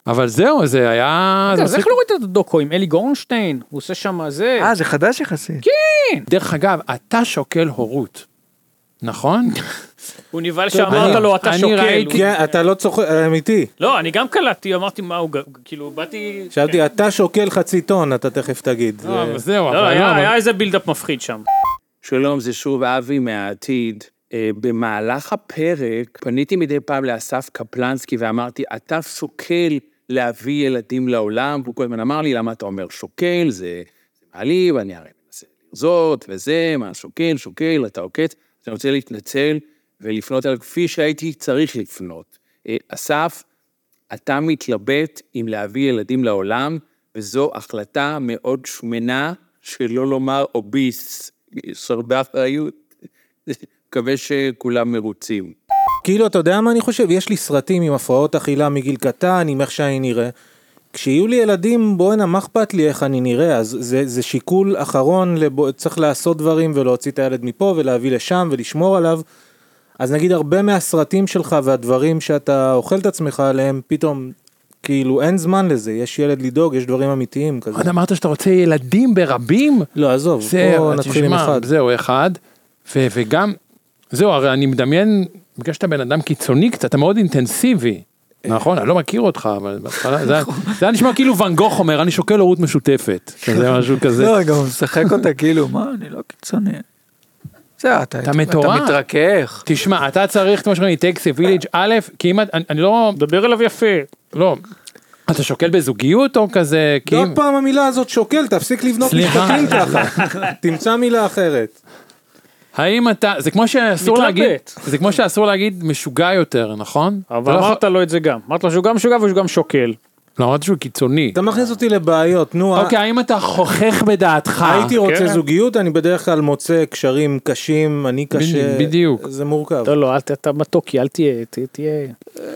Speaker 4: אבל זהו זה היה
Speaker 3: אז
Speaker 4: זה
Speaker 3: איך
Speaker 4: עושה-
Speaker 3: לא ראית את הדוקו עם אלי גורנשטיין? הוא עושה שם זה.
Speaker 2: אה, זה חדש יחסית.
Speaker 4: דרך אגב אתה שוקל הורות נכון
Speaker 3: הוא נבהל
Speaker 4: אני-
Speaker 3: שאמרת לו, אתה
Speaker 4: אני
Speaker 3: שוקל.
Speaker 4: ראיתי-
Speaker 3: הוא-
Speaker 1: כן, אתה לא צוחק, אמיתי.
Speaker 3: לא, אני גם קלטתי, אמרתי מה הוא, ג- כאילו, באתי...
Speaker 1: חשבתי, אתה שוקל חצי טון, אתה תכף תגיד. זה-
Speaker 4: אבל זהו
Speaker 3: לא,
Speaker 4: אבל לא,
Speaker 3: היה
Speaker 4: אבל-
Speaker 3: היה איזה בילדאפ מפחיד שם.
Speaker 5: שלום, זה שוב אבי מהעתיד. אה, במהלך הפרק פניתי מדי פעם לאסף קפלנסקי ואמרתי, אתה שוקל להביא ילדים לעולם, והוא כל הזמן אמר לי, למה אתה אומר שוקל, זה זה מעליב, אני הרי מנסה לרזות, וזה, מה, שוקל, שוקל, אתה עוקץ. אז אני רוצה להתנצל ולפנות אליו כפי שהייתי צריך לפנות. אה, אסף, אתה מתלבט אם להביא ילדים לעולם, וזו החלטה מאוד שמנה, שלא לומר אוביס, יש הרבה אחריות. מקווה שכולם מרוצים.
Speaker 1: כאילו, אתה יודע מה אני חושב? יש לי סרטים עם הפרעות אכילה מגיל קטן, עם איך שאני נראה. כשיהיו לי ילדים, בואנה, מה אכפת לי איך אני נראה? אז זה, זה שיקול אחרון, לבוא, צריך לעשות דברים ולהוציא את הילד מפה ולהביא לשם ולשמור עליו. אז נגיד הרבה מהסרטים שלך והדברים שאתה אוכל את עצמך עליהם, פתאום, כאילו, אין זמן לזה, יש ילד לדאוג, יש דברים אמיתיים כזה.
Speaker 4: עוד אמרת שאתה רוצה ילדים ברבים?
Speaker 1: לא, עזוב,
Speaker 4: זה,
Speaker 1: בוא נתחיל עם
Speaker 4: תשמע,
Speaker 1: אחד.
Speaker 4: זהו, אחד. ו- וגם, זהו, הרי אני מדמיין, בגלל שאתה בן אדם קיצוני קצת, אתה מאוד אינטנסיבי. נכון, אני לא מכיר אותך, אבל בהתחלה, זה היה- זה היה נשמע כאילו ואן גוך אומר, אני שוקל הורות משותפת. זה משהו כזה.
Speaker 2: לא, גם הוא משחק אותה כאילו, מה, אני לא קיצוני. זה, אתה
Speaker 4: אתה מטורף.
Speaker 2: אתה מתרכך.
Speaker 4: תשמע, אתה צריך, כמו שאומרים, it takes a village, א', כמעט, אני אני לא,
Speaker 3: דבר אליו יפה.
Speaker 4: לא. אתה שוקל בזוגיות או כזה, כי...
Speaker 1: עוד לא פעם המילה הזאת שוקל, תפסיק לבנות
Speaker 4: סליחה.
Speaker 1: משפטים ככה. תמצא מילה אחרת.
Speaker 4: האם אתה, זה כמו שאסור
Speaker 3: מתלבט.
Speaker 4: להגיד, זה כמו שאסור להגיד משוגע יותר, נכון? אתה
Speaker 3: אבל
Speaker 4: לא יכול-
Speaker 3: אמרת לו את זה גם. אמרת לו שהוא גם משוגע והוא גם שוקל.
Speaker 4: לא, אמרתי שהוא קיצוני.
Speaker 1: אתה מכניס אותי לבעיות, נו.
Speaker 4: אוקיי, אה, האם אתה חוכך בדעתך?
Speaker 1: הייתי רוצה
Speaker 3: כן.
Speaker 1: זוגיות, אני בדרך כלל מוצא קשרים קשים, אני קשה.
Speaker 4: בדיוק.
Speaker 1: זה מורכב.
Speaker 3: לא, לא, אל ת- אתה מתוקי, אל תהיה, ת- תהיה.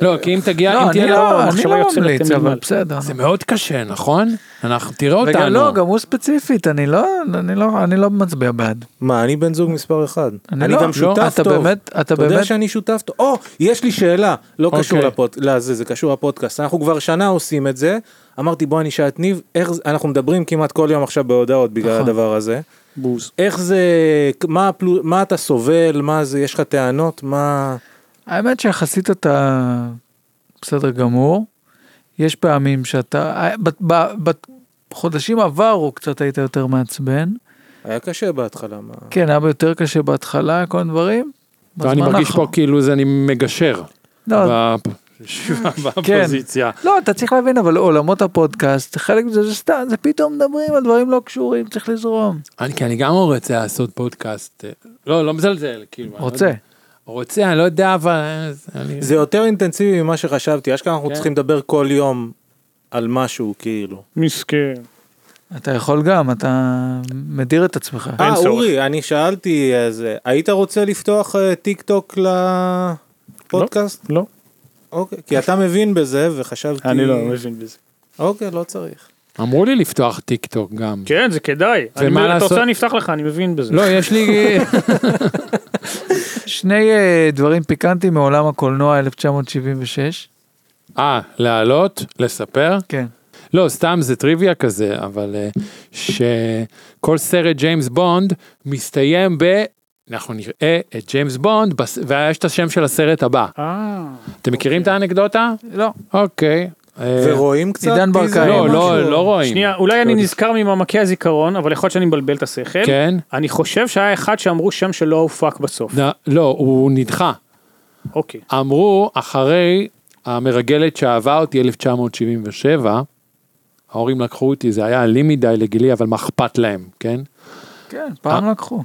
Speaker 4: לא, כי אם תגיע,
Speaker 2: לא,
Speaker 4: אם תהיה
Speaker 2: אני
Speaker 4: לה...
Speaker 2: לא אני
Speaker 3: המחשבה
Speaker 2: לא
Speaker 3: יוצאת
Speaker 2: ממליץ,
Speaker 3: מלמעלה.
Speaker 2: אבל בסדר.
Speaker 4: זה מאוד קשה, נכון? אנחנו, תראה
Speaker 2: וגם
Speaker 4: אותנו.
Speaker 2: לא, גם הוא ספציפית, אני לא, אני לא, אני לא מצביע בעד.
Speaker 1: מה, אני בן זוג מספר אחד.
Speaker 2: אני
Speaker 1: אני
Speaker 2: לא,
Speaker 1: גם שותף טוב.
Speaker 2: אתה באמת- אתה
Speaker 1: אתה יודע
Speaker 2: באמת-
Speaker 1: שאני שותף טוב. או, יש לי שאלה. לא קשור
Speaker 4: אוקיי.
Speaker 1: לפוד- לזה, זה קשור לפודקאסט. אנחנו כבר שנה עושים את זה. אמרתי, בוא אני אשאל את ניב, איך זה- אנחנו מדברים כמעט כל יום עכשיו בהודעות בגלל
Speaker 2: נכון.
Speaker 1: הדבר הזה.
Speaker 3: בוז.
Speaker 1: איך זה, מה הפלו- מה אתה סובל, מה זה, יש לך טענות, מה...
Speaker 2: האמת שיחסית אתה בסדר גמור. יש פעמים שאתה, ב- ב- בחודשים עברו קצת היית יותר מעצבן.
Speaker 1: היה קשה בהתחלה, מה...
Speaker 2: כן, היה יותר קשה בהתחלה, כל מיני דברים.
Speaker 4: לא, אני
Speaker 2: בזמן
Speaker 4: מרגיש
Speaker 2: האחרון-
Speaker 4: פה כאילו זה אני מגשר.
Speaker 2: לא,
Speaker 4: בפ- בפוזיציה.
Speaker 2: לא, אתה צריך להבין, אבל עולמות הפודקאסט, חלק מזה זה סתם, זה פתאום מדברים על דברים לא קשורים, צריך לזרום.
Speaker 4: אני, כי אני גם רוצה לעשות פודקאסט. אה, לא, לא מזלזל, כאילו. אני לא
Speaker 2: רוצה.
Speaker 4: יודע. רוצה, אני לא יודע, אבל... אה, זה-
Speaker 2: כן.
Speaker 4: אני-
Speaker 1: זה יותר אינטנסיבי ממה שחשבתי, אשכרה אנחנו
Speaker 4: כן.
Speaker 1: צריכים לדבר כל יום על משהו, כאילו.
Speaker 3: מסכן.
Speaker 2: אתה יכול גם, אתה מדיר את עצמך.
Speaker 1: אה,
Speaker 3: צורך.
Speaker 1: אורי, אני שאלתי, אז, אה, היית רוצה לפתוח אה, טיק טוק לפודקאסט?
Speaker 3: לא.
Speaker 1: אוקיי, כי אתה מבין בזה, וחשבתי...
Speaker 3: אני לא מבין בזה.
Speaker 1: אוקיי, לא צריך.
Speaker 4: אמרו לי לפתוח טיק טוק גם.
Speaker 3: כן, זה כדאי.
Speaker 4: ומה
Speaker 3: אני מבין, אתה
Speaker 4: לעשות?
Speaker 3: רוצה, אני אפתח לך, אני מבין בזה.
Speaker 4: לא, יש לי...
Speaker 2: שני אה, דברים פיקנטיים מעולם הקולנוע 1976.
Speaker 4: אה, להעלות? לספר?
Speaker 2: כן.
Speaker 4: לא, סתם זה טריוויה כזה, אבל אה, שכל סרט ג'יימס בונד מסתיים ב... אנחנו נראה את ג'יימס בונד, בס... ויש את השם של הסרט הבא.
Speaker 3: אה.
Speaker 4: אתם מכירים את האנקדוטה?
Speaker 2: לא.
Speaker 4: אוקיי. אה,
Speaker 1: ורואים קצת?
Speaker 2: עידן
Speaker 1: טיזר?
Speaker 2: ברקאי.
Speaker 4: לא,
Speaker 1: משהו?
Speaker 4: לא, לא רואים.
Speaker 3: שנייה, אולי אני נזכר ממעמקי הזיכרון, אבל יכול להיות שאני מבלבל את השכל.
Speaker 4: כן?
Speaker 3: אני חושב שהיה אחד שאמרו שם שלא הופק בסוף.
Speaker 4: נ- לא, הוא נדחה.
Speaker 3: אוקיי.
Speaker 4: אמרו, אחרי המרגלת שאהבה אותי 1977, ההורים לקחו אותי, זה היה אלים מדי לגילי, אבל מה אכפת להם, כן?
Speaker 2: כן,
Speaker 3: אה.
Speaker 2: פעם לקחו.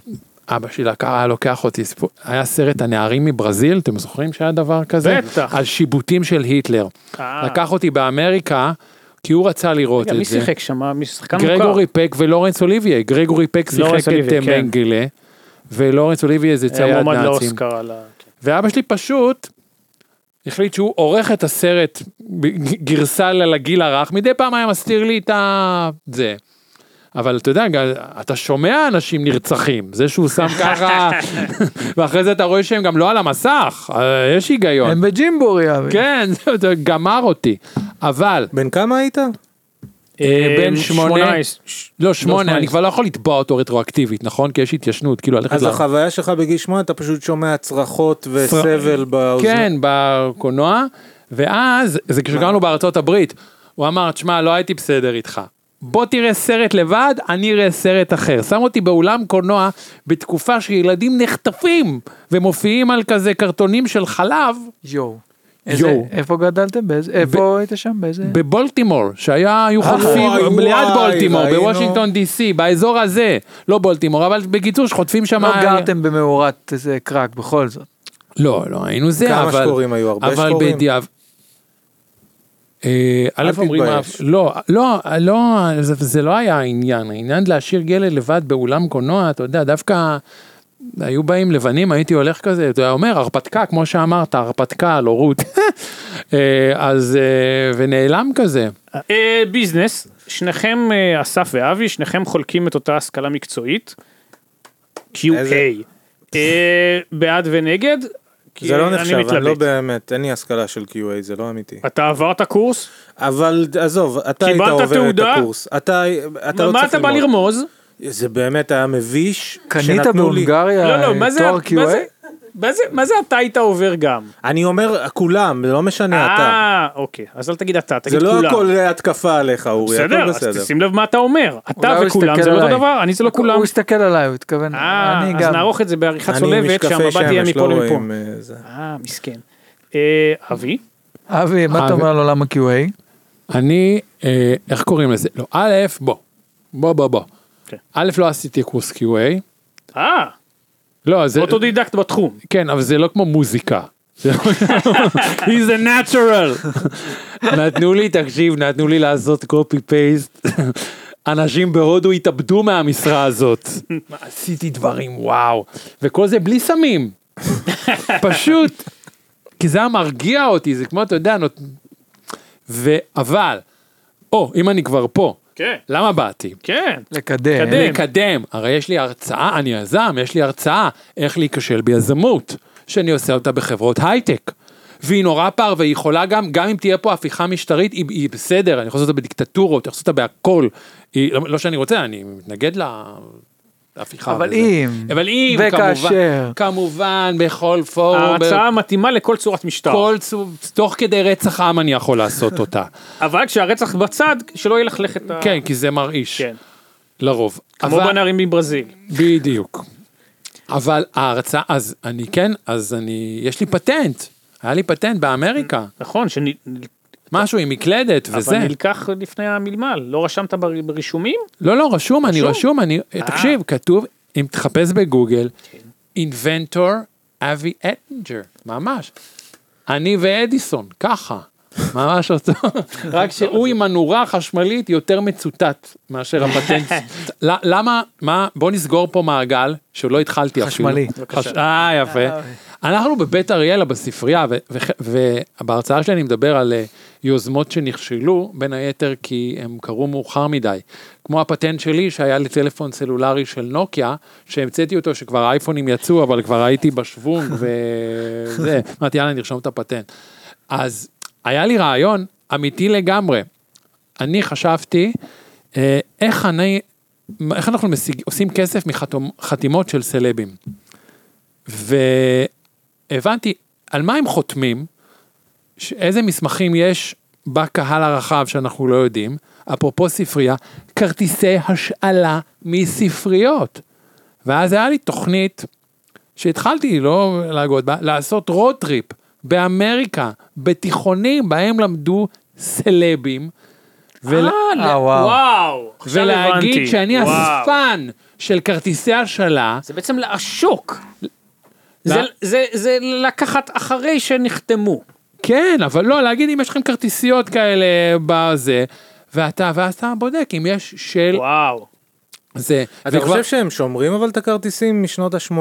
Speaker 4: אבא שלי לקח- היה לוקח אותי, סיפור- היה סרט הנערים מברזיל, אתם זוכרים שהיה דבר כזה?
Speaker 3: בטח.
Speaker 4: על שיבוטים של היטלר.
Speaker 3: אה.
Speaker 4: לקח אותי באמריקה, כי הוא רצה לראות
Speaker 3: רגע,
Speaker 4: את
Speaker 3: מי
Speaker 4: זה.
Speaker 3: שיחק שם? מי ששחקן מוכר? אה,
Speaker 4: גרגורי פק ולורנס אוליביה, גרגורי פק
Speaker 3: לורנס
Speaker 4: שיחק את
Speaker 3: אוליביה,
Speaker 4: אה,
Speaker 3: כן.
Speaker 4: מנגלה, ולורנס אוליביה זה
Speaker 3: היה
Speaker 4: צייד
Speaker 3: מועמד
Speaker 4: נאצים.
Speaker 3: לאוסקר על ה... כן.
Speaker 4: ואבא שלי פשוט החליט שהוא עורך את הסרט ב- גרסה ל- לגיל הרך, מדי פעם היה מסתיר לי את ה... זה. אבל אתה יודע, גם- אתה שומע אנשים נרצחים, זה שהוא שם ככה, ואחרי זה אתה רואה שהם גם לא על המסך, אה, יש
Speaker 3: לא.
Speaker 4: היגיון.
Speaker 2: הם בג'ימבורי, אבי.
Speaker 4: כן, זה- זה גמר אותי. אבל,
Speaker 1: בן כמה היית?
Speaker 4: אה, בן
Speaker 3: אה,
Speaker 4: שמונה,
Speaker 3: ש- שמונה.
Speaker 4: לא שמונה, אני כבר לא יכול לתבוע אותו רטרואקטיבית, נכון? כי יש התיישנות, כאילו ללכת
Speaker 1: אז
Speaker 4: ל-
Speaker 1: החוויה שלך בגיל שמונה, אתה פשוט שומע צרחות וסבל באוזניים.
Speaker 4: כן, בקולנוע, ואז, זה כשגרנו בארצות הברית, הוא אמר, תשמע, לא הייתי בסדר איתך. בוא תראה סרט לבד, אני אראה סרט אחר. שם אותי באולם קולנוע בתקופה שילדים נחטפים ומופיעים על כזה קרטונים של חלב,
Speaker 2: יואו. איזה-
Speaker 4: יואו.
Speaker 2: איפה גדלתם? באיזה- איפה היית שם? באיזה...
Speaker 4: בבולטימור, שהיה, היו חוטפים,
Speaker 1: אה, וואי,
Speaker 4: ליד
Speaker 1: וואי,
Speaker 4: בולטימור,
Speaker 1: ראינו.
Speaker 4: בוושינגטון די סי, באזור הזה, לא בולטימור, אבל בקיצור שחוטפים שם...
Speaker 2: לא גרתם במאורת איזה קרק בכל זאת.
Speaker 4: לא, לא, היינו זה,
Speaker 1: כמה
Speaker 4: אבל...
Speaker 1: שחורים היו? הרבה
Speaker 4: אבל
Speaker 1: שחורים?
Speaker 4: בדיעב... אה, א'
Speaker 1: אל
Speaker 4: אומרים,
Speaker 1: תתבייש.
Speaker 4: לא, לא, לא, זה, זה לא היה העניין, העניין להשאיר גלד לבד באולם קולנוע, אתה יודע, דווקא היו באים לבנים, הייתי הולך כזה, אתה אומר, הרפתקה, כמו שאמרת, הרפתקה, לא רות, אה, אז, אה, ונעלם כזה.
Speaker 3: אה, ביזנס, שניכם, אה, אסף ואבי, שניכם חולקים את אותה השכלה מקצועית. QA. אה, בעד ונגד? כי
Speaker 1: זה לא נחשב, אני
Speaker 3: מתלבט.
Speaker 1: לא באמת, אין לי השכלה של QA, זה לא אמיתי.
Speaker 3: אתה עברת קורס?
Speaker 1: אבל עזוב, אתה היית
Speaker 3: קיבלת
Speaker 1: עובר את
Speaker 3: תעודה?
Speaker 1: הקורס. אתה אתה לא
Speaker 3: מה
Speaker 1: צריך
Speaker 3: אתה בא
Speaker 1: ללמוד.
Speaker 3: לרמוז?
Speaker 1: זה באמת היה מביש.
Speaker 2: קנית
Speaker 1: שנתנו לי-
Speaker 2: בהונגריה
Speaker 3: לא, לא, מה זה-
Speaker 2: תואר
Speaker 3: מה זה-
Speaker 2: QA?
Speaker 3: מה זה- מה זה אתה היית עובר גם?
Speaker 1: אני אומר, כולם, לא משנה אתה.
Speaker 3: אה, אוקיי, אז אל תגיד אתה,
Speaker 1: זה
Speaker 3: תגיד
Speaker 1: לא
Speaker 3: כולם.
Speaker 1: הכל התקפה עליך, אורי,
Speaker 3: בסדר,
Speaker 1: הכל
Speaker 3: אז
Speaker 1: בסדר.
Speaker 3: תשים לב מה אתה אומר.
Speaker 2: אולי
Speaker 3: אתה
Speaker 2: הוא
Speaker 3: וכולם
Speaker 2: הסתכל
Speaker 3: זה לא
Speaker 2: עליי.
Speaker 3: אותו דבר, אני זה לא כולם.
Speaker 2: הוא הסתכל עליי, הוא התכוון.
Speaker 3: אה,
Speaker 2: אני
Speaker 3: אז
Speaker 2: גם.
Speaker 3: נערוך את זה בעריכה
Speaker 1: אני עם
Speaker 3: צולבת,
Speaker 1: משקפי
Speaker 3: שהמבט יהיה
Speaker 1: שמש, לא
Speaker 3: מפה למפה.
Speaker 1: רואים אה, זה.
Speaker 3: אה, מסכן. אה, אבי?
Speaker 2: אבי, מה אתה
Speaker 4: אבי.
Speaker 2: אומר על עולם ה-QA?
Speaker 4: אני, אה, איך קוראים לזה? לא, א', בוא, בוא, בוא, בוא.
Speaker 3: כן.
Speaker 4: א', לא עשיתי קורס QA.
Speaker 3: אה,
Speaker 4: לא, זה,
Speaker 3: אוטודידקט בתחום.
Speaker 4: כן, אבל זה לא כמו מוזיקה. זה לא- He's a natural. נתנו לי, תקשיב, נתנו לי לעשות קופי פייסט. אנשים בהודו התאבדו מהמשרה הזאת. עשיתי דברים, וואו. וכל זה בלי סמים. פשוט. כי זה היה מרגיע אותי, זה כמו, אתה יודע, נות... ו... אבל, או, אם אני כבר פה,
Speaker 3: כן,
Speaker 4: למה באתי?
Speaker 3: כן.
Speaker 2: לקדם.
Speaker 3: לקדם.
Speaker 4: לקדם, הרי יש לי הרצאה, אני יזם, יש לי הרצאה איך להיכשל ביזמות, שאני עושה אותה בחברות הייטק. והיא נורא פער והיא יכולה גם, גם אם תהיה פה הפיכה משטרית, היא, היא בסדר, אני יכול לעשות אותה בדיקטטורות, אני יכול לעשות אותה בהכל. היא, לא, לא שאני רוצה, אני מתנגד לה- להפיכה.
Speaker 2: אבל
Speaker 4: וזה.
Speaker 2: אם.
Speaker 4: אבל אם,
Speaker 2: וכאשר.
Speaker 4: כמובן, כמובן, בכל פורום.
Speaker 3: ההצעה מתאימה לכל צורת משטר.
Speaker 4: בכל צור, תוך כדי רצח עם אני יכול לעשות אותה.
Speaker 3: אבל כשהרצח בצד, שלא ילכלך את ה...
Speaker 4: כן, כי זה מרעיש,
Speaker 3: כן.
Speaker 4: לרוב.
Speaker 3: כמו
Speaker 4: אבל-
Speaker 3: בנערים מברזיל.
Speaker 4: בדיוק. אבל ההרצאה, אז אני כן, אז אני, יש לי פטנט. היה לי פטנט באמריקה,
Speaker 3: נכון, שנ-
Speaker 4: משהו עם מקלדת
Speaker 3: אבל
Speaker 4: וזה.
Speaker 3: נלקח לפני המלמל. לא רשמת בר- ברישומים?
Speaker 4: לא, לא, רשום, אני רשום, אני, תקשיב, כתוב, אם תחפש בגוגל, אינבנטור אבי אטינג'ר, ממש. אני ואדיסון, ככה. ממש אותו, רק שהוא עם הנורה החשמלית יותר מצוטט מאשר הפטנט. ל- למה, מה, בוא נסגור פה מעגל שעוד לא התחלתי אפילו.
Speaker 2: חשמלית.
Speaker 4: בבקשה. אה, יפה. אנחנו בבית אריאלה בספרייה, ו- ו- ובהרצאה שלי אני מדבר על אה, יוזמות שנכשלו, בין היתר כי הם קרו מאוחר מדי. כמו הפטנט שלי שהיה לי טלפון סלולרי של נוקיה, שהמצאתי אותו שכבר האייפונים יצאו, אבל כבר הייתי בשוונג וזה, אמרתי יאללה נרשום את הפטנט. אז היה לי רעיון אמיתי לגמרי. אני חשבתי, אה, איך אני, איך אנחנו משיג, עושים כסף מחתימות של סלבים. והבנתי על מה הם חותמים, ש- איזה מסמכים יש בקהל הרחב שאנחנו לא יודעים, אפרופו ספרייה, כרטיסי השאלה מספריות. ואז היה לי תוכנית שהתחלתי לא להגות בה, לעשות רוד טריפ באמריקה, בתיכונים בהם למדו סלבים. ול...
Speaker 2: אה, וואו.
Speaker 3: וואו, עכשיו
Speaker 4: ולהגיד
Speaker 3: הבנתי.
Speaker 4: שאני
Speaker 3: וואו.
Speaker 4: אספן של כרטיסי השאלה,
Speaker 3: זה בעצם לעשוק. זה-
Speaker 4: לא.
Speaker 3: זה- זה לקחת אחרי שנחתמו.
Speaker 4: כן, אבל לא, להגיד אם יש לכם כרטיסיות כאלה בזה, ואתה, ואז אתה בודק אם יש של
Speaker 3: וואו.
Speaker 4: זה.
Speaker 1: אתה
Speaker 4: וכבר-
Speaker 1: חושב שהם שומרים אבל את הכרטיסים משנות ה-80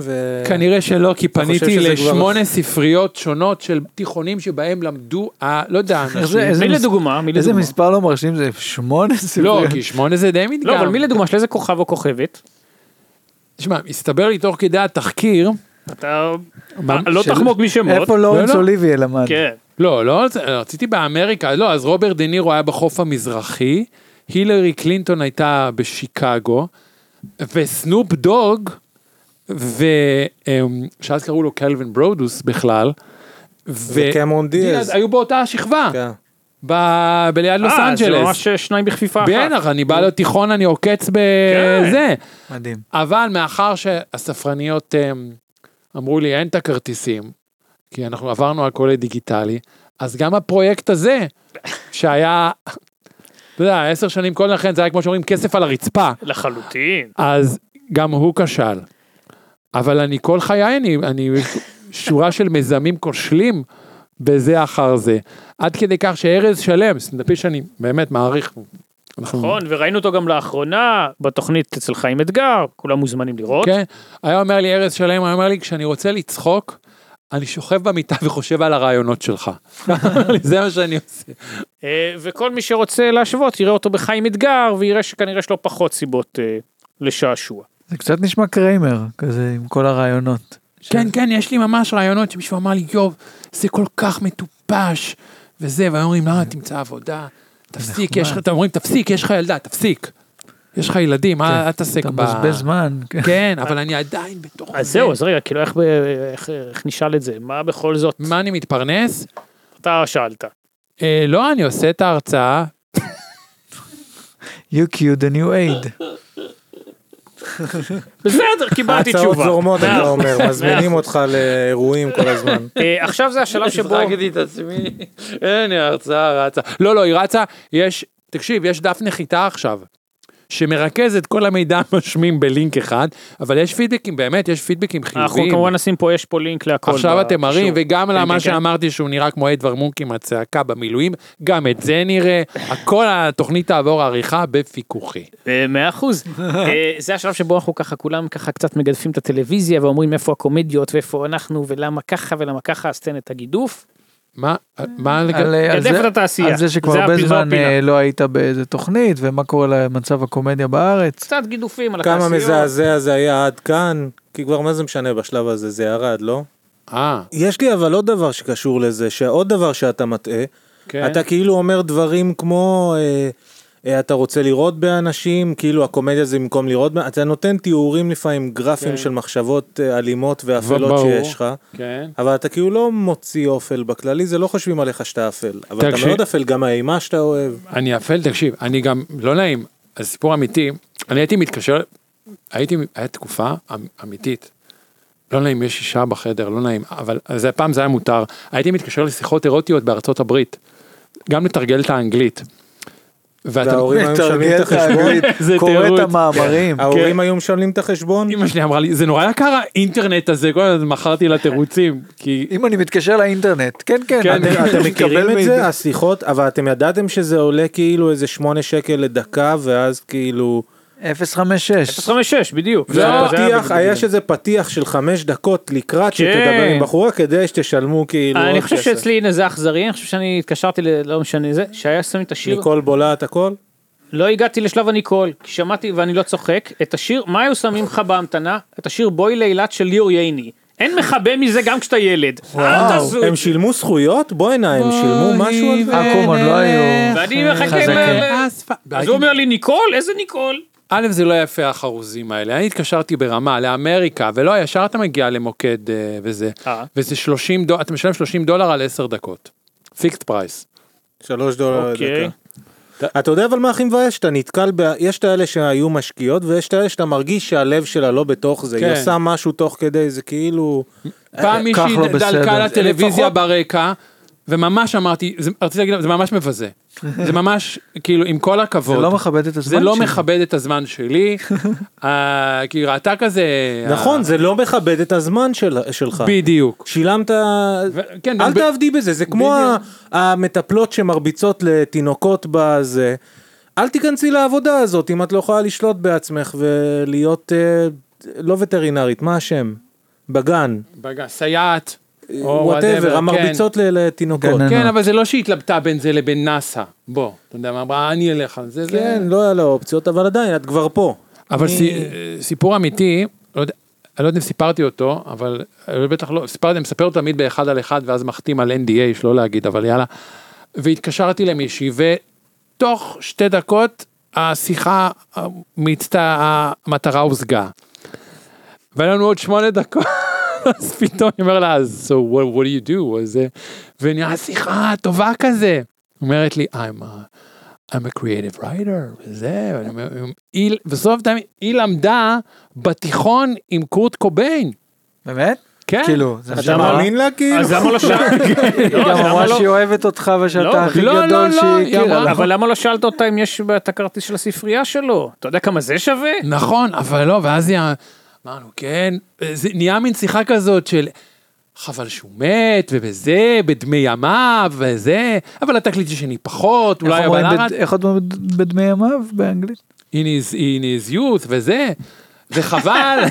Speaker 1: ו...
Speaker 3: כן,
Speaker 4: כנראה שלא, כי פניתי
Speaker 1: שזה כבר-
Speaker 4: לשמונה ספריות שונות של תיכונים שבהם למדו, אה, לא יודע,
Speaker 2: איך
Speaker 4: אנשים.
Speaker 2: זה- איזה
Speaker 3: מי
Speaker 2: מס-
Speaker 3: לדוגמה? מי
Speaker 2: איזה
Speaker 3: לדוגמה?
Speaker 2: מספר לא מרשים זה? שמונה ספריות.
Speaker 4: לא, כי שמונה זה די מתגר.
Speaker 3: לא, אבל מי לדוגמה של איזה כוכב או כוכבת?
Speaker 4: תשמע, הסתבר לי תוך כדי התחקיר,
Speaker 3: אתה
Speaker 4: מה-
Speaker 3: לא
Speaker 4: של-
Speaker 3: תחמוק משמות.
Speaker 2: איפה לורנס
Speaker 4: לא, לא.
Speaker 2: אוליביה למד?
Speaker 3: כן.
Speaker 4: לא, לא, רציתי באמריקה, לא, אז רוברט דה נירו היה בחוף המזרחי, הילרי קלינטון הייתה בשיקגו, וסנופ דוג, ו- אמ, שאז קראו לו קלווין ברודוס בכלל, ו...
Speaker 1: וקמרון דיאז.
Speaker 4: היו באותה השכבה,
Speaker 1: כן.
Speaker 4: ב- בליד לוס
Speaker 3: אה, זה
Speaker 4: אנג'לס.
Speaker 3: ממש שניים בכפיפה אחת. כן.
Speaker 4: בטח, אני בא לתיכון, אני עוקץ בזה.
Speaker 2: מדהים.
Speaker 4: אבל מאחר שהספרניות אמ, אמרו לי אין את הכרטיסים, כי אנחנו עברנו הכל לדיגיטלי, אז גם הפרויקט הזה, שהיה, אתה יודע, עשר שנים קודם לכן זה היה כמו שאומרים כסף על הרצפה,
Speaker 3: לחלוטין.
Speaker 4: אז גם הוא כשל. אבל אני כל חיי, אני, אני שורה של מיזמים כושלים בזה אחר זה. עד כדי כך שארז שלם, סטנדאפיסט שאני באמת מעריך. אנחנו-
Speaker 3: נכון, וראינו אותו גם לאחרונה בתוכנית אצל חיים אתגר, כולם מוזמנים לראות.
Speaker 4: כן, היה אומר לי ארז שלם, היה אומר לי, כשאני רוצה לצחוק, אני שוכב במיטה וחושב על הרעיונות שלך. זה מה שאני עושה.
Speaker 3: אה, וכל מי שרוצה להשוות יראה אותו בחיים אתגר ויראה שכנראה יש לו פחות סיבות אה, לשעשוע.
Speaker 2: זה קצת נשמע קריימר, כזה עם כל הרעיונות.
Speaker 4: כן, כן, יש לי ממש רעיונות שמישהו אמר לי, יוב, זה כל כך מטופש, וזה, והיו אומרים, לא, תמצא עבודה, תפסיק, יש לך, אתם אומרים, תפסיק, יש לך ילדה, תפסיק. יש לך ילדים, אל אל תעסק
Speaker 2: אתה
Speaker 4: ב...
Speaker 2: מבזבז זמן. כן.
Speaker 4: כן, אבל אני עדיין בתוך...
Speaker 3: אז
Speaker 4: זה.
Speaker 3: זהו, אז רגע, כאילו איך ב- איך- איך נשאל את זה? מה בכל זאת
Speaker 4: מה אני מתפרנס?
Speaker 3: אתה שאלת?
Speaker 4: אה, לא, אני עושה את ההרצאה.
Speaker 2: You cute the new aid.
Speaker 3: בסדר, קיבלתי
Speaker 1: ההצעות
Speaker 3: תשובה. אה,
Speaker 1: זורמות,
Speaker 3: מאה
Speaker 1: אתה
Speaker 4: לא-
Speaker 3: אחוז.
Speaker 1: אומר, מזמינים אותך לאירועים כל הזמן.
Speaker 3: אה, עכשיו זה השלב שבו...
Speaker 4: את עצמי, אין, היא הרצאה רצה. לא, לא, היא רצה, יש, תקשיב, יש דף נחיתה עכשיו, שמרכז את כל המידע המשמים בלינק אחד, אבל יש פידבקים, באמת, יש פידבקים
Speaker 3: אנחנו
Speaker 4: חיוביים.
Speaker 3: כמובן נשים פה, יש פה לינק להכל.
Speaker 4: עכשיו אתם מראים,
Speaker 3: בקישור.
Speaker 4: וגם
Speaker 3: כן, כן,
Speaker 4: למה
Speaker 3: כן.
Speaker 4: שאמרתי שהוא נראה כמו אדואר מונק עם הצעקה במילואים, גם את זה נראה, הכל התוכנית תעבור עריכה בפיקוחי.
Speaker 3: אה, מאה אחוז. אה, זה השלב שבו אנחנו ככה כולם ככה קצת מגדפים את הטלוויזיה ואומרים איפה הקומדיות ואיפה אנחנו ולמה ככה ולמה ככה אז תן את הגידוף.
Speaker 4: מה, מה, לגב-
Speaker 2: על, אה, על
Speaker 3: גדף
Speaker 2: זה-
Speaker 3: את התעשייה.
Speaker 2: על זה שכבר
Speaker 3: זה
Speaker 2: הרבה
Speaker 3: הפי- זו
Speaker 2: זמן
Speaker 3: הפינה.
Speaker 2: אה, לא היית באיזה תוכנית, ומה קורה למצב הקומדיה בארץ.
Speaker 3: קצת גידופים על
Speaker 1: כמה
Speaker 3: התעשיות.
Speaker 1: מזעזע זה היה עד כאן, כי כבר מה זה משנה בשלב הזה, זה ירד, לא?
Speaker 4: אה,
Speaker 1: יש לי אבל עוד דבר שקשור לזה, שעוד דבר שאתה מטעה,
Speaker 4: כן.
Speaker 1: אתה כאילו אומר דברים כמו, אה, אה, אתה רוצה לראות באנשים, כאילו הקומדיה זה במקום לראות, בא- אתה נותן תיאורים לפעמים
Speaker 2: כן.
Speaker 1: גרפיים של מחשבות אה, אלימות ואפלות
Speaker 4: ברור.
Speaker 1: שיש לך,
Speaker 4: כן.
Speaker 1: אבל אתה כאילו לא מוציא אופל בכללי, זה לא חושבים עליך שאתה אפל, אבל אתה
Speaker 4: תקשיב.
Speaker 1: מאוד אפל, גם האימה שאתה אוהב.
Speaker 2: כן,
Speaker 4: אני אפל, תקשיב, אני גם, לא נעים, אז סיפור אמיתי, אני הייתי מתקשר, הייתי, הייתה תקופה אמ- אמיתית, לא נעים, יש אישה בחדר, לא נעים, אבל אז הפעם זה היה מותר, הייתי מתקשר לשיחות אירוטיות בארצות הברית, גם לתרגל את האנגלית. ואתה,
Speaker 1: וההורים היו משלמים את החשבון,
Speaker 2: זה קורא את
Speaker 4: תירוץ.
Speaker 2: המאמרים.
Speaker 1: ההורים היו משלמים את החשבון,
Speaker 4: אמא שלי אמרה לי, זה נורא יקר האינטרנט הזה, כל הזמן מכרתי לה תירוצים, כי...
Speaker 2: אם אני מתקשר לאינטרנט, כן כן.
Speaker 4: כן,
Speaker 2: אני-
Speaker 1: אתם אתם
Speaker 2: אני
Speaker 1: מכירים
Speaker 2: מקבל
Speaker 1: את
Speaker 2: מידע.
Speaker 1: זה, השיחות, אבל אתם ידעתם שזה עולה כאילו איזה 8 שקל לדקה, ואז כאילו...
Speaker 2: 056.
Speaker 3: 056 בדיוק.
Speaker 1: זה
Speaker 3: היה- היה
Speaker 1: הפתיח,
Speaker 3: בדיוק.
Speaker 1: יש איזה פתיח של 5 דקות לקראת
Speaker 3: כן.
Speaker 1: שתדבר עם בחורה, כדי שתשלמו כאילו
Speaker 3: אני
Speaker 1: עוד
Speaker 3: חושב
Speaker 1: כסף.
Speaker 3: שאצלי הנה זה אכזרי, אני חושב שאני התקשרתי ל... לא משנה זה, שהיה שמים את השיר,
Speaker 1: ניקול בולעת הכל?
Speaker 3: לא הגעתי לשלב הניקול, כי שמעתי ואני לא צוחק, את השיר, מה היו שמים לך בהמתנה? את השיר בואי לאילת של ליאור ייני. אין מכבה מזה גם כשאתה ילד. אל תעשו את
Speaker 1: הם שילמו זכויות? בואנה, הם שילמו משהו על זה?
Speaker 2: הקומן לא היו.
Speaker 3: ואני מחכה
Speaker 2: חזקה.
Speaker 4: כן.
Speaker 3: ל- כן. אה,
Speaker 4: אה,
Speaker 3: אז הוא אומר לי ניקול? איזה ניקול?
Speaker 4: א', זה לא יפה החרוזים האלה, אני התקשרתי ברמה לאמריקה, ולא, ישר אתה מגיע למוקד אה, וזה,
Speaker 3: אה.
Speaker 4: וזה 30 דולר, אתה משלם 30 דולר על 10 דקות, פיקסט פרייס.
Speaker 2: אה,
Speaker 1: 3 דולר
Speaker 3: אוקיי.
Speaker 1: לדקה. אתה יודע אבל מה הכי מבאס? שאתה נתקל ב... יש את האלה שהיו משקיעות, ויש את האלה שאתה מרגיש שהלב שלה לא בתוך זה. היא
Speaker 4: כן.
Speaker 1: עושה משהו תוך כדי, זה כאילו...
Speaker 3: אה.
Speaker 4: פעם מישהי
Speaker 2: לא
Speaker 4: דלקה
Speaker 2: בסדר.
Speaker 4: לטלוויזיה
Speaker 1: לפחות-
Speaker 4: ברקע, וממש אמרתי, זה- רציתי להגיד, לה, זה ממש מבזה, זה ממש, כאילו, עם כל הכבוד.
Speaker 2: זה לא מכבד את הזמן
Speaker 4: זה לא
Speaker 2: שלי.
Speaker 4: מכבד את הזמן שלי, אה, כי היא ראתה כזה...
Speaker 1: נכון,
Speaker 4: אה,
Speaker 1: זה לא מכבד את הזמן של- שלך.
Speaker 4: בדיוק.
Speaker 1: שילמת,
Speaker 4: ו- כן,
Speaker 1: אל
Speaker 4: ו-
Speaker 1: תעבדי בזה, זה כמו ה- המטפלות שמרביצות לתינוקות בזה. אל תיכנסי לעבודה הזאת אם את לא יכולה לשלוט בעצמך ולהיות אה, לא וטרינרית, מה השם? בגן,
Speaker 4: בגע, סייעת, או
Speaker 1: וואטאבר,
Speaker 4: whatever,
Speaker 1: אה, המרביצות ל- לתינוקות.
Speaker 2: גננות.
Speaker 4: כן, אבל זה לא שהיא התלבטה בין זה לבין נאסא. בוא, אתה יודע מה, אמרה, אני אלך על זה. זה-
Speaker 1: כן, לא היה לה אופציות, אבל עדיין, את כבר פה.
Speaker 4: אבל סי- אה, סיפור אמיתי, לא יודע- אני לא יודע אם סיפרתי אותו, אבל אה, בטח לא, סיפרתי, אני מספר אותו תמיד באחד על אחד, ואז מחתים על NDA, שלא להגיד, אבל יאללה. והתקשרתי למישהי, ותוך שתי דקות השיחה אה, מיצתה, המטרה הושגה. והיה לנו עוד שמונה דקות. אז פתאום אני אומר לה, אז so what, what do you do? אז, אה, ונראה שיחה טובה כזה. אומרת לי, I'm a, I'm a creative writer, וזה, ואני אומר, היא, בסוף התאם, היא למדה בתיכון עם קורט קוביין.
Speaker 2: באמת?
Speaker 4: כן.
Speaker 7: כאילו, זה
Speaker 1: אתה מאמין לה כאילו?
Speaker 3: אז למה לא שאלת?
Speaker 7: היא גם
Speaker 3: למה
Speaker 7: אמרה
Speaker 3: לא-
Speaker 7: שהיא אוהבת אותך
Speaker 3: לא,
Speaker 7: ושאתה הכי
Speaker 4: לא, לא,
Speaker 7: גדול
Speaker 4: לא,
Speaker 7: שהיא כאילו,
Speaker 4: היא אמרה,
Speaker 7: הכירה.
Speaker 3: אבל למה לא שאלת אותה אם יש בה את הכרטיס של הספרייה שלו? אתה יודע כמה זה שווה?
Speaker 4: נכון, אבל לא, ואז היא... אמרנו, כן, זה נהיה מין שיחה כזאת של... חבל שהוא מת, ובזה, בדמי ימיו, וזה, אבל התקליט השני פחות,
Speaker 7: איך
Speaker 4: אולי
Speaker 7: אומרים
Speaker 4: אבל...
Speaker 7: בד- איך עוד אומרים בד- בדמי ימיו באנגלית?
Speaker 4: in his, in his youth וזה, וחבל,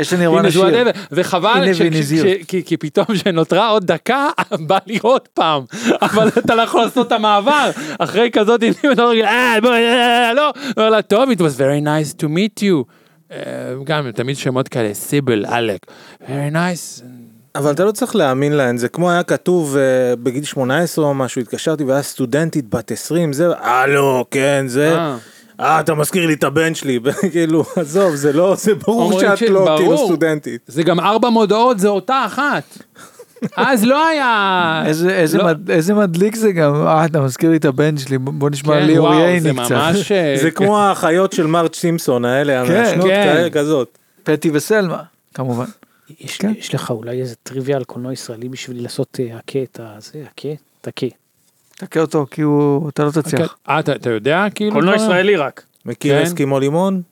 Speaker 7: יש לי
Speaker 4: הנה
Speaker 7: נראה
Speaker 4: זו
Speaker 7: לשיר.
Speaker 4: הדבר, וחבל
Speaker 7: הנה
Speaker 4: ש-
Speaker 7: והנה
Speaker 4: ש-
Speaker 7: זיוף.
Speaker 4: כי- כי פתאום שנותרה עוד דקה, בא לי עוד פעם, אבל אתה לא יכול לעשות את המעבר, אחרי כזאת, אם אתה אומר, "אה, בוא, אה, לא, אומר לה, טוב, it was very nice to meet you. אה, גם תמיד שמות כאלה, סיבל, אלק, very nice.
Speaker 1: אבל אתה לא צריך להאמין להן, זה כמו היה כתוב אה, בגיל 18 או משהו, התקשרתי והיה סטודנטית בת 20, זה, הלו, כן, זה,
Speaker 4: אה.
Speaker 1: אה, אתה מזכיר לי את הבן שלי, כאילו, עזוב, זה לא, זה ברור
Speaker 4: אומרים
Speaker 1: שאת
Speaker 4: ש-
Speaker 1: לא, כאילו,
Speaker 4: ברור.
Speaker 1: סטודנטית.
Speaker 4: זה גם ארבע מודעות, זה אותה אחת. אז לא היה...
Speaker 7: איזה- איזה
Speaker 4: לא-
Speaker 7: מד- איזה מדליק זה גם, אה, אתה מזכיר לי את הבן שלי, בוא בוא נשמע
Speaker 4: כן,
Speaker 7: לי
Speaker 4: וואו,
Speaker 7: אורייני
Speaker 4: זה
Speaker 7: קצת.
Speaker 4: ממש... אה,
Speaker 1: זה כמו האחיות של מרץ' סימפסון האלה, המעשנות
Speaker 4: כן.
Speaker 1: כאלה כזאת.
Speaker 7: פטי וסלמה, כמובן.
Speaker 3: יש,
Speaker 7: כן.
Speaker 3: יש לך אולי איזה טריוויה על קולנוע ישראלי בשביל לעשות אה, הכה את הזה, הכה, תכה.
Speaker 7: תכה אותו כי הוא, אתה לא תצליח.
Speaker 4: אה, אתה אתה יודע כאילו?
Speaker 3: קולנוע
Speaker 4: דברים?
Speaker 3: ישראלי רק.
Speaker 1: מכיר
Speaker 4: כן.
Speaker 1: אסקימו לימון?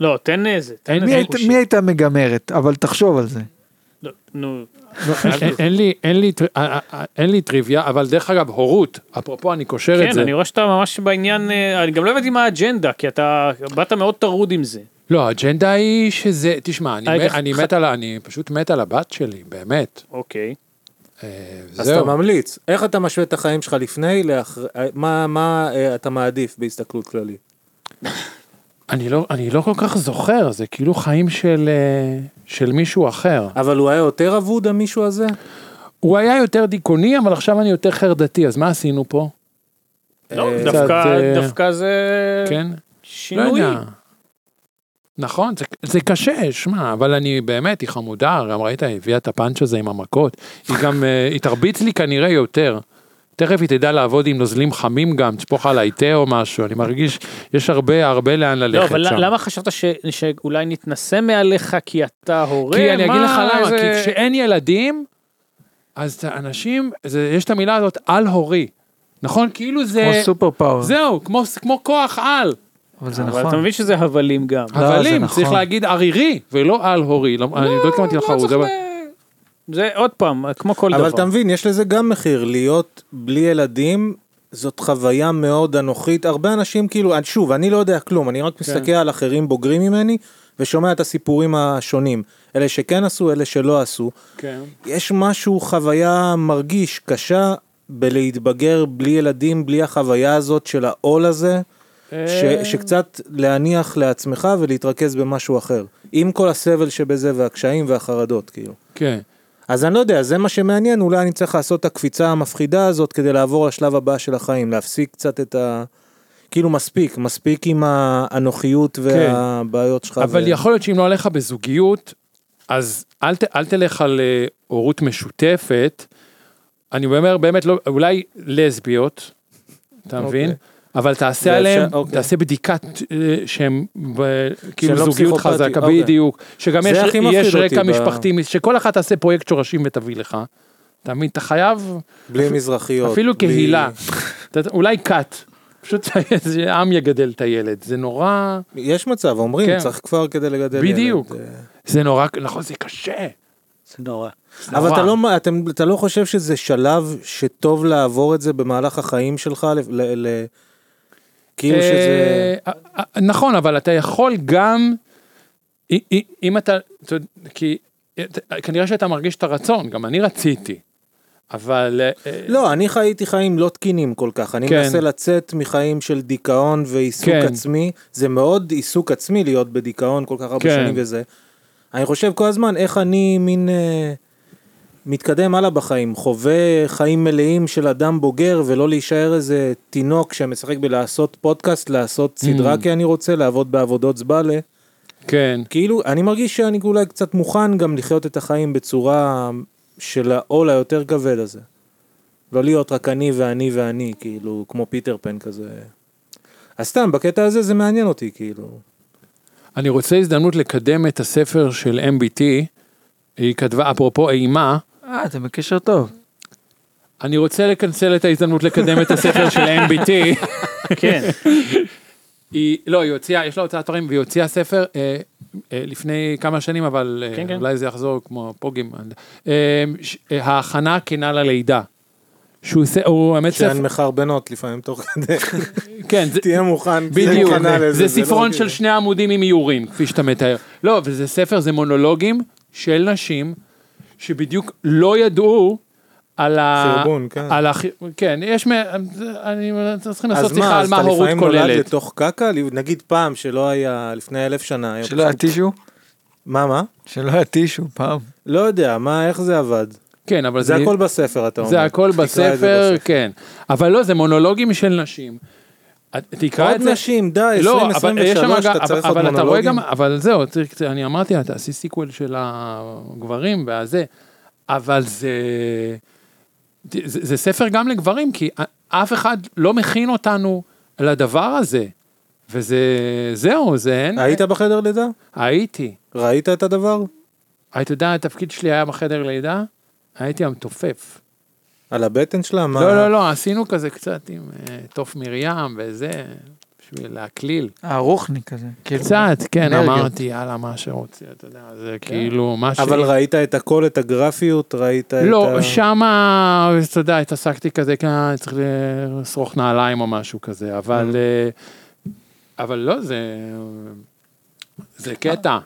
Speaker 3: לא, תן איזה, תן
Speaker 7: מי
Speaker 3: איזה
Speaker 7: היית-
Speaker 3: חושי.
Speaker 7: מי הייתה מגמרת? אבל תחשוב על זה.
Speaker 3: לא, נו,
Speaker 4: אין- אין לי- אין לי טר- אה, אה, אין לי טריוויה, אבל דרך אגב, הורות, אפרופו אני קושר את
Speaker 3: כן,
Speaker 4: זה.
Speaker 3: אני רואה שאתה ממש בעניין, אה, אני גם לא הבנתי מה האג'נדה, כי אתה באת מאוד טרוד עם זה.
Speaker 4: לא, האג'נדה היא שזה, תשמע, אני
Speaker 3: אה,
Speaker 4: מת-
Speaker 3: איך-
Speaker 4: אני מת על ה... אני פשוט מת על הבת שלי, באמת.
Speaker 3: אוקיי.
Speaker 4: אה,
Speaker 1: אז אתה
Speaker 4: זהו.
Speaker 1: ממליץ. איך אתה משווה את החיים שלך לפני, לאחר- מה- מה אה, אתה מעדיף בהסתכלות כללית?
Speaker 4: אני לא- אני לא כל כך זוכר, זה כאילו חיים של אה, של מישהו אחר.
Speaker 1: אבל הוא היה יותר אבוד המישהו הזה?
Speaker 4: הוא היה יותר דיכאוני, אבל עכשיו אני יותר חרדתי, אז מה עשינו פה?
Speaker 3: לא,
Speaker 1: אה,
Speaker 4: קצת,
Speaker 3: דווקא-
Speaker 4: אה,
Speaker 3: דווקא זה
Speaker 4: כן? לא
Speaker 3: שינוי.
Speaker 4: יודע. נכון, זה, זה קשה, שמע, אבל אני באמת, היא חמודה, גם ראית, היא הביאה את הפאנץ' הזה עם המכות. היא גם, אה, היא תרביץ לי כנראה יותר. תכף היא תדע לעבוד עם נוזלים חמים גם, תשפוך עליי תה או משהו, אני מרגיש, יש הרבה, הרבה לאן
Speaker 3: לא,
Speaker 4: ללכת
Speaker 3: אבל
Speaker 4: שם.
Speaker 3: למה חשבת ש- שאולי נתנסה מעליך כי אתה הורה?
Speaker 4: כי אני אגיד
Speaker 3: מה
Speaker 4: לך למה,
Speaker 3: זה-
Speaker 4: כי כשאין ילדים, אז אנשים, זה, יש את המילה הזאת על-הורי, נכון? כאילו
Speaker 7: כמו
Speaker 4: זה,
Speaker 7: סופר פאוור.
Speaker 4: זהו, כמו, כמו כוח על.
Speaker 7: אבל זה
Speaker 3: אבל אתה
Speaker 7: נכון.
Speaker 3: מבין שזה הבלים גם.
Speaker 7: לא, זה
Speaker 4: הבלים,
Speaker 7: נכון.
Speaker 4: צריך להגיד ערירי, ולא על-הורי, לא- אני לא התכוונתי לך,
Speaker 3: צריך
Speaker 4: אבל...
Speaker 3: זה עוד פעם, כמו כל דבר.
Speaker 1: אבל אתה מבין, יש לזה גם מחיר, להיות בלי ילדים. זאת חוויה מאוד אנוכית, הרבה אנשים כאילו, שוב, אני לא יודע כלום, אני רק מסתכל על אחרים בוגרים ממני ושומע את הסיפורים השונים, אלה שכן עשו, אלה שלא עשו,
Speaker 4: כן.
Speaker 1: יש משהו, חוויה מרגיש קשה בלהתבגר בלי ילדים, בלי החוויה הזאת של העול הזה, ש,
Speaker 3: אה,
Speaker 1: שקצת להניח לעצמך ולהתרכז במשהו אחר. עם כל הסבל שבזה והקשיים והחרדות, כאילו.
Speaker 4: כן.
Speaker 1: אז אני לא יודע, זה מה שמעניין, אולי אני צריך לעשות את הקפיצה המפחידה הזאת כדי לעבור לשלב הבא של החיים, להפסיק קצת את ה... כאילו מספיק, מספיק עם האנוכיות והבעיות שלך.
Speaker 4: כן. אבל יכול להיות שאם לא עליך בזוגיות, אז אל, ת, אל תלך על אה, הורות משותפת. אני אומר באמת, לא, אולי לסביות, אתה מבין? אבל תעשה
Speaker 1: ואפשר-
Speaker 4: עליהם,
Speaker 1: אוקיי.
Speaker 4: תעשה בדיקת אה, שהם ב- כאילו
Speaker 1: לא
Speaker 4: זוגיות
Speaker 1: פסיכופטי,
Speaker 4: חזקה,
Speaker 1: אוקיי.
Speaker 4: בדיוק, שגם
Speaker 1: זה
Speaker 4: יש,
Speaker 1: הכי מפחיד
Speaker 4: יש
Speaker 1: אותי
Speaker 4: רקע
Speaker 1: ב-
Speaker 4: משפחתי, שכל אחת תעשה פרויקט שורשים ותביא לך. אתה מבין? אתה חייב
Speaker 1: בלי מזרחיות.
Speaker 4: אפילו
Speaker 1: בלי-
Speaker 4: קהילה, אתה יודע, אולי כת, פשוט עם יגדל את הילד, זה נורא,
Speaker 1: יש מצב, אומרים,
Speaker 4: כן.
Speaker 1: צריך כפר כדי לגדל ילד.
Speaker 4: בדיוק.
Speaker 1: אה,
Speaker 4: זה נורא, נכון, זה קשה.
Speaker 3: זה נורא.
Speaker 1: אבל
Speaker 4: נורא.
Speaker 1: אתה לא, אתם, אתה לא חושב שזה שלב שטוב לעבור את זה במהלך החיים שלך? ל, ל, ל, כאילו שזה...
Speaker 4: אה, אה, אה, נכון, אבל אתה יכול גם, אי- אי- אם אתה, אתה יודע, כי אה, כנראה שאתה מרגיש את הרצון, גם אני רציתי, אבל אה, אה,
Speaker 1: לא, אני חייתי חיים לא תקינים כל כך. אני
Speaker 4: כן.
Speaker 1: מנסה לצאת מחיים של דיכאון ועיסוק
Speaker 4: כן.
Speaker 1: עצמי. זה מאוד עיסוק עצמי להיות בדיכאון כל כך הרבה
Speaker 4: כן.
Speaker 1: שנים וזה. אני חושב כל הזמן איך אני מין... אה, מתקדם הלאה בחיים, חווה חיים מלאים של אדם בוגר ולא להישאר איזה תינוק שמשחק בלעשות פודקאסט, לעשות סדרה
Speaker 4: Mm.
Speaker 1: כי אני רוצה, לעבוד בעבודות זבאלה.
Speaker 4: כן,
Speaker 1: כאילו, אני מרגיש שאני אולי קצת מוכן גם לחיות את החיים בצורה של העול היותר כבד הזה. לא להיות רק אני ואני ואני, כאילו, כמו פיטר פן כזה. אז סתם, בקטע הזה זה מעניין אותי, כאילו.
Speaker 4: אני רוצה הזדמנות לקדם את הספר של MBT, היא כתבה, אפרופו אימה,
Speaker 7: אה, אתה בקשר טוב.
Speaker 4: אני רוצה לקנצל את ההזדמנות לקדם את הספר של MBT.
Speaker 3: כן.
Speaker 4: היא, לא, היא הוציאה, יש לה הוצאת דברים, והיא הוציאה ספר אה, אה, לפני כמה שנים, אבל אה,
Speaker 3: כן, כן.
Speaker 4: אולי זה יחזור כמו פוגים. אה, ש- אה, ההכנה הכנה ללידה. שהוא עושה, הוא האמת
Speaker 1: שאין
Speaker 4: ספר,
Speaker 1: מחרבנות לפעמים תוך כדי.
Speaker 4: כן, זה-
Speaker 1: תהיה מוכן. תהיה
Speaker 4: בדיוק,
Speaker 1: מוכנה לזה,
Speaker 4: זה
Speaker 1: לא
Speaker 4: ספרון
Speaker 1: כאילו.
Speaker 4: של שני עמודים עם איורים, כפי שאתה מתאר. לא, וזה ספר, זה מונולוגים של נשים שבדיוק לא ידעו על ה...
Speaker 1: סרבון, כן.
Speaker 4: על הח... כן, יש מ... זה- אני... צריכים לעשות
Speaker 1: אז
Speaker 4: שיחה
Speaker 1: מה,
Speaker 4: על
Speaker 1: אז
Speaker 4: מה
Speaker 1: אתה
Speaker 4: הורות
Speaker 1: לפעמים נולד
Speaker 4: כוללת.
Speaker 1: לתוך קקע? נגיד פעם שלא היה, לפני אלף שנה. היום
Speaker 7: שלא היה
Speaker 1: פשוט-
Speaker 7: טישו?
Speaker 1: מה, מה?
Speaker 7: שלא היה טישו פעם.
Speaker 1: לא יודע, מה, איך זה עבד?
Speaker 4: כן, אבל
Speaker 1: זה הכל בספר, אתה אומר.
Speaker 4: זה הכל
Speaker 1: תקרא את זה
Speaker 4: בספר, כן. אבל לא, זה מונולוגים של נשים. את- תקרא
Speaker 1: עוד
Speaker 4: את זה.
Speaker 1: נשים, די,
Speaker 4: לא, אבל יש שם
Speaker 1: 2023,
Speaker 4: גם-
Speaker 1: אתה
Speaker 4: אבל-
Speaker 1: צריך עוד
Speaker 4: אבל אתה רואה
Speaker 1: מונולוגים.
Speaker 4: גם, אבל זהו, צריך- אני אמרתי לה, תעשי סיקוול של הגברים והזה, אבל זה... זה זה ספר גם לגברים, כי אף אחד לא מכין אותנו לדבר הזה. וזה, זהו, זה אין,
Speaker 1: היית בחדר לידה?
Speaker 4: הייתי.
Speaker 1: ראית את הדבר?
Speaker 4: אתה יודע, התפקיד שלי היה בחדר לידה, הייתי המתופף.
Speaker 1: על הבטן שלה? מה?
Speaker 4: לא, לא, לא, עשינו כזה קצת עם אה, תוף מרים וזה, בשביל להקליל.
Speaker 1: כן.
Speaker 7: אה, רוחני כזה. כאילו.
Speaker 4: קצת, כן,
Speaker 7: אנרגיות.
Speaker 4: אמרתי, יאללה, מה שרוצה, אתה יודע, זה כאילו, מה ש...
Speaker 1: כן. אבל ראית את הכל, את הגרפיות? ראית את
Speaker 4: לא,
Speaker 1: ה-
Speaker 4: שמה, אתה יודע, התעסקתי כזה, כן, צריך לשרוך נעליים או משהו כזה, אבל...
Speaker 1: Mm.
Speaker 4: אה, אבל לא, זה... זה
Speaker 1: אה.
Speaker 4: קטע.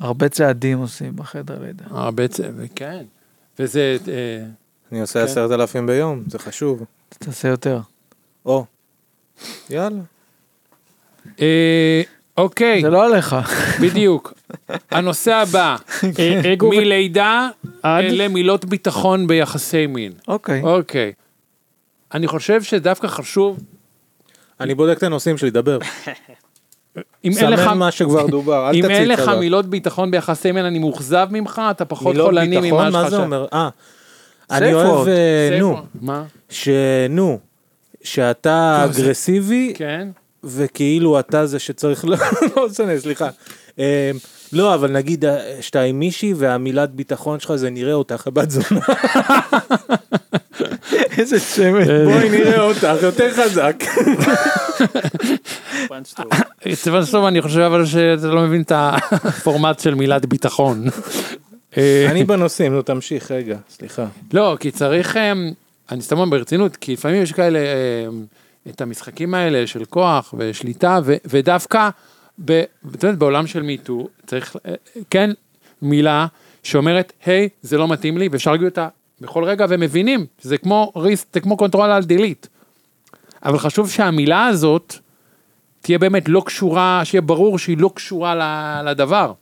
Speaker 7: הרבה צעדים עושים בחדר לידה.
Speaker 4: הרבה צ... כן. וזה... אה,
Speaker 1: אני עושה עשרת אלפים ביום, זה חשוב.
Speaker 7: אתה תעשה יותר.
Speaker 1: או. יאללה.
Speaker 4: אה, אוקיי,
Speaker 7: זה לא עליך.
Speaker 4: בדיוק. הנושא הבא,
Speaker 3: אה, אגו ו-
Speaker 4: מלידה
Speaker 3: עד.
Speaker 4: אלה מילות ביטחון ביחסי מין.
Speaker 7: אוקיי.
Speaker 4: אוקיי. אני חושב שדווקא חשוב,
Speaker 1: אני בודק את הנושאים שלי, דבר.
Speaker 4: אם אין לך,
Speaker 1: סמן מה שכבר דובר, אל
Speaker 4: אם אין
Speaker 1: תציץ
Speaker 4: לך
Speaker 1: עליו.
Speaker 4: מילות ביטחון ביחסי מין, אני מאוכזב ממך, אתה פחות
Speaker 1: מילות
Speaker 4: חולני ממה
Speaker 1: ביטחון,
Speaker 4: שחשבת.
Speaker 1: מה זה אומר? אה. אני
Speaker 7: safe
Speaker 1: אוהב,
Speaker 7: word.
Speaker 1: אה,
Speaker 4: זה
Speaker 1: נו,
Speaker 4: פה. מה?
Speaker 1: שנו, שאתה אגרסיבי,
Speaker 4: כן.
Speaker 1: וכאילו אתה זה שצריך, לא לא משנה, סליחה. אה, לא, אבל נגיד אה, שאתה עם מישהי והמילת ביטחון שלך זה נראה אותך, הבת זונה.
Speaker 7: איזה
Speaker 4: אה,
Speaker 7: צמד.
Speaker 1: בואי נראה אותך, יותר חזק.
Speaker 4: סבן סטוב, אני חושב אבל שאתה לא מבין את הפורמט של מילת ביטחון. אה,
Speaker 1: אני בנושאים, נו תמשיך, רגע, סליחה.
Speaker 4: לא, כי צריך, אמ, אני סתם אומר ברצינות, כי לפעמים יש כאלה, אמ, את המשחקים האלה של כוח ושליטה, ו- ודווקא, ב- את יודעת, בעולם של מיטו, צריך, אה, כן, מילה שאומרת, היי, זה לא מתאים לי, ואפשר להגיד אותה בכל רגע, ומבינים, זה כמו ריסט, זה כמו קונטרול על דילית. אבל חשוב שהמילה הזאת תהיה באמת לא קשורה, שיהיה ברור שהיא לא קשורה ל- לדבר.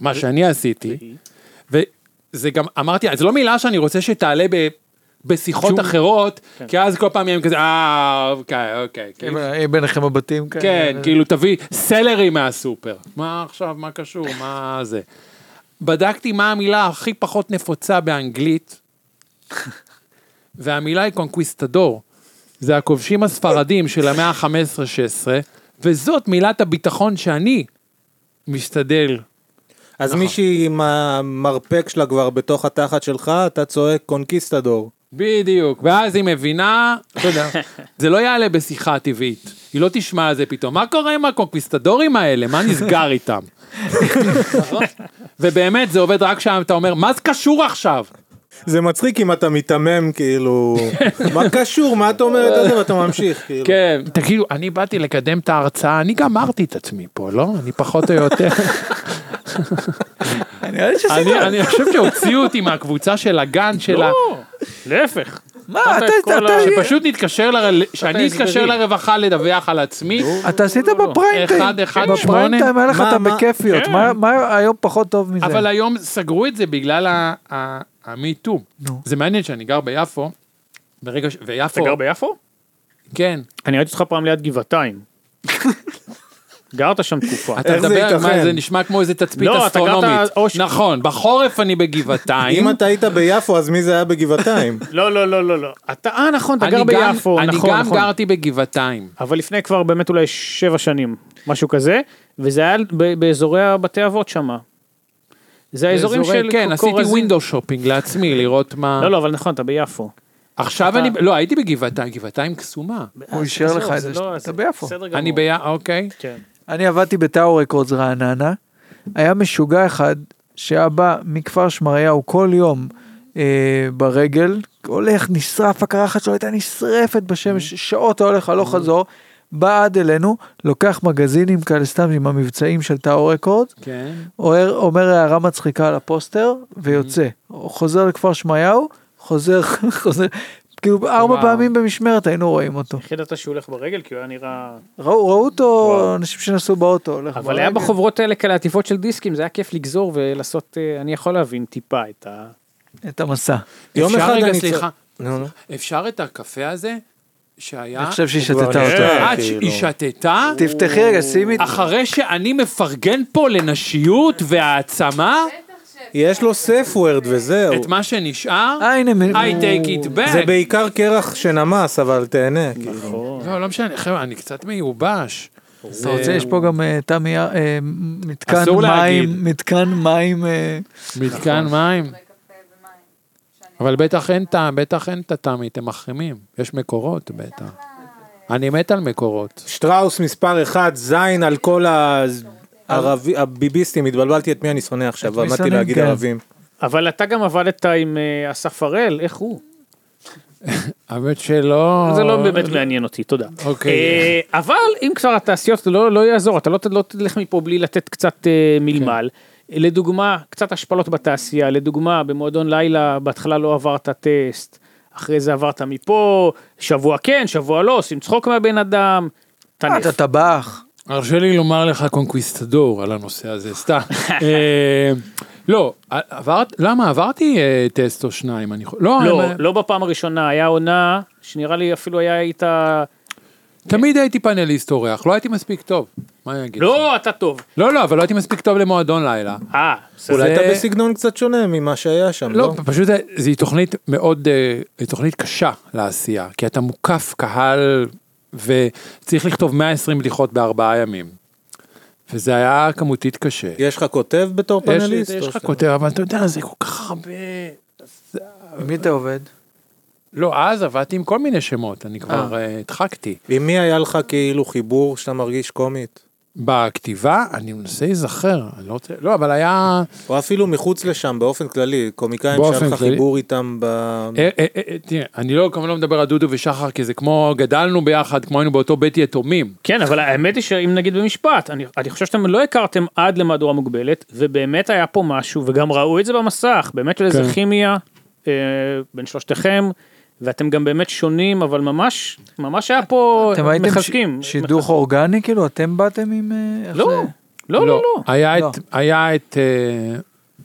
Speaker 4: מה שאני עשיתי, וזה גם, אמרתי, זו לא מילה שאני רוצה שתעלה ב... בשיחות אחרות, כי אז כל פעם יהיה כאילו כזה, אה, אוקיי, אוקיי, כאילו,
Speaker 7: אם ביניכם הבתים כאלה.
Speaker 4: כן, כאילו תביא סלרי מהסופר, מה עכשיו, מה קשור, מה זה. בדקתי מה המילה הכי פחות נפוצה באנגלית, והמילה היא קונקוויסטדור. זה הכובשים הספרדים של המאה ה-15-16, וזאת מילת הביטחון שאני משתדל
Speaker 1: אז מישהי עם המרפק שלה כבר בתוך התחת שלך, אתה צועק קונקיסטדור.
Speaker 4: בדיוק, ואז היא מבינה, אתה יודע, זה לא יעלה בשיחה טבעית, היא לא תשמע על זה פתאום, מה קורה עם הקונקוויסטדורים האלה, מה נסגר איתם? נכון? ובאמת זה עובד רק כשאתה אומר, מה זה קשור עכשיו?
Speaker 1: זה מצחיק אם אתה מיתמם, כאילו, מה קשור, מה את אומרת על זה, ואתה ממשיך, כאילו.
Speaker 4: כן. תגידו, אני באתי לקדם את ההרצאה, אני גמרתי את עצמי פה, לא? אני פחות או יותר.
Speaker 7: נראה לי שעשית.
Speaker 4: אני אני חושב שהוציאו אותי מהקבוצה של הגן של
Speaker 3: לא.
Speaker 4: ה...
Speaker 3: להפך.
Speaker 7: מה,
Speaker 3: אמרת
Speaker 7: אתה-
Speaker 3: את כל
Speaker 7: אתה-
Speaker 3: ה-
Speaker 7: אתה-
Speaker 4: שפשוט נתקשר, לר- שאני אתקשר
Speaker 3: הסברים.
Speaker 4: לרווחה לדווח על עצמי,
Speaker 7: אתה עשית
Speaker 2: לא.
Speaker 7: בפריים טיים.
Speaker 4: אחד, אחד, שמונה.
Speaker 7: בפריים טיים היה לך
Speaker 1: מה,
Speaker 7: את
Speaker 1: מה?
Speaker 7: הבכיפיות.
Speaker 3: כן.
Speaker 7: מה- מה היום פחות טוב מזה?
Speaker 4: אבל היום סגרו את זה בגלל המיטו.
Speaker 7: נו.
Speaker 4: זה מעניין שאני גר ביפו, ברגע ש... ויפו,
Speaker 3: אתה גר ביפו?
Speaker 4: כן,
Speaker 3: אני ראיתי אותך פעם ליד גבעתיים. גרת שם תקופה.
Speaker 4: אתה
Speaker 1: איך זה
Speaker 4: מדבר, מה
Speaker 1: ייתכן?
Speaker 4: זה נשמע כמו איזה תצפית
Speaker 3: לא, אתה
Speaker 4: אסטרונומית.
Speaker 3: גרת- או ש-
Speaker 4: נכון, בחורף אני בגבעתיים.
Speaker 1: אם אתה היית ביפו, אז מי זה היה בגבעתיים?
Speaker 3: לא, לא, לא, לא, לא. אתה, אה, נכון, אתה
Speaker 4: אני
Speaker 3: גר
Speaker 4: גם-
Speaker 3: ביפו,
Speaker 4: אני
Speaker 3: נכון,
Speaker 4: גם
Speaker 3: נכון.
Speaker 4: גרתי בגבעתיים.
Speaker 3: אבל לפני כבר באמת אולי שבע שנים, משהו כזה, וזה היה ב- באזורי הבתי אבות שמה. זה האזורים של
Speaker 4: כן, עשיתי
Speaker 3: כורזים.
Speaker 4: ווינדו שופינג לעצמי, לראות מה...
Speaker 3: לא, לא, אבל נכון, אתה ביפו.
Speaker 4: עכשיו
Speaker 3: אתה-
Speaker 4: אני... לא, הייתי בגבעתיים, גבעתיים קסומה.
Speaker 2: הוא אישר
Speaker 3: עזוב,
Speaker 2: לך את זה,
Speaker 3: לא-
Speaker 2: אתה ביפו.
Speaker 3: בסדר גמור.
Speaker 4: אני ב... אוקיי.
Speaker 3: כן.
Speaker 2: אני עבדתי בטאו רקורדס רעננה, היה משוגע אחד שהיה בא מכפר שמריהו כל יום אה, ברגל, הולך, נשרף, הקרחת שלו הייתה נשרפת
Speaker 7: Mm.
Speaker 2: בשמש, שעות הולך הלוך חזור, בא עד אלינו, לוקח מגזינים כאלה סתם עם המבצעים של טאו רקורדס,
Speaker 4: כן.
Speaker 2: אומר, אומר הערה מצחיקה על הפוסטר ויוצא, חוזר לכפר שמריהו, חוזר, חוזר, כאילו ארבע
Speaker 4: וואו.
Speaker 2: פעמים במשמרת היינו רואים אותו.
Speaker 3: יחיד אתה שהוא הולך ברגל, כי הוא היה נראה...
Speaker 2: ראו, ראו אותו אנשים שנסעו באוטו. הולך
Speaker 3: אבל היה
Speaker 2: ברגל.
Speaker 3: בחוברות האלה כאלה עטיפות של דיסקים, זה היה כיף לגזור ולעשות, אה, אני יכול להבין טיפה את ה...
Speaker 2: את המסע.
Speaker 1: יום
Speaker 4: אפשר
Speaker 1: אחד
Speaker 4: רגע,
Speaker 1: אני צ-
Speaker 4: סליחה,
Speaker 1: נו, נו.
Speaker 4: אפשר את הקפה הזה שהיה...
Speaker 2: אני חושב שהיא שתתה
Speaker 1: כבר
Speaker 2: אותו.
Speaker 1: נראה.
Speaker 4: את
Speaker 1: כאילו.
Speaker 4: היא שתתה,
Speaker 2: תפתחי רגע, שימי.
Speaker 4: אחרי שאני מפרגן פה לנשיות והעצמה,
Speaker 1: יש לו safe word וזהו.
Speaker 4: את מה שנשאר,
Speaker 2: אה, הנה, מ-
Speaker 4: I take it
Speaker 1: זה
Speaker 4: back.
Speaker 1: בעיקר קרח שנמס, אבל תהנה. כאילו.
Speaker 4: לא, לא משנה, חבר'ה, אני קצת מיובש.
Speaker 2: אתה רוצה, יש פה גם אה, תמי, אה, מתקן
Speaker 4: אסור להגיד.
Speaker 2: מים, מתקן מים, אה,
Speaker 4: מתקן מים. אבל בטח אין טעם, בטח אין את הטעם, אתם מחרימים. יש מקורות בטח. אני מת על מקורות.
Speaker 1: שטראוס מספר 1, זין על כל הערבי- הביביסטים, התבלבלתי את מי אני שונא עכשיו,
Speaker 2: את מי
Speaker 1: עמדתי
Speaker 2: שונאים,
Speaker 1: להגיד
Speaker 2: כן.
Speaker 1: ערבים.
Speaker 3: אבל אתה גם עבדת עם אה, אסף הראל, איך הוא?
Speaker 4: האמת שלא...
Speaker 3: זה לא באמת מעניין אותי, תודה.
Speaker 4: אוקיי.
Speaker 3: אה, אבל אם כבר התעשיות, לא לא יעזור, אתה לא ת- לא תלך מפה בלי לתת קצת אה, מלמל.
Speaker 2: כן.
Speaker 3: לדוגמה, קצת השפלות בתעשייה, לדוגמה, במועדון לילה בהתחלה לא עברת טסט, אחרי זה עברת מפה, שבוע כן, שבוע לא, עושים צחוק מהבן אדם,
Speaker 2: אה,
Speaker 3: תנף.
Speaker 2: אתה טבח.
Speaker 4: הרשה לי לומר לך קונקוויסטדור על הנושא הזה, סתם. אה, לא, עברת, למה עברתי אה, טסט או שניים? אני חו- לא,
Speaker 3: לא,
Speaker 4: אה,
Speaker 3: לא בפעם הראשונה, היה עונה שנראה לי אפילו היה איתה...
Speaker 4: תמיד הייתי פאנליסט אורח, לא הייתי מספיק טוב. מה אני אגיד? לך?
Speaker 3: לא, אתה טוב.
Speaker 4: לא, לא, אבל לא הייתי מספיק טוב למועדון לילה.
Speaker 3: אה, בסדר.
Speaker 1: אולי
Speaker 4: זה-
Speaker 1: אתה בסגנון קצת שונה ממה שהיה שם,
Speaker 4: לא,
Speaker 1: לא?
Speaker 4: פשוט זה- זה- היא תוכנית מאוד, אה, היא תוכנית קשה לעשייה, כי אתה מוקף קהל וצריך לכתוב 120 בדיחות בארבעה ימים. וזה היה כמותית קשה.
Speaker 1: יש לך כותב בתור
Speaker 4: יש-
Speaker 1: פאנליסט?
Speaker 4: יש
Speaker 1: או
Speaker 4: לך
Speaker 1: שאתה-
Speaker 4: כותב, אבל אתה יודע, זה כל כך הרבה...
Speaker 2: מי אתה עובד?
Speaker 4: לא, אז עבדתי עם כל מיני שמות, אני כבר אה, הדחקתי.
Speaker 1: עם מי היה לך כאילו חיבור שאתה מרגיש קומית?
Speaker 4: בכתיבה, אני מנסה להיזכר, אני לא רוצה... לא, אבל היה...
Speaker 1: או אפילו מחוץ לשם, באופן כללי, קומיקאים
Speaker 4: באופן
Speaker 1: שהיה לך
Speaker 4: כללי.
Speaker 1: חיבור איתם ב...
Speaker 4: אה, אה, אה, אה, תראה, אני לא, כמובן לא מדבר על דודו ושחר, כי זה כמו גדלנו ביחד, כמו היינו באותו בית יתומים.
Speaker 3: כן, אבל האמת היא שאם נגיד במשפט, אני, אני חושב שאתם לא הכרתם עד למהדורה מוגבלת, ובאמת היה פה משהו, וגם ראו את זה במסך, באמת של איזה
Speaker 4: כן.
Speaker 3: כימיה אה, בין שלושתכם, ואתם גם באמת שונים, אבל ממש, ממש היה פה,
Speaker 2: אתם הייתם
Speaker 3: מחזקים.
Speaker 2: ש- שידוך אורגני כאילו? אתם באתם עם... אה, איך
Speaker 3: לא,
Speaker 2: זה?
Speaker 3: לא, לא, לא.
Speaker 4: היה
Speaker 2: לא.
Speaker 4: את, היה את אה,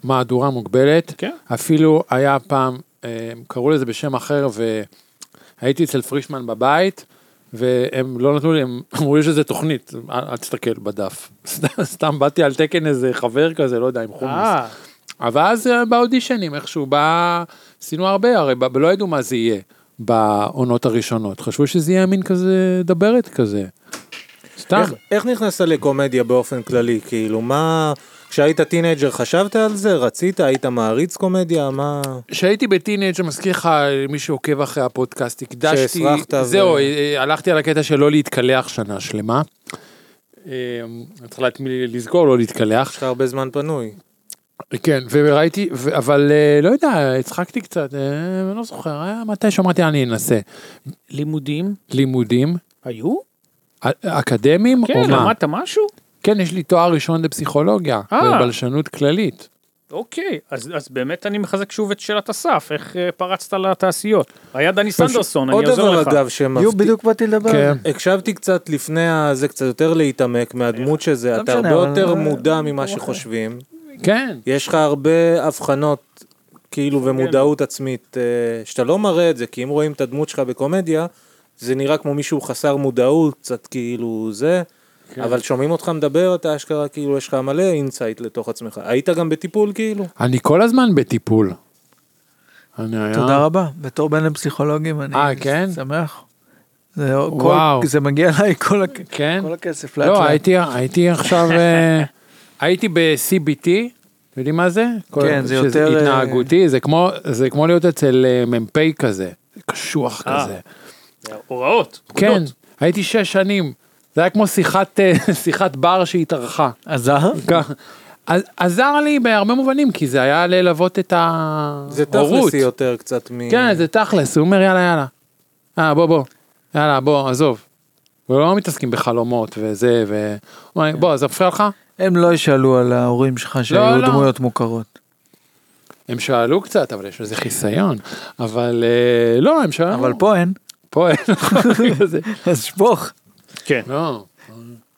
Speaker 4: מהדורה מוגבלת,
Speaker 3: כן.
Speaker 4: אפילו היה פעם, אה, קראו לזה בשם אחר, והייתי אצל פרישמן בבית, והם לא נתנו לי, הם אמרו לי שזה תוכנית, אל אל תסתכל בדף. סתם- סתם באתי על תקן איזה חבר כזה, לא יודע, עם חומוס.
Speaker 3: אה,
Speaker 4: אבל אז אה, באודישנים איכשהו בא, עשינו הרבה, הרי ב- לא ידעו מה זה יהיה בעונות הראשונות, חשבו שזה יהיה מין כזה דברת כזה. סתם.
Speaker 1: איך- איך נכנסת לקומדיה באופן כללי? כאילו, מה... כשהיית טינג'ר חשבת על זה? רצית? היית מעריץ קומדיה? מה...
Speaker 4: כשהייתי בטינג' מזכיר לך, מי שעוקב אחרי הפודקאסט, הקדשתי,
Speaker 1: שהסרחת ו-
Speaker 4: זהו, אה, אה, הלכתי על הקטע של לא להתקלח שנה שלמה. אה, אני צריך להתמיד לזכור לא להתקלח.
Speaker 1: יש לך הרבה זמן פנוי.
Speaker 4: כן, וראיתי, ו- אבל אה, לא יודע, הצחקתי קצת, אה, לא זוכר, אה, מתי שאמרתי אני אנסה.
Speaker 3: לימודים
Speaker 4: לימודים
Speaker 3: היו?
Speaker 4: א- אקדמיים או
Speaker 3: כן,
Speaker 4: מה?
Speaker 3: למדת משהו?
Speaker 4: כן, יש לי תואר ראשון בפסיכולוגיה,
Speaker 3: אה.
Speaker 4: בבלשנות כללית.
Speaker 3: אוקיי, אז, אז באמת אני מחזק שוב את שאלת אסף, איך אה, פרצת לתעשיות. היה דני סנדרסון, אני
Speaker 1: עוד
Speaker 3: עוזר לך.
Speaker 1: דבר אגב
Speaker 2: יו,
Speaker 1: שמבטיח...
Speaker 2: בדיוק באתי לדבר.
Speaker 4: כן.
Speaker 1: הקשבתי קצת לפני זה, קצת יותר להתעמק מהדמות שזה,
Speaker 2: לא
Speaker 1: אתה
Speaker 2: משנה,
Speaker 1: הרבה
Speaker 2: אבל-
Speaker 1: יותר מודע ממה שחושבים,
Speaker 4: כן.
Speaker 1: יש לך הרבה הבחנות, כאילו, ומודעות עצמית, אה, שאתה לא מראה את זה, כי אם רואים את הדמות שלך בקומדיה, זה נראה כמו מישהו חסר מודעות, קצת כאילו זה,
Speaker 4: כן.
Speaker 1: אבל שומעים אותך מדבר, אתה אשכרה, כאילו, יש לך מלא אינצייט לתוך עצמך. היית גם בטיפול, כאילו?
Speaker 4: אני כל הזמן בטיפול. אני היה...
Speaker 2: תודה רבה. בתור בן לפסיכולוגים אני
Speaker 4: אה, כן?
Speaker 2: שמח. זה כל-
Speaker 4: וואו.
Speaker 2: זה מגיע אליי כל הכ-
Speaker 4: כן?
Speaker 2: כל הכסף לאט
Speaker 4: לא,
Speaker 2: לאט.
Speaker 4: הייתי, הייתי עכשיו, אה, הייתי ב-CBT, יודעים מה זה? כל-
Speaker 2: כן, זה
Speaker 4: שזה
Speaker 2: יותר, אה,
Speaker 4: התנהגותי, זה כמו, זה כמו להיות אצל אה, מ"פ כזה, קשוח
Speaker 3: אה,
Speaker 4: כזה.
Speaker 3: הוראות. פקודות.
Speaker 4: כן, הייתי שש שנים, זה היה כמו שיחת, אה, שיחת בר שהתארכה.
Speaker 2: עזר?
Speaker 4: כך. כן. אז- עזר לי בהרבה מובנים, כי זה היה ללוות את ההורות.
Speaker 1: זה תכלסי יותר קצת מ...
Speaker 4: כן, זה תכלס, הוא אומר יאללה יאללה. אה בוא בוא. יאללה בוא עזוב. ולא מתעסקים בחלומות וזה ו... הוא אומר, בוא זה מפריע לך?
Speaker 2: הם לא ישאלו על ההורים שלך שהיו
Speaker 4: לא.
Speaker 2: דמויות מוכרות.
Speaker 4: הם שאלו קצת אבל יש לזה חיסיון. אבל אה, לא הם שאלו.
Speaker 2: אבל פה אין,
Speaker 4: פה אין. כזה.
Speaker 2: אז שפוך.
Speaker 4: לא.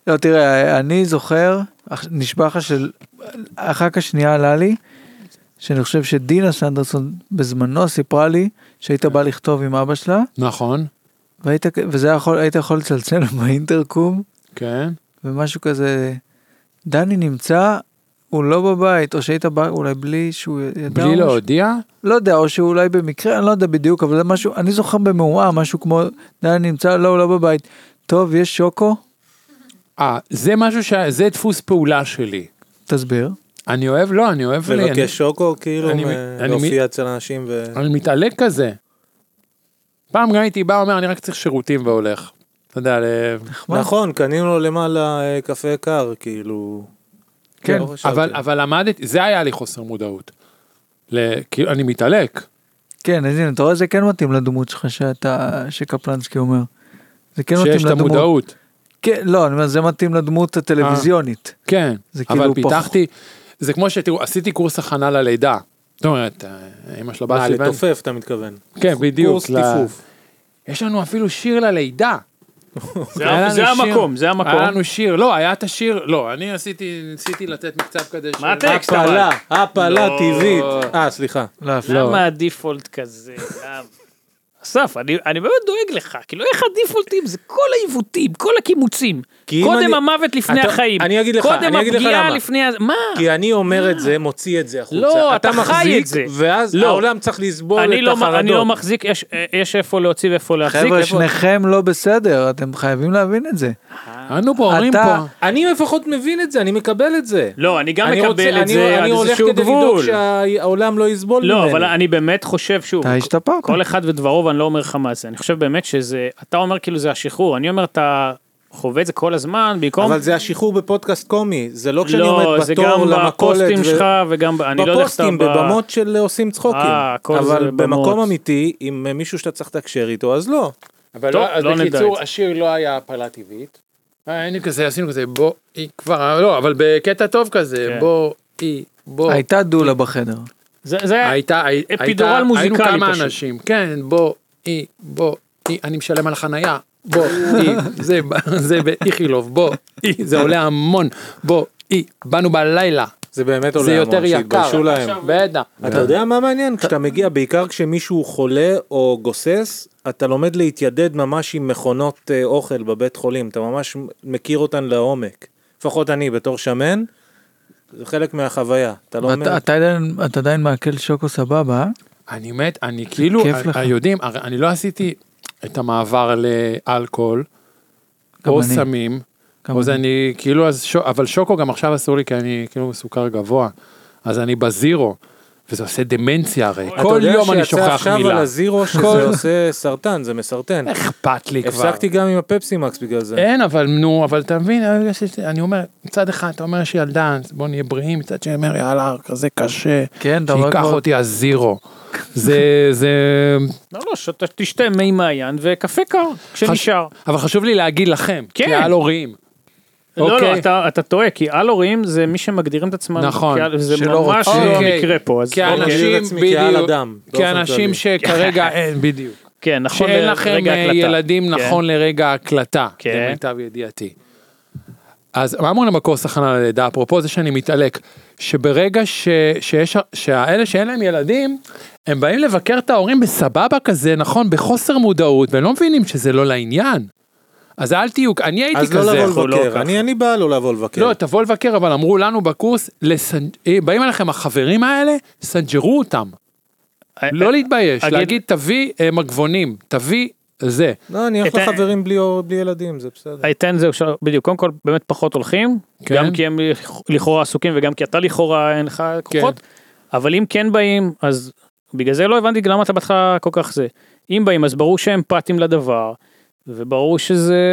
Speaker 2: לא, תראה, אני זוכר, אח- נשבע לך של... הח"כ השנייה עלה לי, שאני חושב שדינה סנדרסון בזמנו סיפרה לי שהיית בא לכתוב עם אבא שלה,
Speaker 4: נכון.
Speaker 2: והיית, וזה היה יכול, היית יכול לצלצל באינטרקום,
Speaker 4: כן.
Speaker 2: ומשהו כזה, דני נמצא, הוא לא בבית, או שהיית בא אולי בלי שהוא ידע. או
Speaker 4: בלי
Speaker 2: משהו.
Speaker 4: להודיע.
Speaker 2: לא יודע, או שאולי במקרה, אני לא יודע בדיוק, אבל זה משהו, אני זוכר במהומה, משהו כמו, דני נמצא, לא, הוא לא בבית. טוב, יש שוקו?
Speaker 4: אה זה משהו ש... זה דפוס פעולה שלי.
Speaker 2: תסביר. אני
Speaker 4: אני אוהב לא אני אוהב. לי, אני-
Speaker 1: לבקש שוקו, כאילו,
Speaker 4: אני מ-
Speaker 1: מ-
Speaker 4: אני מ-
Speaker 1: להופיע אצל אנשים ו...
Speaker 4: אני מתעלק כזה. פעם גם הייתי בא אומר אני רק צריך שירותים והולך. אתה יודע, ל-
Speaker 1: נכון, קנינו לו למעלה אה, קפה קר, כאילו...
Speaker 2: כן,
Speaker 1: לא חשבתי.
Speaker 4: אבל אבל למדתי זה היה לי חוסר מודעות. ל- כאילו אני מתעלק
Speaker 2: כן, אז הנה, אתה רואה, זה כן מתאים לדמות שלך שאתה, שקפלנסקי אומר. זה כן מתאים
Speaker 4: שיש את
Speaker 2: לדמות.
Speaker 4: המודעות
Speaker 2: כן, לא, אני אומר, זה מתאים לדמות הטלוויזיונית.
Speaker 4: כן
Speaker 2: זה כאילו
Speaker 4: אבל
Speaker 2: פח-
Speaker 4: פיתחתי זה כמו שתראו עשיתי קורס הכנה ללידה. זאת אומרת אה, אמא של הבת
Speaker 1: אה,
Speaker 4: שלי בן-
Speaker 1: לתופף, אתה מתכוון.
Speaker 4: כן בדיוק
Speaker 1: קורס
Speaker 4: ל-
Speaker 1: טיפוף.
Speaker 4: יש לנו אפילו שיר ללידה.
Speaker 3: זה
Speaker 4: היה לנו
Speaker 3: זה
Speaker 4: שיר-
Speaker 3: המקום, זה
Speaker 4: היה
Speaker 3: המקום.
Speaker 4: לנו שיר לא היה את השיר לא אני עשיתי ניסיתי לתת מקצב כזה. של-
Speaker 3: מה הטקסט? אבל.
Speaker 1: הפלה, הפלה
Speaker 3: לא.
Speaker 1: טבעית. אה, סליחה.
Speaker 2: לא, אפילו.
Speaker 3: למה הדיפולט כזה? למה? אסף, אני, אני באמת דואג לך, כאילו איך הדיפולטים זה כל העיוותים, כל הקימוצים.
Speaker 1: כי אם
Speaker 3: קודם
Speaker 1: אני-
Speaker 3: המוות לפני
Speaker 1: אתה-
Speaker 3: החיים.
Speaker 1: אני אגיד לך,
Speaker 3: קודם
Speaker 1: אני אגיד לך
Speaker 3: הפגיעה
Speaker 1: למה.
Speaker 3: לפני... ה- מה?
Speaker 1: כי אני אומר את זה, מוציא את זה החוצה.
Speaker 3: לא, אתה חי
Speaker 1: מחזיק,
Speaker 3: את זה.
Speaker 1: ואז
Speaker 3: לא.
Speaker 1: העולם צריך לסבול
Speaker 3: אני
Speaker 1: את
Speaker 3: לא, אני לא
Speaker 1: החרדות.
Speaker 3: מחזיק, יש, יש איפה להוציא ואיפה להחזיק.
Speaker 2: חבר'ה,
Speaker 3: איפה-
Speaker 2: שניכם לא בסדר, אתם חייבים להבין את זה.
Speaker 4: אנו פה אומרים
Speaker 2: אתה-
Speaker 4: פה.
Speaker 1: אני לפחות מבין את זה, אני מקבל את זה.
Speaker 3: לא, אני גם
Speaker 1: אני
Speaker 3: מקבל
Speaker 1: רוצה-
Speaker 3: את
Speaker 1: אני-
Speaker 3: זה
Speaker 1: אני
Speaker 3: עד
Speaker 1: הולך
Speaker 3: איזשהו
Speaker 1: כדי לדאוג
Speaker 3: גבול.
Speaker 1: שהעולם לא יסבול ממני.
Speaker 3: לא, אבל אני באמת חושב, שוב,
Speaker 2: אתה השתפרת.
Speaker 3: כל אחד ודברו, ואני לא אומר לך מה זה. אני חושב באמת שזה, אתה אומר כאילו זה השחרור, אני אומר אתה חווה את זה כל הזמן, במקום...
Speaker 1: אבל זה השחרור בפודקאסט קומי, זה לא כשאני עומד
Speaker 3: לא, זה
Speaker 1: בתור
Speaker 3: גם
Speaker 1: למכולת.
Speaker 3: בפוסטים
Speaker 1: ו-
Speaker 3: שלך וגם, ב- אני לא יודע איך אתה...
Speaker 1: בפוסטים,
Speaker 3: ב-
Speaker 1: בבמות של עושים צחוקים.
Speaker 3: אה, הכל זה
Speaker 1: אבל
Speaker 3: בבמות.
Speaker 1: במקום אמיתי, עם מישהו שאתה צריך לתקשר איתו, אז לא.
Speaker 4: אבל
Speaker 3: טוב,
Speaker 4: לא, אז
Speaker 3: לא נדע את
Speaker 4: בקיצור,
Speaker 3: זה.
Speaker 4: השיר לא היה הפלה טבעית. אה, היינו כזה, עשינו כזה, בוא, היא כבר, לא, אבל בקטע טוב כזה,
Speaker 3: כן.
Speaker 4: בוא, היא, בוא. אה,
Speaker 2: הייתה דולה בחדר.
Speaker 3: זה, זה...
Speaker 4: הייתה, הי-
Speaker 3: אפידורל
Speaker 4: הייתה-
Speaker 3: מוזיקלי
Speaker 4: היינו כמה
Speaker 3: פשוט.
Speaker 4: אנשים, כן, בוא, היא, בוא, היא, אני משלם על החנייה, בוא, היא, זה, ב- זה באיכילוב, בוא, היא, זה עולה המון, בוא, היא, באנו בלילה,
Speaker 1: זה באמת
Speaker 4: זה
Speaker 1: עולה
Speaker 4: יותר
Speaker 1: המון,
Speaker 4: יקר.
Speaker 1: שיתביישו להם.
Speaker 4: בטח.
Speaker 1: אתה יודע מה מעניין? כשאתה מגיע, בעיקר כשמישהו חולה או גוסס, אתה לומד להתיידד ממש עם מכונות אה, אוכל בבית חולים, אתה ממש מכיר אותן לעומק. לפחות אני, בתור שמן, זה חלק מהחוויה. אתה לא אומר...
Speaker 2: ואתה אתה עדיין- אתה עדיין מעכל שוקו סבבה, אה?
Speaker 4: אני מת, אני כאילו,
Speaker 2: כיף
Speaker 4: אה,
Speaker 2: לך.
Speaker 4: אה, יודעים, הרי אני לא עשיתי את המעבר לאלכוהול,
Speaker 2: גם
Speaker 4: או
Speaker 2: אני.
Speaker 4: סמים,
Speaker 2: גם
Speaker 4: אז
Speaker 2: אני.
Speaker 4: אני כאילו, אז שו- אבל שוקו גם עכשיו אסור לי כי אני כאילו סוכר גבוה, אז אני בזירו, וזה עושה דמנציה הרי, כל יום אני
Speaker 1: אתה
Speaker 4: שוכח
Speaker 1: יודע שיצא עכשיו על
Speaker 4: מילה,
Speaker 1: הזירו שזה עושה סרטן, זה מסרטן.
Speaker 4: אכפת לי כבר.
Speaker 1: הפסקתי גם עם הפפסימקס בגלל זה.
Speaker 4: אין אבל נו אבל אתה מבין אה, יש- יש- אני אומר מצד אחד אתה אומר שילדה בוא נהיה בריאים מצד שני אומר יאללה כזה קשה
Speaker 2: כן, אתה רואה
Speaker 4: שייקח
Speaker 2: כבר...
Speaker 4: אותי הזירו זה זה
Speaker 3: לא, לא, שאתה תשתה מי מעיין וקפה קר, כשנשאר.
Speaker 4: אבל חשוב לי להגיד לכם,
Speaker 3: כן.
Speaker 4: כי על הורים.
Speaker 3: לא,
Speaker 4: אוקיי.
Speaker 3: לא, אתה- אתה טועה, כי על-הורים זה מי שמגדירים את עצמם.
Speaker 4: נכון.
Speaker 3: כעל- זה
Speaker 2: שלא
Speaker 3: ממש
Speaker 4: רוצים.
Speaker 3: לא
Speaker 4: אוקיי.
Speaker 3: המקרה פה, אז...
Speaker 4: כי
Speaker 1: אני
Speaker 3: אוקיי.
Speaker 1: מגדיר
Speaker 4: אנשים
Speaker 1: את עצמי כעל
Speaker 4: בדיוק,
Speaker 1: אדם,
Speaker 4: כי
Speaker 1: באופן
Speaker 4: אנשים
Speaker 1: כללי.
Speaker 4: שכרגע אין, בדיוק.
Speaker 3: כן, נכון,
Speaker 4: שאין
Speaker 3: ל-
Speaker 4: לכם
Speaker 3: רגע
Speaker 4: אה,
Speaker 3: הקלטה.
Speaker 4: ילדים
Speaker 3: כן.
Speaker 4: נכון לרגע הקלטה,
Speaker 3: כן.
Speaker 4: למיטב ידיעתי. אז מה אמרנו בקורס הכנה ללידה, אפרופו זה שאני מתעלק, שברגע ש, שיש, שהאלה שאין להם ילדים, הם באים לבקר את ההורים בסבבה כזה, נכון, בחוסר מודעות, והם לא מבינים שזה לא לעניין. אז אל תהיו, אני הייתי
Speaker 1: אז
Speaker 4: כזה.
Speaker 1: לא לבוא
Speaker 3: אנחנו לא
Speaker 1: לבקר,
Speaker 3: ככה.
Speaker 1: אני אין לי בעיה לא לבוא לבקר.
Speaker 4: לא, תבוא לבקר, אבל אמרו לנו בקורס, לסנ... אה, באים עליכם החברים האלה, סנג'רו אותם.
Speaker 3: אה,
Speaker 4: לא להתבייש,
Speaker 3: אגיד-
Speaker 4: להגיד תביא אה, מגבונים, תביא זה.
Speaker 1: לא, אני הולך
Speaker 3: את ה-
Speaker 1: לחברים בלי אור- בלי ילדים, זה בסדר.
Speaker 3: הייתן זהו, ש- בדיוק, קודם כל באמת פחות הולכים,
Speaker 4: כן.
Speaker 3: גם כי הם לכ- לכאורה עסוקים וגם כי אתה לכאורה אין לך כוחות, אבל אם כן באים, אז בגלל זה לא הבנתי למה אתה בהתחלה כל כך זה. אם באים, אז ברור שהם אמפתיים לדבר, וברור שזה,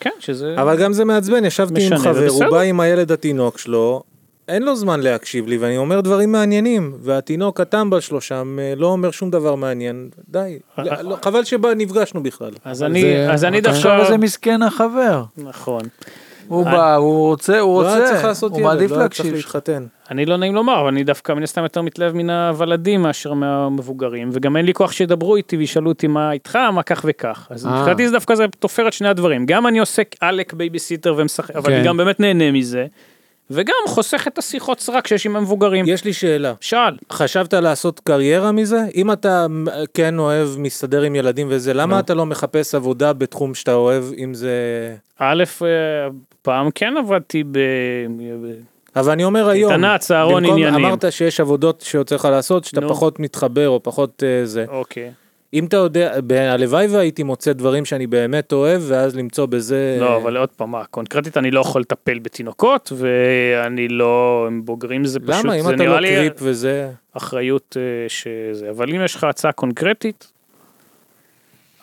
Speaker 3: כן, שזה...
Speaker 1: אבל גם זה מעצבן, ישבתי עם
Speaker 3: משנה, זה
Speaker 1: חבר, הוא
Speaker 3: בסדר.
Speaker 1: בא עם הילד התינוק שלו, אין לו זמן להקשיב לי, ואני אומר דברים מעניינים, והתינוק התם בשלושם אה, לא אומר שום דבר מעניין, די. לא- לא, חבל שבה נפגשנו בכלל.
Speaker 3: אז אני, אז אני
Speaker 2: עכשיו
Speaker 3: דווקא...
Speaker 2: איזה מסכן החבר.
Speaker 3: נכון.
Speaker 2: הוא
Speaker 3: אה.
Speaker 2: בא, הוא רוצה, הוא
Speaker 1: לא היה
Speaker 2: רוצה,
Speaker 1: צריך לעשות
Speaker 2: הוא
Speaker 1: ילד,
Speaker 2: מעדיף
Speaker 1: לא היה צריך
Speaker 2: להקשיב.
Speaker 1: להתחתן.
Speaker 3: אני לא נעים לומר, אבל אני דווקא מן הסתם יותר מתלהב מן הוולדים מאשר מהמבוגרים, וגם אין לי כוח שידברו איתי וישאלו אותי מה איתך, מה כך וכך. אז
Speaker 4: אה.
Speaker 3: מבחינתי זה דווקא זה תופר את שני הדברים. גם אני עושה עלק בייביסיטר ומשחק, אבל
Speaker 4: כן.
Speaker 3: אני גם באמת נהנה מזה, וגם חוסך את השיחות סרק שיש עם המבוגרים.
Speaker 1: יש לי שאלה.
Speaker 3: שאל.
Speaker 1: חשבת לעשות קריירה מזה? אם אתה אה, כן אוהב, מסתדר עם ילדים וזה, למה אתה לא מחפש עבודה בתחום שאתה אוהב, אם זה...
Speaker 3: א', אה, פעם כן עבדתי ב...
Speaker 1: אבל אני אומר היום,
Speaker 3: קייטנה, צהרון,
Speaker 1: במקום-
Speaker 3: עניינים.
Speaker 1: אמרת שיש עבודות שיוצא לך לעשות, שאתה
Speaker 3: נו.
Speaker 1: פחות מתחבר או פחות אה, זה.
Speaker 3: אוקיי.
Speaker 1: אם אתה יודע, ב- הלוואי והייתי מוצא דברים שאני באמת אוהב, ואז למצוא בזה...
Speaker 3: לא, אבל עוד פעם, מה, קונקרטית אני לא יכול לטפל בתינוקות, ואני לא... הם בוגרים זה פשוט...
Speaker 1: למה?
Speaker 3: זה
Speaker 1: אם אתה
Speaker 3: נראה
Speaker 1: לא
Speaker 3: לי-
Speaker 1: קריפ וזה...
Speaker 3: אחריות אה, שזה, אבל אם יש לך הצעה קונקרטית,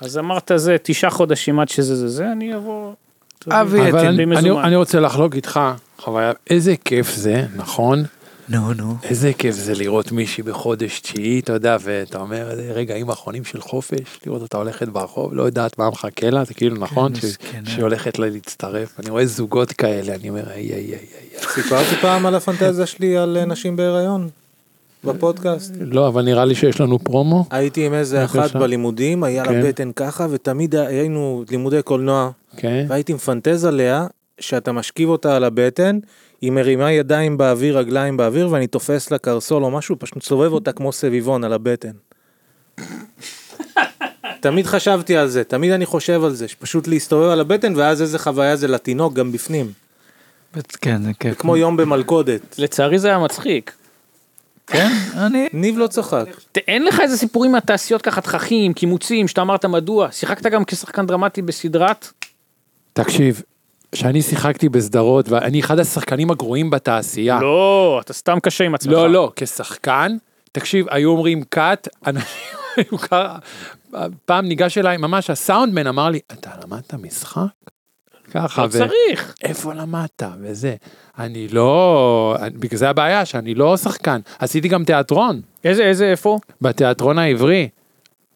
Speaker 3: אז אמרת זה תשעה חודשים עד שזה זה זה, אני אבוא. אתה יודע, כן,
Speaker 2: אבי,
Speaker 4: אבל אני,
Speaker 3: במזומן.
Speaker 4: אני, אני רוצה לחלוק איתך חוויה, איזה כיף זה, נכון?
Speaker 2: נו, נו.
Speaker 4: איזה כיף זה לראות מישהי בחודש תשיעי, אתה יודע, ואתה אומר, "אלה רגעים אחרונים של חופש, לראות אותה הולכת ברחוב, לא יודעת מה מחכה לה, זה כאילו נכון, ש-
Speaker 2: מסכנה.
Speaker 4: שהיא הולכת לה להצטרף, אני רואה זוגות כאלה, אני אומר, איי איי איי איי.
Speaker 1: סיפרתי פעם על הפנטזיה שלי על אה, נשים בהיריון, בפודקאסט.
Speaker 4: לא, אבל נראה לי שיש לנו פרומו.
Speaker 1: הייתי עם איזה
Speaker 4: בבקשה.
Speaker 1: אחת בלימודים, היה לה
Speaker 4: כן.
Speaker 1: בטן ככה, ותמיד היינו לימודי קולנוע,
Speaker 4: כן,
Speaker 1: והייתי מפנטז עליה, שאתה משכיב אותה על הבטן, היא מרימה ידיים באוויר, רגליים באוויר, ואני תופס לה קרסול או משהו, פשוט סובב אותה כמו סביבון על הבטן. תמיד חשבתי על זה, תמיד אני חושב על זה, שפשוט להסתובב על הבטן, ואז איזה חוויה זה לתינוק גם בפנים.
Speaker 2: כן, זה כיף.
Speaker 1: כמו יום במלכודת.
Speaker 3: לצערי זה היה מצחיק.
Speaker 2: כן, אני...
Speaker 1: ניב לא צחק.
Speaker 3: ת- אין לך איזה סיפורים מהתעשיות ככה, תככים, קימוצים, שאתה אמרת מדוע. שיחקת גם כשחקן דרמטי בסדרת?
Speaker 4: תקשיב, כשאני שיחקתי בסדרות, ואני אחד השחקנים הגרועים בתעשייה.
Speaker 3: לא, אתה סתם קשה עם עצמך.
Speaker 4: אה. לא, לא, כשחקן, תקשיב, היו אומרים קאט, אנשים היו ככה, פעם ניגש אליי, ממש הסאונדמן אמר לי, אתה למדת משחק? ככה,
Speaker 3: לא צריך.
Speaker 4: איפה למדת? וזה. אני לא, בגלל זה הבעיה, שאני לא שחקן. עשיתי גם תיאטרון,
Speaker 3: איזה, איזה, איפה?
Speaker 4: בתיאטרון העברי,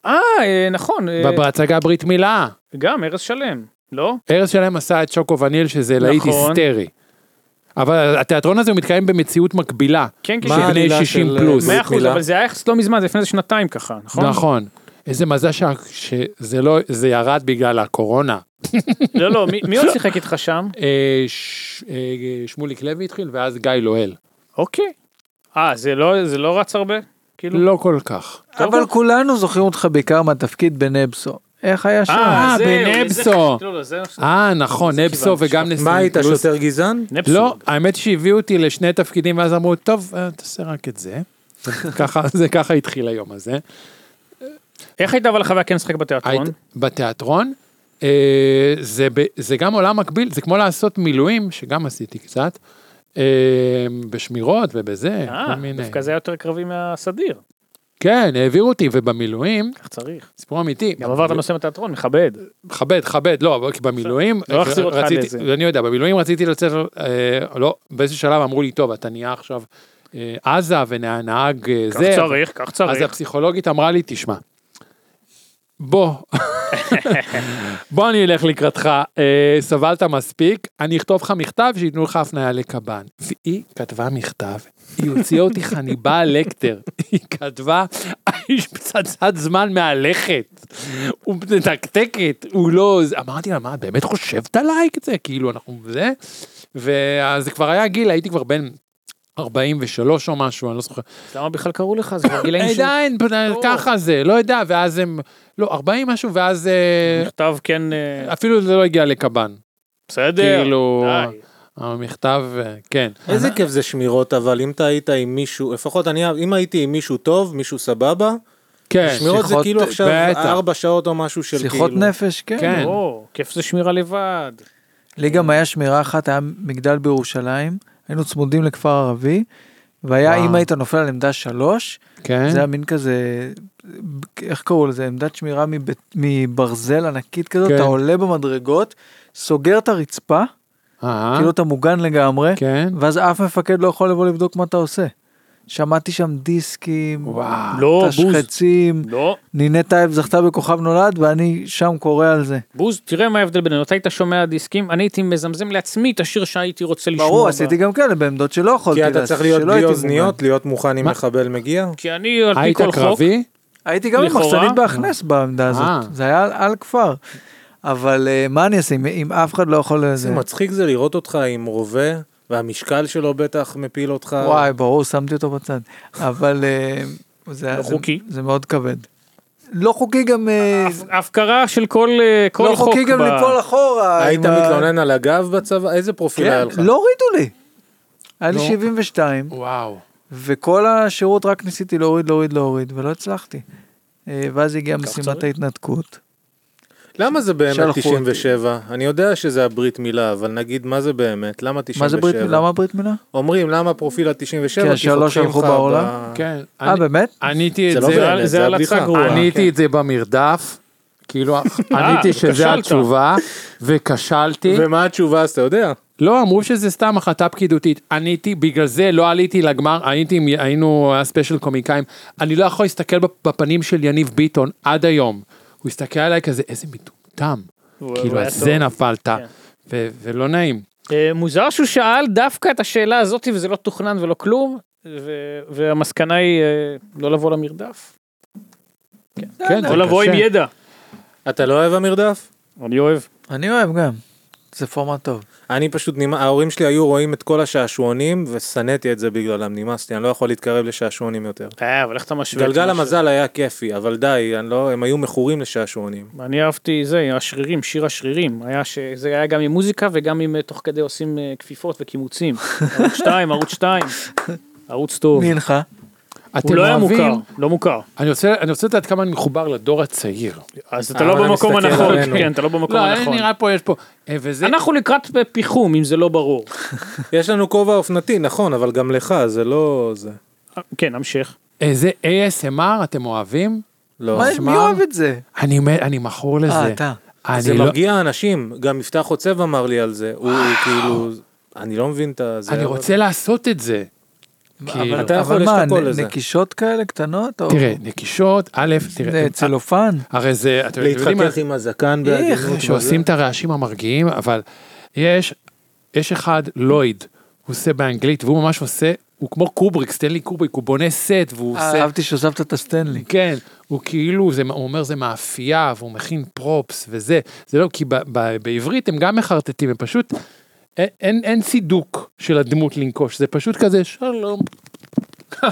Speaker 3: אה, אה, נכון. אה,
Speaker 4: בהצגה ברית מילה.
Speaker 3: גם, ארז שלם. לא?
Speaker 4: ארז שלם עשה את שוקו וניל, שזה להיט
Speaker 3: נכון.
Speaker 4: היסטרי. אבל התיאטרון הזה הוא מתקיים במציאות מקבילה,
Speaker 3: כן, כן.
Speaker 1: מה
Speaker 4: של
Speaker 3: כן.
Speaker 1: העלילה
Speaker 4: בני
Speaker 1: של,
Speaker 4: 60
Speaker 1: אה,
Speaker 4: פלוס.
Speaker 3: מאה אחוז,
Speaker 1: מילה?
Speaker 3: אבל זה היה יחסית לא מזמן, זה לפני איזה שנתיים ככה, נכון?
Speaker 4: נכון. איזה מזל שה- שזה לא, זה ירד בגלל הקורונה.
Speaker 3: לא, לא, מי- מי עוד שיחק איתך שם?
Speaker 4: אה, ש- אה, שמוליק לוי התחיל ואז גיא לואל.
Speaker 3: אוקיי. אה, זה לא, זה לא רץ הרבה? כאילו?
Speaker 4: לא כל כך.
Speaker 2: אבל כולנו זוכרים אותך בעיקר מהתפקיד בנבסו. איך היה שם?
Speaker 3: אה, זהו,
Speaker 4: בנבסו.
Speaker 3: לזה חיכיתי, לא, לא, זה-
Speaker 4: אה, נכון,
Speaker 3: זה
Speaker 4: נבסו
Speaker 3: כיוון
Speaker 4: וגם נשיא
Speaker 1: מה היית,
Speaker 4: פלוס.
Speaker 1: שוטר גזען?
Speaker 3: נבסו.
Speaker 4: לא, האמת שהביאו אותי לשני תפקידים ואז אמרו, טוב, אה, תעשה רק את זה. ככה, זה ככה התחיל היום הזה.
Speaker 3: איך היית אבל חוויה כן לשחק בתיאטרון?
Speaker 4: היית- בתיאטרון. אה, זה, ב, זה גם עולם מקביל, זה כמו לעשות מילואים, שגם עשיתי קצת, אה, בשמירות ובזה,
Speaker 3: אה,
Speaker 4: כן, כל מיני.
Speaker 3: דווקא זה היה יותר קרבי מהסדיר,
Speaker 4: כן, העבירו אותי, ובמילואים,
Speaker 3: כך צריך.
Speaker 4: סיפור אמיתי.
Speaker 3: גם עברת נושא בתיאטרון, מכבד.
Speaker 4: כבד, כבד, לא, אבל כי במילואים...
Speaker 3: לא אחזיר אותך
Speaker 4: רציתי-
Speaker 3: לזה.
Speaker 4: אני יודע, במילואים רציתי לצאת, אה, לא, באיזה שלב אמרו לי, טוב, אתה נהיה עכשיו אה, עזה ונהג אה,
Speaker 3: כך
Speaker 4: זה.
Speaker 3: צריך, כך
Speaker 4: אז
Speaker 3: צריך.
Speaker 4: הפסיכולוגית אמרה לי, תשמע, בוא, בוא אני אלך לקראתך, אה, סבלת מספיק, אני אכתוב לך מכתב שייתנו לך הפניה לקב"ן. והיא כתבה מכתב, היא הוציאה אותי חניבה לקטר, היא כתבה, האיש פצצת זמן מהלכת, הוא מתקתקת, הוא לא... זה." אמרתי לה, מה, את באמת חושבת עליי את זה? כאילו, אנחנו זה? ואז זה כבר היה גיל, הייתי כבר בן 43 או משהו, אני לא זוכר.
Speaker 3: אז למה בכלל קראו לך? זה כבר גילאים של...
Speaker 4: אה, עדיין, פנ-
Speaker 3: או.
Speaker 4: ככה זה, לא יודע, ואז הם, לא, 40 משהו, ואז אה,
Speaker 3: מכתב כן, אה,
Speaker 4: אפילו זה לא הגיע לקב"ן.
Speaker 3: בסדר.
Speaker 4: כאילו,
Speaker 3: די.
Speaker 4: המכתב, אה, כן.
Speaker 1: איזה כיף זה שמירות, אבל אם אתה היית עם מישהו, לפחות אני, אם הייתי עם מישהו טוב, מישהו סבבה,
Speaker 4: כן,
Speaker 1: שמירות זה
Speaker 2: שיחות-
Speaker 1: כאילו עכשיו
Speaker 4: בטח.
Speaker 1: ארבע שעות או משהו של כאילו.
Speaker 2: שיחות נפש, כן.
Speaker 4: כן.
Speaker 3: או, לא, כיף זה שמירה לבד.
Speaker 2: לי גם היה שמירה אחת, היה מגדל בירושלים, היינו צמודים לכפר ערבי, והיה,
Speaker 4: וואו.
Speaker 2: אם היית נופל על עמדה שלוש,
Speaker 4: כן.
Speaker 2: זה היה מין כזה, איך קראו לזה, עמדת שמירה מבית- מברזל ענקית כזאת,
Speaker 4: כן.
Speaker 2: אתה עולה במדרגות, סוגר את הרצפה,
Speaker 4: אה,
Speaker 2: כאילו אתה מוגן לגמרי,
Speaker 4: כן.
Speaker 2: ואז אף מפקד לא יכול לבוא לבדוק מה אתה עושה. שמעתי שם דיסקים,
Speaker 4: וואו.
Speaker 3: לא, בוז.
Speaker 2: תשחצים,
Speaker 3: לא,
Speaker 2: נינה טייב זכתה בכוכב נולד, ואני שם קורא על זה.
Speaker 3: בוז, תראה מה ההבדל בינינו. אתה היית שומע דיסקים, אני הייתי מזמזם לעצמי את השיר שהייתי רוצה לשמוע.
Speaker 2: ברור,
Speaker 3: בה.
Speaker 2: עשיתי גם כאלה בעמדות שלא יכולתי
Speaker 1: כי אתה
Speaker 2: לעשות,
Speaker 1: צריך להיות
Speaker 2: כאילו, שלא
Speaker 1: בלי
Speaker 2: הייתי
Speaker 1: אוזניות, להיות מוכן אם מחבל מגיע.
Speaker 3: כי אני, על פי
Speaker 4: היית
Speaker 3: כל חוק,
Speaker 4: קרבי?
Speaker 2: הייתי גם עם
Speaker 3: לכאורה.
Speaker 2: מחסנית
Speaker 4: אה.
Speaker 2: בהכנס בעמדה הזאת, זה היה על- על כפר. אבל אה, מה אני אעשה אם- אם אף אחד לא יכול לזה?
Speaker 1: זה מצחיק זה לראות אותך עם רובה, והמשקל שלו בטח מפיל אותך.
Speaker 2: וואי, ברור, שמתי אותו בצד. אבל אה, זה
Speaker 3: לא
Speaker 2: זה-
Speaker 3: חוקי.
Speaker 2: זה מאוד כבד. לא חוקי גם... אה,
Speaker 3: הפ- הפקרה של כל אה, כל
Speaker 2: לא
Speaker 3: חוק.
Speaker 2: חוקי גם
Speaker 3: ב-
Speaker 2: ליפול אחורה.
Speaker 1: היית
Speaker 2: עם ה-
Speaker 1: מתלונן על הגב בצבא? איזה פרופיל היה לך?
Speaker 2: לא הורידו לי. היה
Speaker 3: לא.
Speaker 2: לי 72,
Speaker 4: וואו.
Speaker 2: וכל השירות רק ניסיתי להוריד, להוריד, להוריד, ולא הצלחתי. אה, ואז הגיעה משימת
Speaker 3: צריך.
Speaker 2: ההתנתקות.
Speaker 1: למה זה באמת
Speaker 2: שלחו אותי.
Speaker 1: 97? אני יודע שזה הברית מילה, אבל נגיד מה זה באמת? למה 97?
Speaker 2: מה זה ברית מילה? למה ברית מילה? אה,
Speaker 1: אומרים למה פרופיל ה-97?
Speaker 2: כי השלוש הלכו בעולם?
Speaker 4: כן.
Speaker 2: אה,
Speaker 4: אני-
Speaker 2: באמת?
Speaker 4: עניתי את
Speaker 1: זה לא
Speaker 4: זה. אה,
Speaker 1: באמת,
Speaker 3: זה
Speaker 1: זה
Speaker 3: על אה,
Speaker 1: הבדיחה.
Speaker 3: הצג גרועה.
Speaker 4: עניתי את זה במרדף, כאילו
Speaker 3: אה,
Speaker 4: עניתי שזה
Speaker 3: כשלת.
Speaker 4: התשובה, וכשלתי.
Speaker 1: ומה התשובה אז אתה יודע?
Speaker 4: לא, אמרו שזה סתם החלטה פקידותית. עניתי, בגלל זה לא עליתי לגמר, הייתי, עם- היינו, היה ספיישל קומיקאים. אני לא יכול להסתכל בפ- בפנים של יניב ביטון עד היום. הוא הסתכל עליי כזה, איזה מטומטם.
Speaker 3: הוא- כן. הוא
Speaker 4: כאילו,
Speaker 3: היה
Speaker 4: על זה
Speaker 3: טוב. כן.
Speaker 4: נפלת, ו- ולא נעים.
Speaker 3: אה, מוזר שהוא שאל דווקא את השאלה הזאת וזה לא תוכנן ולא כלום, ו- והמסקנה היא אה, לא לבוא למרדף.
Speaker 4: כן, זה
Speaker 3: או לא, לבוא עם
Speaker 4: קשה.
Speaker 3: ידע.
Speaker 1: אתה לא אוהב המרדף?
Speaker 3: אני אוהב.
Speaker 2: אני אוהב גם. זה פורמט טוב.
Speaker 1: אני פשוט, נמ- ההורים שלי היו רואים את כל השעשועונים, ושנאתי את זה בגללם, נמאסתי, אני לא יכול להתקרב לשעשועונים יותר.
Speaker 3: אה, אבל איך אתה משווה? את
Speaker 1: גלגל
Speaker 3: מה ש-
Speaker 1: המזל היה כיפי, אבל די, אני לא, הם היו מכורים לשעשועונים.
Speaker 3: אני אהבתי זה, השרירים, שיר השרירים, היה ש- זה היה גם עם מוזיקה וגם עם אה, תוך כדי עושים אה, כפיפות וקימוצים. ערוץ 2, ערוץ 2, ערוץ טוב.
Speaker 2: מי הנחה?
Speaker 4: אתם
Speaker 3: הוא לא היה
Speaker 4: אוהבים,
Speaker 3: מוכר, לא מוכר.
Speaker 4: אני רוצה אני רוצה לדעת כמה אני מחובר לדור הצעיר.
Speaker 3: אז
Speaker 4: אה,
Speaker 3: אתה לא
Speaker 1: אבל
Speaker 3: במקום
Speaker 1: מסתכל
Speaker 3: הנכון,
Speaker 1: עלינו.
Speaker 3: כן, אתה לא במקום
Speaker 4: לא, אין,
Speaker 3: הנכון.
Speaker 4: נראה פה, יש פה. אה, וזה,
Speaker 3: אנחנו לקראת פיחום, אם זה לא ברור.
Speaker 1: יש לנו כובע אופנתי, נכון, אבל גם לך, זה לא... זה...
Speaker 3: כן, המשך.
Speaker 4: אה, זה ASMR, אתם אוהבים?
Speaker 1: לא.
Speaker 2: מה-
Speaker 4: שמע.
Speaker 2: מי אוהב את זה?
Speaker 4: אני מת- אני מכור לזה.
Speaker 2: אה, אתה.
Speaker 4: אני
Speaker 1: זה
Speaker 4: לא-
Speaker 1: מרגיע אנשים, גם יפתח חוצב אמר לי על זה, הוא הוא כאילו, אני לא מבין את ה... זה,
Speaker 4: אני
Speaker 1: אבל-
Speaker 4: רוצה לעשות את זה. כאילו.
Speaker 1: אתה יכול,
Speaker 2: אבל
Speaker 1: יש
Speaker 2: מה,
Speaker 1: לך קול
Speaker 2: נ-
Speaker 1: לזה.
Speaker 2: נקישות כאלה קטנות? או-
Speaker 4: תראה, נקישות, א', תראה,
Speaker 2: זה צלופן?
Speaker 4: הרי זה, אתם יודעים מה
Speaker 1: להתחכך עם הזקן
Speaker 2: איך,
Speaker 1: בעדינות.
Speaker 4: שעושים את הרעשים המרגיעים, אבל יש, יש אחד, לויד, הוא עושה באנגלית, והוא ממש עושה, הוא כמו קובריק, סטנלי קובריק, הוא בונה סט, והוא
Speaker 2: אה,
Speaker 4: עושה,
Speaker 2: אהבתי שהוספת את הסטנלי.
Speaker 4: כן, הוא כאילו, זה, הוא אומר זה מאפייה, והוא מכין פרופס וזה, זה לא, כי ב, ב, בעברית הם גם מחרטטים, הם פשוט, אין, אין, אין צידוק של הדמות לנקוש, זה פשוט כזה, שלום.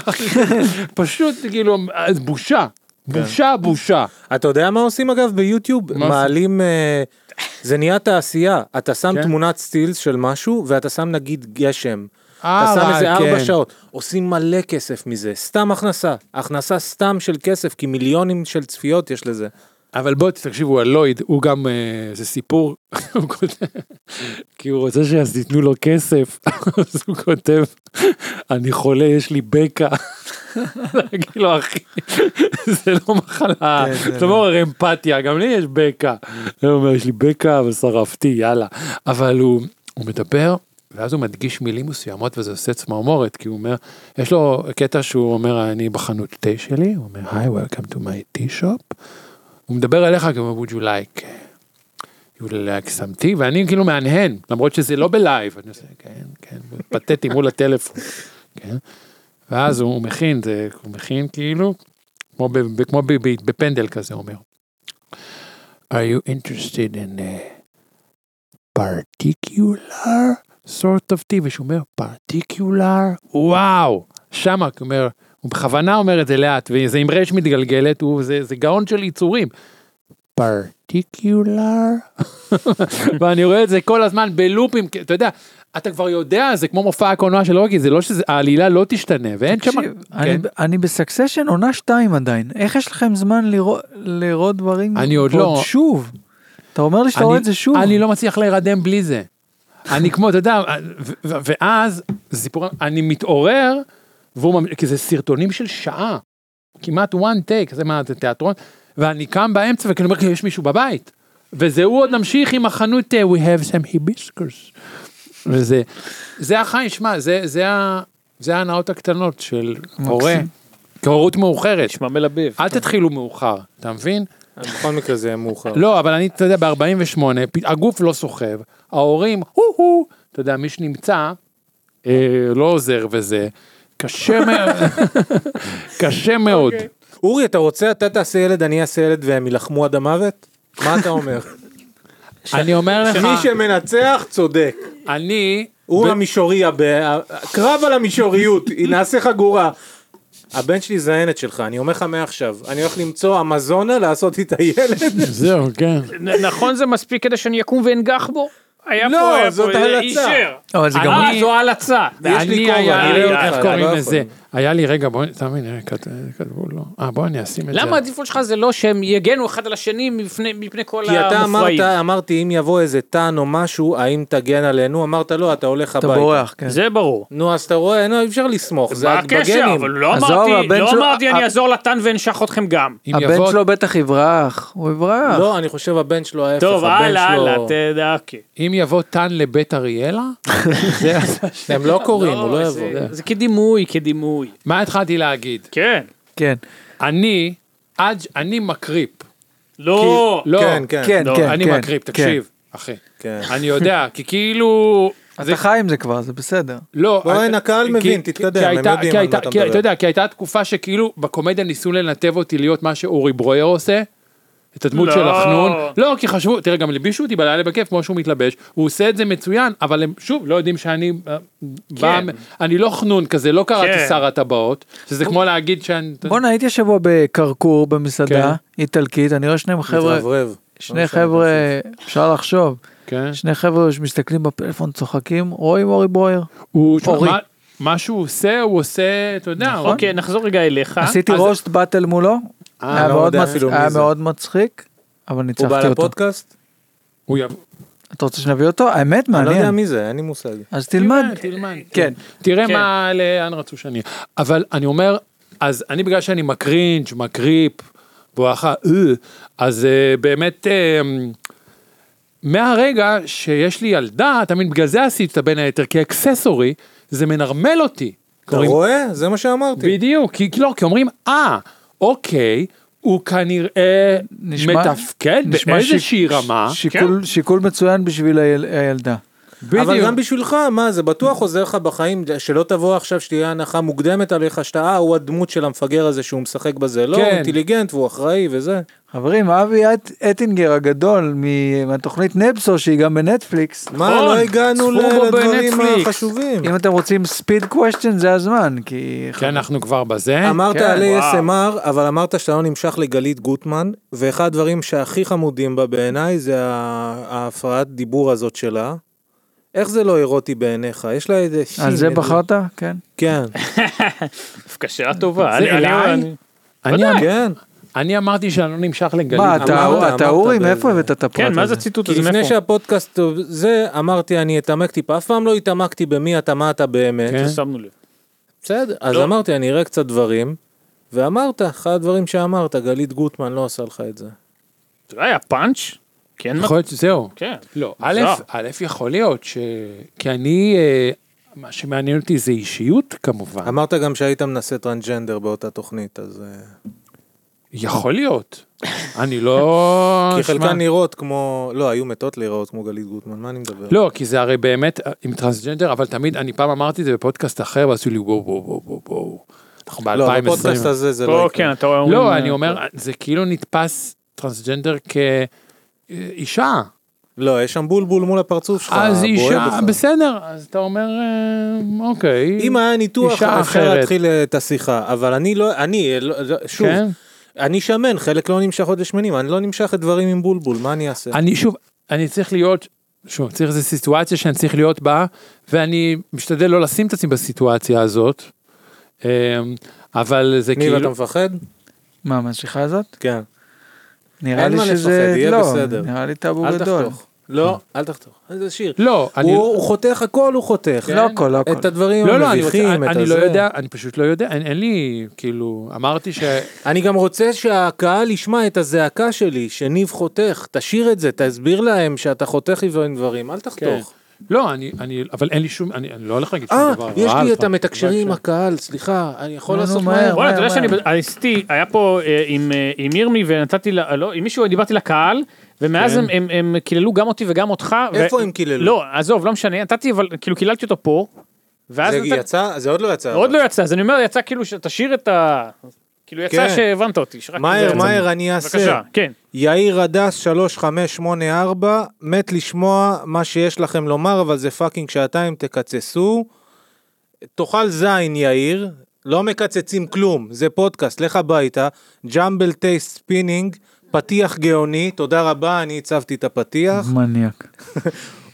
Speaker 4: פשוט כאילו, אז בושה, בושה, בושה.
Speaker 1: אתה יודע מה עושים אגב ביוטיוב?
Speaker 4: מה
Speaker 1: מעלים... אה, זה נהיה תעשייה, אתה שם
Speaker 4: כן.
Speaker 1: תמונת סטילס של משהו ואתה שם נגיד גשם.
Speaker 4: אה,
Speaker 1: אתה שם איזה ארבע
Speaker 4: כן.
Speaker 1: שעות, עושים מלא כסף מזה, סתם הכנסה, הכנסה סתם של כסף, כי מיליונים של צפיות יש לזה.
Speaker 4: אבל בואו תקשיבו, הלויד הוא גם, אה, זה סיפור, הוא כותב, כי הוא רוצה שאז ייתנו לו כסף, אז הוא כותב, אני חולה, יש לי בקע. להגיד לו, אחי, זה לא מחלה,
Speaker 2: כן, זה
Speaker 4: זה
Speaker 2: לא. Mm.
Speaker 4: מעורר אמפתיה, גם לי יש בקע. הוא אומר, יש לי בקע ושרפתי, יאללה. אבל הוא הוא מדבר, ואז הוא מדגיש מילים מסוימות וזה עושה צמרמורת, כי הוא אומר, יש לו קטע שהוא אומר, אני בחנות תה שלי, הוא אומר, היי, welcome to my tea shop. הוא מדבר אליך כמו would you like. uh, you would like some tea, ואני כאילו מהנהן, למרות שזה לא בלייב, אני עושה, כן, כן, פתטי מול הטלפון, כן. ואז הוא מכין, זה, הוא מכין כאילו, כמו, ב, ב, כמו ב, ב, בפנדל כזה, הוא אומר. are you interested in a particular sort of tea? ושהוא אומר, particular, וואו, שמה, הוא אומר, הוא בכוונה אומר את זה לאט, וזה עם רייש מתגלגלת, הוא, זה, זה גאון של יצורים.
Speaker 8: פרטיקולר.
Speaker 4: ואני רואה את זה כל הזמן בלופים, כי אתה יודע, אתה כבר יודע, זה כמו מופע הקולנוע של רוגי, זה לא שזה, העלילה לא תשתנה, ואין שם...
Speaker 2: תקשיב, אני-
Speaker 4: כן.
Speaker 2: אני בסקסשן עונה 2 עדיין, איך יש לכם זמן לראות- לראות דברים?
Speaker 4: אני עוד לא-
Speaker 2: שוב. אתה אומר לי שאתה
Speaker 4: אני-
Speaker 2: רואה את זה שוב.
Speaker 4: אני לא מצליח להירדם בלי זה. אני כמו, אתה יודע, ו- ו- ואז, זה סיפור, אני מתעורר, והוא, ממ- כי זה סרטונים של שעה, כמעט one take, זה מה, זה תיאטרון, ואני קם באמצע וכאילו אומר, "כאילו, יש מישהו בבית. וזה הוא עוד ממשיך עם החנות, אה, we have some hibiscus. וזה, זה החיים, שמע, זה, זה, ה- זה ההנאות הקטנות של הורה, כהורות מאוחרת.
Speaker 3: נשמע מלבב.
Speaker 4: אל תתחילו מאוחר, אתה מבין?
Speaker 1: בכל מקרה זה יהיה מאוחר.
Speaker 4: לא, אבל אני, אתה יודע, ב-48, הגוף לא סוחב, ההורים, הו-הו, אתה יודע, מי שנמצא, אה, לא עוזר וזה, קשה מאוד, קשה מאוד.
Speaker 1: אוקיי. אורי, אתה רוצה, אתה תעשה ילד, אני אעשה ילד, והם יילחמו עד המוות? מה אתה אומר?
Speaker 4: אני אומר לך,
Speaker 1: מי שמנצח צודק.
Speaker 4: אני,
Speaker 1: הוא המישורי, הב- הקרב על המישוריות, נעשה חגורה. הבן שלי זיינת שלך, אני אומר לך מעכשיו, אני הולך למצוא אמזונה לעשות איתה ילד.
Speaker 4: זהו, כן.
Speaker 3: נ- נכון זה מספיק כדי שאני אקום ואנגח בו? היה
Speaker 1: לא,
Speaker 3: פה, היה
Speaker 1: זאת
Speaker 3: פה, אה,
Speaker 1: הלצה.
Speaker 3: אישר.
Speaker 2: אבל זה גם
Speaker 3: אה,
Speaker 4: אני-
Speaker 3: זו הלצה. אה,
Speaker 1: יש לי כובע,
Speaker 4: היה
Speaker 1: אני
Speaker 4: לי,
Speaker 1: לא יודע,
Speaker 4: איך
Speaker 1: אתה
Speaker 4: קוראים
Speaker 1: לא
Speaker 4: לזה?
Speaker 1: יכול.
Speaker 4: היה לי רגע, בוא, תאמין, אה, כת- כתבו לא. אה, בוא אני אשים את זה.
Speaker 3: למה העדיפות שלך זה לא שהם יגנו אחד על השני מפני מפני כל
Speaker 1: כי אתה אמרת,
Speaker 3: המופרעים?
Speaker 1: אמרתי, אם יבוא איזה טאן או משהו, האם תגן עלינו? אמרת לא, אתה הולך
Speaker 2: אתה
Speaker 1: הביתה.
Speaker 2: בורח, כן.
Speaker 3: זה ברור.
Speaker 1: נו, אז אתה רואה, נו, אי אפשר לסמוך, זה
Speaker 3: מה הקשר?
Speaker 1: בגנים.
Speaker 3: אבל לא
Speaker 2: עזוב,
Speaker 3: אמרתי,
Speaker 2: הבן
Speaker 3: לא
Speaker 2: שלו-
Speaker 3: אמרתי, אני
Speaker 2: ה-
Speaker 3: אעזור לטן ואנשח אתכם גם.
Speaker 4: אם
Speaker 2: הבן
Speaker 4: יבוא-
Speaker 2: שלו בטח יברח, הוא יברח.
Speaker 1: לא, אני חושב הבן שלו ההפך,
Speaker 3: טוב,
Speaker 1: הבן
Speaker 3: הלאה, הלאה,
Speaker 1: שלו...
Speaker 3: תדע, אוקיי.
Speaker 4: אם יבוא טן לבית אריאלה,
Speaker 1: הם לא קוראים, הוא לא
Speaker 3: לא,
Speaker 1: יבוא.
Speaker 3: זה- זה כדימוי, כדימוי.
Speaker 4: מה התחלתי להגיד?
Speaker 3: כן.
Speaker 2: כן,
Speaker 4: אני, עד- אני מקריפ.
Speaker 3: לא.
Speaker 4: לא,
Speaker 1: כן, כן.
Speaker 2: כן,
Speaker 3: לא,
Speaker 2: כן.
Speaker 4: אני
Speaker 2: כן,
Speaker 4: מקריב,
Speaker 2: כן.
Speaker 4: תקשיב, אחי.
Speaker 1: כן.
Speaker 4: אני יודע, כי כאילו... זה-
Speaker 2: אתה חי עם זה כבר, זה בסדר.
Speaker 4: לא,
Speaker 1: בוא,
Speaker 4: אני-
Speaker 1: הנה, הקהל
Speaker 4: כי-
Speaker 1: מבין,
Speaker 4: כי-
Speaker 1: תתקדם,
Speaker 4: כי
Speaker 1: הם
Speaker 4: הייתה-
Speaker 1: יודעים
Speaker 4: כי
Speaker 1: על
Speaker 4: הייתה-
Speaker 1: מה אתה
Speaker 4: כי-
Speaker 1: מדבר.
Speaker 4: אתה יודע, כי הייתה תקופה שכאילו בקומדיה ניסו לנתב אותי להיות מה שאורי ברויר עושה. את הדמות
Speaker 3: לא.
Speaker 4: של החנון, לא כי חשבו, תראה גם ליבישו אותי בלילה בכיף כמו שהוא מתלבש, הוא עושה את זה מצוין, אבל הם שוב לא יודעים שאני, אה, בא, אני לא חנון כזה, לא קראתי
Speaker 3: כן.
Speaker 4: שר הטבעות, שזה כמו להגיד שאני,
Speaker 2: בואנה, הייתי השבוע בקרקור במסעדה
Speaker 4: כן.
Speaker 2: איטלקית, אני רואה שניהם חבר'ה,
Speaker 1: מתרברב. לא
Speaker 2: שני חבר'ה, אפשר לחשוב,
Speaker 4: לא כן.
Speaker 2: שני חבר'ה שמסתכלים בפלאפון, צוחקים, רואים אורי ברויר.
Speaker 4: הוא, שמע,
Speaker 2: אורי.
Speaker 4: מה- מה שהוא עושה, הוא עושה, אתה יודע,
Speaker 1: נכון.
Speaker 4: הוא-
Speaker 3: אוקיי, נחזור רגע אליך.
Speaker 1: אה?
Speaker 2: עשיתי
Speaker 4: אז-
Speaker 2: רוסט באטל מולו, היה
Speaker 1: לא
Speaker 2: מאוד
Speaker 1: יודע
Speaker 2: מצ-
Speaker 1: אפילו מי
Speaker 2: היה
Speaker 1: זה.
Speaker 2: מאוד מצחיק, אבל
Speaker 1: הוא בא
Speaker 2: ניצחתי אותו.
Speaker 1: לפודקאסט?
Speaker 4: הוא יבוא.
Speaker 2: אתה רוצה שנביא אותו? האמת
Speaker 1: אני לא יודע
Speaker 2: מעניין.
Speaker 1: מי זה, אין לי מושג.
Speaker 2: אז תלמד.
Speaker 4: תלמד.
Speaker 2: כן.
Speaker 4: תראה
Speaker 3: כן.
Speaker 4: מה, לאן רצו שאני... אבל אני אומר, אז אני בגלל שאני מקרינג', מקריפ, בואכה, אה, אז אה, באמת, אה, מהרגע שיש לי ילדה, תמיד בגלל זה עשיתי אותה בין היתר, כי אקססורי, זה מנרמל אותי.
Speaker 1: אתה רואה? זה מה שאמרתי.
Speaker 4: בדיוק, כי כי לא, כי אומרים, אה, אוקיי, הוא כנראה
Speaker 2: נשמע-
Speaker 1: כן,
Speaker 4: מתפקד
Speaker 2: נשמע
Speaker 4: באיזושהי
Speaker 2: ש-
Speaker 4: רמה.
Speaker 2: שיקול- שיקול מצוין בשביל היל- הילדה.
Speaker 1: אבל
Speaker 4: בדיוק.
Speaker 1: גם בשבילך, מה, זה בטוח עוזר לך בחיים, שלא תבוא עכשיו שתהיה הנחה מוקדמת עליך, שאתה, אה, הוא הדמות של המפגר הזה שהוא משחק בזה. לא, הוא
Speaker 4: כן.
Speaker 1: אינטליגנט והוא אחראי וזה.
Speaker 2: חברים, אבי את- אטינגר הגדול מ- מהתוכנית נפסו, שהיא גם בנטפליקס.
Speaker 1: מה, לא הגענו
Speaker 3: צפו
Speaker 1: ל-
Speaker 3: בו
Speaker 1: לדברים
Speaker 3: בנטפליקס.
Speaker 1: החשובים.
Speaker 2: אם אתם רוצים ספיד קוושטיין זה הזמן, כי...
Speaker 1: כן.
Speaker 4: כי אנחנו כבר בזה.
Speaker 1: אמרת
Speaker 2: כן,
Speaker 1: על
Speaker 3: וואו.
Speaker 1: ASMR, אבל אמרת שאתה לא נמשך לגלית גוטמן, ואחד הדברים שהכי חמודים בה בעיניי זה ה- ההפרעת דיבור הזאת שלה. איך זה לא אירוטי בעיניך? יש לה איזה...
Speaker 2: על
Speaker 1: שין,
Speaker 2: זה
Speaker 1: איזה-
Speaker 2: בחרת? כן.
Speaker 1: כן,
Speaker 3: דווקא שאלה טובה.
Speaker 4: זה
Speaker 3: אני- אני-
Speaker 4: אליי?
Speaker 3: אני-
Speaker 4: אני אמ-
Speaker 1: כן.
Speaker 4: אני אמרתי שאני לא נמשך לגלית.
Speaker 2: מה, אתה-
Speaker 1: אמרת,
Speaker 2: אתה
Speaker 1: אמרת
Speaker 2: אורי?
Speaker 1: באיזה-
Speaker 2: מאיפה הבאת את הפרט הזה?
Speaker 3: כן, מה זה הציטוט
Speaker 1: כי
Speaker 3: הזה?
Speaker 1: לפני
Speaker 3: מאיפה?
Speaker 1: שהפודקאסט זה, אמרתי אני אתעמק טיפה, אף פעם לא התעמקתי במי אתה, מה אתה באמת.
Speaker 4: כן.
Speaker 3: שמנו לב.
Speaker 1: בסדר, אז
Speaker 3: לא.
Speaker 1: אמרתי אני אראה קצת דברים, ואמרת, אחד הדברים שאמרת, גלית גוטמן לא עושה לך את זה.
Speaker 3: זה היה פאנץ'? כן,
Speaker 4: יכול להיות שזהו.
Speaker 3: כן.
Speaker 4: לא, א',
Speaker 3: מוזר.
Speaker 4: א', יכול להיות ש... כי אני, אה, מה שמעניין אותי זה אישיות כמובן.
Speaker 1: אמרת גם שהיית מנסה טרנסג'נדר באותה תוכנית, אז... אה,
Speaker 4: יכול להיות. אני לא...
Speaker 1: כי
Speaker 4: שמע,
Speaker 1: חלקן נראות כמו, לא, היו מתות להיראות כמו גלית גוטמן, מה אני מדבר?
Speaker 4: לא, כי זה הרי באמת אה, עם טרנסג'נדר, אבל תמיד, אני פעם אמרתי את זה בפודקאסט אחר, ועשו לי וואו וואו וואו וואו וואו. אנחנו
Speaker 1: לא, בפודקאסט
Speaker 4: ב-2020.
Speaker 1: הזה זה לא
Speaker 3: פה
Speaker 1: יקרה.
Speaker 3: כן, אתה רואה...
Speaker 4: לא,
Speaker 3: אומרים,
Speaker 4: אני
Speaker 3: אה,
Speaker 4: אומר, זה כאילו נתפס טרנסג'נדר כאישה.
Speaker 1: לא, יש שם בולבול מול הפרצוף שלך,
Speaker 4: אז
Speaker 1: בועט
Speaker 4: אישה,
Speaker 1: אה, בך.
Speaker 4: בסדר, אז אתה אומר, אה, אוקיי.
Speaker 1: אם היה ניתוח,
Speaker 4: אישה
Speaker 1: אפשר
Speaker 4: אחרת.
Speaker 1: להתחיל אה, את השיחה, אבל אני לא, אני, אה, לא- לא- שוב,
Speaker 4: כן?
Speaker 1: אני שמן, חלק לא נמשכות לשמנים, אני לא נמשך לדברים עם בולבול, מה אני אעשה?
Speaker 4: אני שוב, אני צריך להיות, שוב, צריך איזו סיטואציה שאני צריך להיות בה, ואני משתדל לא לשים את עצמי בסיטואציה הזאת, אמ, אבל זה
Speaker 1: ניב, אתה
Speaker 4: כאילו,
Speaker 1: מפחד?
Speaker 2: מה, מהשיחה הזאת?
Speaker 1: כן.
Speaker 2: נראה
Speaker 1: אין
Speaker 2: לי
Speaker 1: מה
Speaker 2: שזה...
Speaker 1: לפחד, יהיה
Speaker 2: לא,
Speaker 1: בסדר.
Speaker 2: נראה לי טאבו
Speaker 1: אל
Speaker 2: גדול.
Speaker 1: תחתוך. לא, אל תחתוך. זה שיר.
Speaker 4: לא, אני,
Speaker 1: הוא הוא חותך כן. הכל, הוא חותך.
Speaker 2: לא הכל, לא
Speaker 1: את
Speaker 2: הכל.
Speaker 1: הדברים
Speaker 4: לא, לא, אני, רוצה,
Speaker 1: המביכים, את
Speaker 4: אני לא
Speaker 1: הזה.
Speaker 4: יודע, אני פשוט לא יודע, אין, אין לי, כאילו, אמרתי ש...
Speaker 1: אני גם רוצה שהקהל ישמע את הזעקה שלי, שניב חותך, תשאיר את זה, תסביר להם שאתה חותך עיוורון דברים, אל תחתוך.
Speaker 4: לא, אני, אני, אבל אין לי שום, אני, אני לא הולך להגיד שום
Speaker 1: כן. אה,
Speaker 4: דבר.
Speaker 1: יש
Speaker 4: רע
Speaker 1: לי
Speaker 4: על
Speaker 1: את
Speaker 4: פעם.
Speaker 1: המתקשרים עם הקהל, סליחה, אני יכול
Speaker 4: לא,
Speaker 2: נו, נו,
Speaker 1: לעשות
Speaker 2: מהר.
Speaker 1: מהר.
Speaker 3: וואלה, אתה יודע
Speaker 2: וואי,
Speaker 3: שאני, עשיתי, היה פה אה, עם, אה, עם ירמי ונתתי, לה- לא, עם מישהו דיברתי לקהל, ומאז הם- הם- הם קיללו גם אותי וגם אותך. ו-
Speaker 1: איפה הם קיללו?
Speaker 3: לא, עזוב, לא משנה, נתתי, אבל כאילו קיללתי אותו פה, ואז
Speaker 1: זה
Speaker 3: נתתי-
Speaker 1: יצא? זה עוד לא יצא.
Speaker 3: עוד
Speaker 1: אבל.
Speaker 3: לא יצא, אז אני אומר, יצא כאילו שתשאיר את ה... כאילו יצא
Speaker 1: כן.
Speaker 3: שהבנת אותי. שרק
Speaker 1: מהר,
Speaker 3: זה-
Speaker 1: מהר, אני
Speaker 3: בבקשה,
Speaker 1: אעשה.
Speaker 3: כן.
Speaker 1: יאיר הדס 3584, מת לשמוע מה שיש לכם לומר, אבל זה פאקינג שעתיים, תקצצו. תאכל זין, יאיר, לא מקצצים כלום, זה פודקאסט, לך הביתה. ג'מבל טייסט ספינינג, פתיח גאוני, תודה רבה, אני הצבתי את הפתיח.
Speaker 2: מניאק.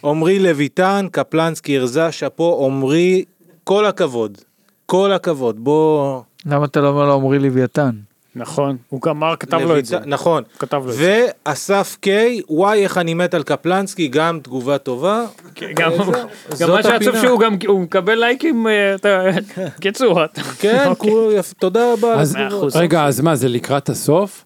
Speaker 1: עמרי לויטן, קפלנסקי הרזה, שאפו, עמרי, כל הכבוד. כל הכבוד, בוא...
Speaker 2: למה אתה לא אומר לו עמרי לוויתן?
Speaker 3: נכון, הוא אמר, כתב לו את זה.
Speaker 1: לויטן- נכון.
Speaker 3: כתב לו את זה.
Speaker 1: ואסף קיי, וואי איך אני מת על קפלנסקי, גם תגובה טובה.
Speaker 3: כן, גם גם
Speaker 1: זאת
Speaker 3: מה שעצוב
Speaker 1: הפינה.
Speaker 3: שהוא גם הוא מקבל לייקים, אה, אתה- קיצור, אתה- אוקיי.
Speaker 1: כן, כולו יפ- תודה רבה.
Speaker 4: אז,
Speaker 3: מאה אחוז.
Speaker 4: רגע, אז מה, זה לקראת הסוף?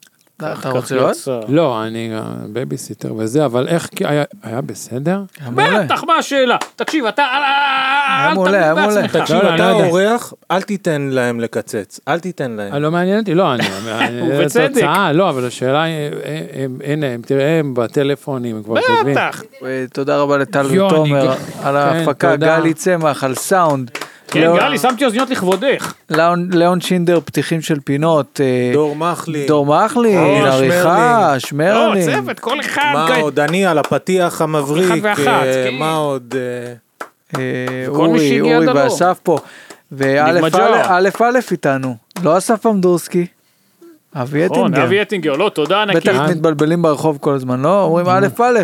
Speaker 2: אתה רוצה עוד?
Speaker 4: לא, אני אה, בייביסיטר וזה, אבל איך, כי היה, היה בסדר?
Speaker 2: היה מעולה.
Speaker 3: בטח, מה השאלה? תקשיב, אתה אה, אל- אל-
Speaker 2: היה
Speaker 3: אל
Speaker 2: מעולה, היה
Speaker 3: תמיד
Speaker 2: מעולה.
Speaker 3: בעצמך.
Speaker 1: תקשיב,
Speaker 4: לא, לא,
Speaker 1: אתה
Speaker 4: לא יודע.
Speaker 1: אורח, אל תיתן להם לקצץ, אל תיתן
Speaker 4: אה,
Speaker 1: להם.
Speaker 4: לא מעניין אותי, לא, אני, אני-
Speaker 3: ובצדק.
Speaker 4: התוצאה, לא, אבל השאלה, היא, אה, אה, הנה, הם- תראה, הם בטלפונים, הם כבר כותבים.
Speaker 3: בטח.
Speaker 2: אה, תודה רבה לטל
Speaker 4: יוני,
Speaker 2: ותומר
Speaker 4: כן.
Speaker 2: על ההפקה,
Speaker 4: תודה.
Speaker 2: גלי צמח, על סאונד.
Speaker 3: כן,
Speaker 2: לאון-
Speaker 3: גלי, שמתי אוזניות לכבודך.
Speaker 2: לאון- לאון שינדר, פתיחים של פינות. אה,
Speaker 1: דור מחלי,
Speaker 2: דור מחלין,
Speaker 1: אה,
Speaker 2: עריכה,
Speaker 3: לא,
Speaker 2: שמרלין.
Speaker 3: צוות, כל אחד.
Speaker 1: מה
Speaker 3: גיא,
Speaker 1: עוד, אני על הפתיח המבריק,
Speaker 3: ואחת,
Speaker 1: אה,
Speaker 3: כן.
Speaker 1: מה עוד, אה,
Speaker 2: אה,
Speaker 3: כל מי
Speaker 2: אורי,
Speaker 3: שהגיע
Speaker 2: אורי
Speaker 3: עד הלום.
Speaker 2: ואסף פה. וא'
Speaker 3: ניב מג'אר.
Speaker 2: א' א' איתנו, לא אסף עמדורסקי, אבי
Speaker 3: נכון,
Speaker 2: אטינגר.
Speaker 3: אבי אטינגר, לא, תודה ענקית.
Speaker 2: בטח מתבלבלים ברחוב כל הזמן, לא? אומרים א' א',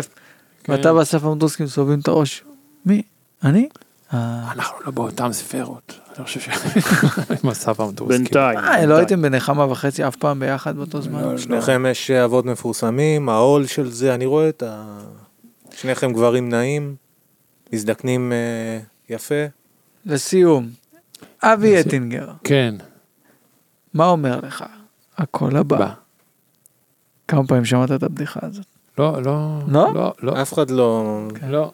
Speaker 2: ואתה ואסף עמדורסקי מסובבים את הראש. מי? אני? אה,
Speaker 4: אנחנו לא באותן ספרות, אני לא חושב ש... עם הסף המטורסקי.
Speaker 3: בינתיים.
Speaker 2: אה, לא הייתם בנחמה וחצי אף פעם ביחד באותו
Speaker 3: לא,
Speaker 1: לא,
Speaker 2: זמן?
Speaker 1: שניכם יש אה, אבות מפורסמים, העול של זה, אני רואה את ה... שניכם גברים נעים, מזדקנים אה, יפה.
Speaker 2: לסיום, אבי אטינגר,
Speaker 4: כן,
Speaker 2: מה אומר לך? הכל הבא.
Speaker 4: בא.
Speaker 2: כמה פעמים שמעת את הבדיחה הזאת?
Speaker 4: לא, לא,
Speaker 2: לא?
Speaker 4: לא, לא,
Speaker 1: אף אחד לא...
Speaker 3: כן.
Speaker 1: אה,
Speaker 4: לא.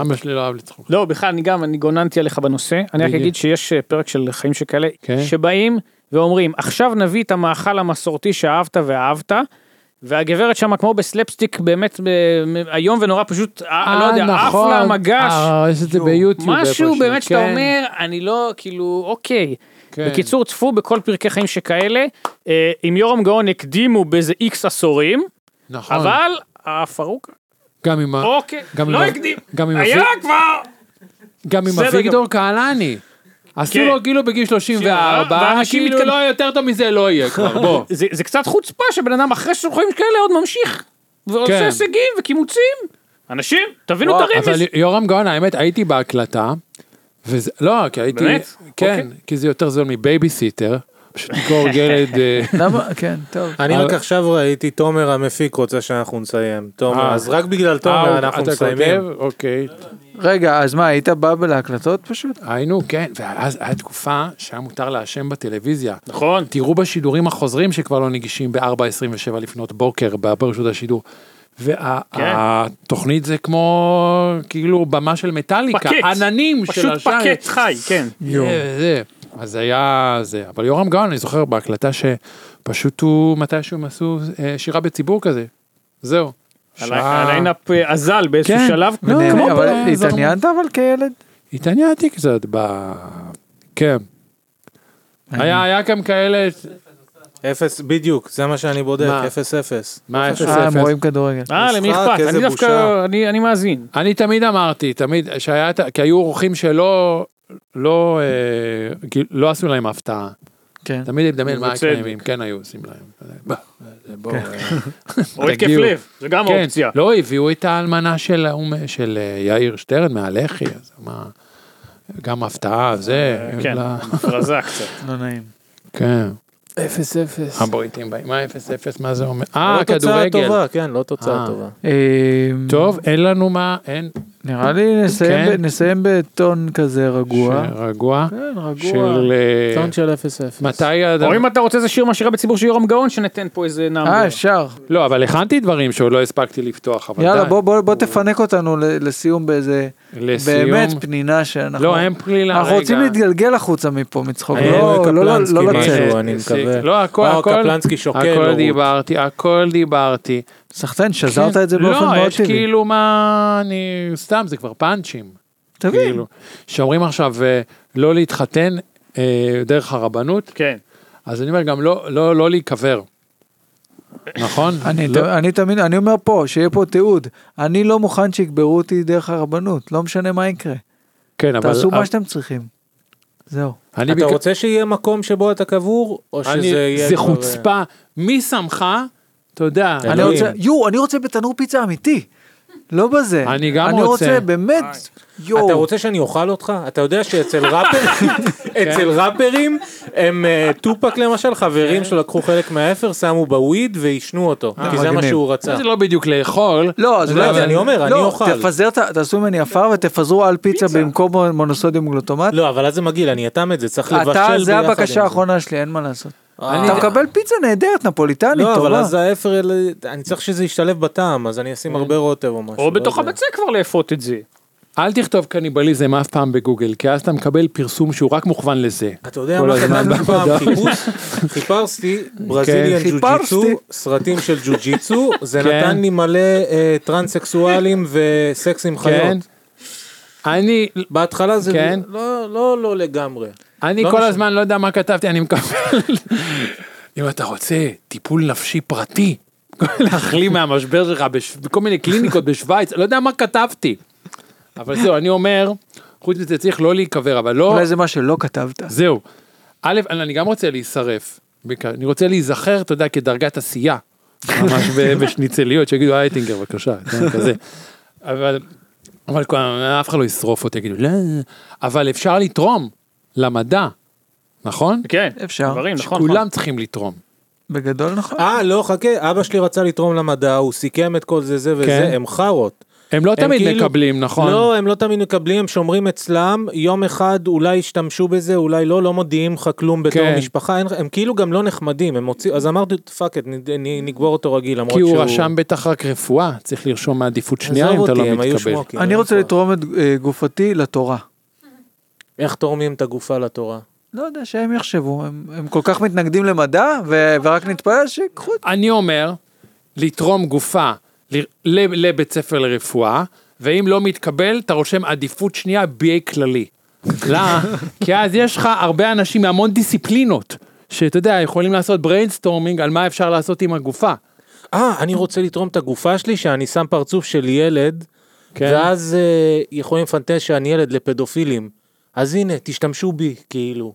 Speaker 4: אבא שלי לא אהב לצחוק.
Speaker 3: לא, בכלל, אני גם, אני גוננתי עליך בנושא. אני רק
Speaker 4: בדיוק.
Speaker 3: אגיד שיש אה, פרק של חיים שכאלה,
Speaker 4: כן.
Speaker 3: שבאים ואומרים, עכשיו נביא את המאכל המסורתי שאהבת ואהבת. והגברת שם כמו בסלפסטיק באמת אה, איום ונורא פשוט, אה, לא יודע, עף לה מגש.
Speaker 4: אה, יש את זה ביוטיוב.
Speaker 3: משהו
Speaker 4: איפשהו,
Speaker 3: באמת שאתה
Speaker 4: כן,
Speaker 3: אומר, אני לא, כאילו, אוקיי.
Speaker 4: כן.
Speaker 3: בקיצור, צפו בכל פרקי חיים שכאלה. אה, עם יורם גאון הקדימו באיזה איקס עשורים,
Speaker 4: נכון.
Speaker 3: אבל הפרוק,
Speaker 4: גם עם ה-
Speaker 3: אוקיי,
Speaker 4: גם
Speaker 3: לא
Speaker 4: עם ה-
Speaker 3: הקדים,
Speaker 4: גם עם
Speaker 3: היה
Speaker 4: אביג-
Speaker 3: כבר!
Speaker 4: גם עם
Speaker 3: בסדר
Speaker 4: אביגדור קהלני. עשו
Speaker 3: כן.
Speaker 4: לו כאילו בגיל 34,
Speaker 3: ואנשים
Speaker 4: כאילו
Speaker 3: מתקדמים.
Speaker 4: לא יותר טוב מזה לא יהיה כבר, בוא.
Speaker 3: זה זה קצת חוצפה שבן אדם אחרי סוחרים כאלה עוד ממשיך, ועושה
Speaker 4: כן.
Speaker 3: הישגים וקימוצים. אנשים, תבינו את
Speaker 4: וואו,
Speaker 3: הרמיז.
Speaker 4: אבל יורם גאון, האמת, הייתי בהקלטה, וזה, לא, כי הייתי,
Speaker 3: באמת?
Speaker 4: כן,
Speaker 3: אוקיי.
Speaker 4: כי זה יותר זול מבייביסיטר, פשוט לקרוא ילד, אה,
Speaker 2: למה? כן, טוב.
Speaker 1: אני רק
Speaker 4: אבל-
Speaker 1: עכשיו ראיתי, תומר המפיק רוצה שאנחנו נסיים. תומר,
Speaker 4: אה.
Speaker 1: אז רק בגלל
Speaker 4: אה,
Speaker 1: תומר אנחנו
Speaker 4: אתה
Speaker 1: מסיימים.
Speaker 4: כותב? אוקיי,
Speaker 2: רגע, אז מה, היית בא להקלטות פשוט?
Speaker 4: היינו, כן, ואז הייתה תקופה שהיה מותר לעשן בטלוויזיה.
Speaker 3: נכון.
Speaker 4: תראו בשידורים החוזרים שכבר לא נגישים ב-4.27 לפנות בוקר ברשות השידור.
Speaker 3: כן.
Speaker 4: והתוכנית זה כמו כאילו במה של מטאליקה,
Speaker 3: פקט.
Speaker 4: עננים של
Speaker 3: פשוט
Speaker 4: השאר.
Speaker 3: פקט חי, כן.
Speaker 4: זה, זה. אז היה זה, אבל יורם גאון, אני זוכר בהקלטה שפשוט הוא, מתישהו הם עשו אה, שירה בציבור כזה, זהו. שעה-
Speaker 3: הליינאפ אה, אזל באיזשהו
Speaker 4: כן.
Speaker 3: שלב. אה,
Speaker 4: לא,
Speaker 3: כמו
Speaker 4: כמו
Speaker 2: אבל
Speaker 4: בלעזר.
Speaker 2: התעניינת אבל כילד?
Speaker 4: התעניינתי קצת ב... כן. היה, היה גם כאלה,
Speaker 1: אפס, בדיוק, זה מה שאני בודק,
Speaker 4: מה?
Speaker 1: אפס אפס.
Speaker 4: מה, אפס
Speaker 2: אה, הם
Speaker 4: אפס.
Speaker 2: רואים כדורגל.
Speaker 3: אה, למי
Speaker 1: משחק,
Speaker 3: אכפת?
Speaker 1: איזה
Speaker 3: אני דווקא,
Speaker 1: בושה.
Speaker 3: אני אני מאזין.
Speaker 4: אני תמיד אמרתי, תמיד, שהיה, את ה- כי היו אורחים שלא, לא, אה, כאילו, לא עשו להם הפתעה.
Speaker 2: כן.
Speaker 4: תמיד אני מדמיין מה
Speaker 3: ובצדק.
Speaker 4: יקרה אם הם כן היו עושים להם. בוא, בואו,
Speaker 1: כן.
Speaker 3: או התקף
Speaker 4: תגיעו.
Speaker 3: לב, זה גם
Speaker 4: כן,
Speaker 3: אופציה.
Speaker 4: לא, הביאו את האלמנה של, האום- של אה, יאיר שטרן מהלח"י, אז מה, גם הפתעה, זה,
Speaker 3: כן,
Speaker 4: לה-
Speaker 3: הכרזה קצת.
Speaker 2: לא נעים.
Speaker 4: כן,
Speaker 1: אפס אפס.
Speaker 4: הבריטים באים, מה 0-0, מה זה אומר? אה,
Speaker 1: לא תוצאה
Speaker 4: כדורגל.
Speaker 1: טובה, כן, לא תוצאה
Speaker 4: אה.
Speaker 1: טובה.
Speaker 2: אה,
Speaker 4: טוב, אין לנו מה, אין,
Speaker 2: נראה לי נסיים
Speaker 4: כן.
Speaker 2: ב- נסיים בטון כזה רגוע.
Speaker 4: רגוע,
Speaker 2: כן, רגוע.
Speaker 4: של, אה,
Speaker 1: טון של אפס אפס.
Speaker 4: מתי ה...
Speaker 3: או אם אתה רוצה איזה שיר מהשירה בציבור של יורם גאון, שניתן פה איזה נעם.
Speaker 2: אה, אפשר.
Speaker 4: לא, אבל הכנתי דברים שעוד לא הספקתי לפתוח, אבל
Speaker 2: יאללה,
Speaker 4: די.
Speaker 2: בוא- בוא בוא תפנק אותנו ל- לסיום באיזה...
Speaker 4: לסיום,
Speaker 2: באמת פנינה שאנחנו...
Speaker 4: לא, אין פלילה, רגע.
Speaker 2: אנחנו רוצים להתגלגל החוצה מפה מצחוק.
Speaker 4: אה,
Speaker 2: לא-
Speaker 1: אה,
Speaker 2: לא- לא
Speaker 1: קפלנסקי,
Speaker 2: לא
Speaker 1: מה
Speaker 2: לצאת.
Speaker 1: משהו, אני מקווה.
Speaker 4: לא, הכל,
Speaker 1: וואו,
Speaker 4: הכל,
Speaker 1: קפלנסקי שוקל,
Speaker 4: הכל
Speaker 2: לא
Speaker 1: הורות.
Speaker 4: דיברתי, הכל דיברתי.
Speaker 2: סחטיין, שזרת את זה
Speaker 4: כן.
Speaker 2: באופן
Speaker 4: לא,
Speaker 2: מאוד
Speaker 4: יש
Speaker 2: טבעי.
Speaker 4: כאילו מה, אני, סתם, זה כבר פאנצ'ים.
Speaker 2: כן. תבין.
Speaker 4: כאילו, שאומרים עכשיו אה, לא להתחתן אה, דרך הרבנות,
Speaker 3: כן.
Speaker 4: אז אני אומר גם לא, לא, לא להיקבר. נכון?
Speaker 2: אני,
Speaker 4: לא,
Speaker 2: ת, אני תמיד, אני אומר פה, שיהיה פה תיעוד, אני לא מוכן שיקברו אותי דרך הרבנות, לא משנה מה יקרה,
Speaker 4: כן, אבל...
Speaker 2: תעשו
Speaker 4: אבל-
Speaker 2: מה שאתם צריכים. זהו.
Speaker 4: אני
Speaker 1: אתה
Speaker 4: ביקש-
Speaker 1: רוצה שיהיה מקום שבו אתה קבור, או שזה
Speaker 4: אני-
Speaker 1: יהיה...
Speaker 4: זה
Speaker 1: כבר, אה,
Speaker 4: חוצפה, מי שמך? אתה יודע.
Speaker 1: אלוהים.
Speaker 2: אני רוצה, יואו, אני רוצה בתנור פיצה אמיתי, לא בזה.
Speaker 4: אני גם
Speaker 2: אני
Speaker 4: רוצה.
Speaker 2: רוצה באמת, יואו.
Speaker 1: אה, אתה רוצה שאני אוכל אותך? אתה יודע שאצל ראפרים,
Speaker 4: כן.
Speaker 1: אצל ראפרים, הם אה, טופק למשל, חברים
Speaker 4: כן.
Speaker 1: שלקחו חלק מהאפר, שמו בוויד ועישנו אותו, כי זה מה
Speaker 2: מגניב.
Speaker 1: שהוא רצה.
Speaker 4: אה, זה לא בדיוק לאכול.
Speaker 2: לא, אז
Speaker 1: לא,
Speaker 2: אולי-
Speaker 1: אבל אני אומר, אני
Speaker 2: לא,
Speaker 1: אוכל.
Speaker 2: תפזר, את ה- תעשו ממני עפר ותפזרו על פיצה במקום מונוסודיום גלוטומט.
Speaker 1: לא, אבל אז זה מגעיל, אני אטם את זה, צריך לא, לבשל ביחד.
Speaker 2: אתה, זה
Speaker 1: עם
Speaker 2: הבקשה האחרונה שלי, אין מה לעשות.
Speaker 1: אה.
Speaker 2: אתה מקבל פיצה נהדרת, נפוליטנית,
Speaker 1: לא, אבל
Speaker 2: טובה.
Speaker 1: אז האפר, אלה- אני צריך שזה ישתלב בטעם, אז אני אשים הרבה רוטב או משהו.
Speaker 3: כן. או
Speaker 1: לא
Speaker 3: בתוך
Speaker 1: יודע.
Speaker 3: הביצה כבר לאפות את זה.
Speaker 4: אל תכתוב קניבליזם אף פעם בגוגל, כי אז אתה מקבל פרסום שהוא רק מוכוון לזה.
Speaker 1: אתה יודע מה כתבתי פעם חיפוש? חיפשתי ברזיליאן
Speaker 2: כן.
Speaker 1: ג'ו-ג'יצו,
Speaker 2: חיפשתי.
Speaker 1: סרטים של ג'ו-ג'יצו, זה
Speaker 4: כן.
Speaker 1: נתן לי מלא אה, טרנסקסואלים וסקס עם
Speaker 4: כן?
Speaker 1: חיות.
Speaker 4: אני,
Speaker 1: בהתחלה זה
Speaker 4: כן.
Speaker 1: לא, לא, לא לגמרי.
Speaker 4: אני
Speaker 1: לא
Speaker 4: כל
Speaker 1: משנה.
Speaker 4: הזמן לא יודע מה כתבתי, אני מקבל. אם אתה רוצה טיפול נפשי פרטי, להחלים מהמשבר שלך בש- בכל מיני קליניקות בשוויץ, לא יודע מה כתבתי. אבל זהו, אני אומר, חוץ מזה צריך לא להיקבר, אבל לא,
Speaker 2: אולי זה מה שלא כתבת.
Speaker 4: זהו. א', אני גם רוצה להישרף, בעיקר. אני רוצה להיזכר, אתה יודע, כדרגת עשייה. ממש ב- בשניצליות, שיגידו אייטינגר בבקשה, כן, כזה. אבל, אבל כל- אף אחד לא ישרוף אותי, יגידו, לא, אבל אפשר לתרום למדע, נכון?
Speaker 3: כן.
Speaker 2: אפשר.
Speaker 3: דברים, נכון. נכון.
Speaker 4: כולם צריכים לתרום.
Speaker 2: בגדול נכון.
Speaker 1: אה, לא, חכה, אבא שלי רצה לתרום למדע, הוא סיכם את כל זה, זה וזה,
Speaker 4: כן.
Speaker 1: הם חארות.
Speaker 4: הם לא
Speaker 1: הם
Speaker 4: תמיד
Speaker 1: כאילו-
Speaker 4: מקבלים, נכון?
Speaker 1: לא, הם לא תמיד מקבלים, הם שומרים אצלם, יום אחד אולי ישתמשו בזה, אולי לא, לא מודיעים לך כלום בתור
Speaker 4: כן.
Speaker 1: משפחה, אין, הם כאילו גם לא נחמדים, הם הוציאו, אז אמרתי, פאק את, נגבור אותו רגיל, למרות
Speaker 4: כי
Speaker 1: שהוא...
Speaker 4: הוא רשם בטח רק רפואה, צריך לרשום מעדיפות שנייה
Speaker 1: עזוב
Speaker 4: אם אתה
Speaker 1: אותי,
Speaker 4: לא
Speaker 1: הם היו
Speaker 4: מתקבל.
Speaker 1: שמוקים,
Speaker 2: אני
Speaker 1: אין
Speaker 2: רוצה
Speaker 1: כוח.
Speaker 2: לתרום את אה, גופתי לתורה.
Speaker 1: איך תורמים את הגופה לתורה?
Speaker 2: לא יודע, שהם יחשבו, הם, הם כל כך מתנגדים למדע, ו- ורק נתפלל שיקחו את...
Speaker 4: אני אומר, לתרום גופה ל- ל- לבית ספר לרפואה, ואם לא מתקבל, אתה רושם עדיפות שנייה BA כללי. למה? כי אז יש לך הרבה אנשים מהמון דיסציפלינות, שאתה יודע, יכולים לעשות בריינסטורמינג על מה אפשר לעשות עם הגופה.
Speaker 1: אה, אני רוצה לתרום את הגופה שלי, שאני שם פרצוף של ילד,
Speaker 4: כן.
Speaker 1: ואז אה, יכולים לפנטז שאני ילד לפדופילים. אז הנה, תשתמשו בי, כאילו.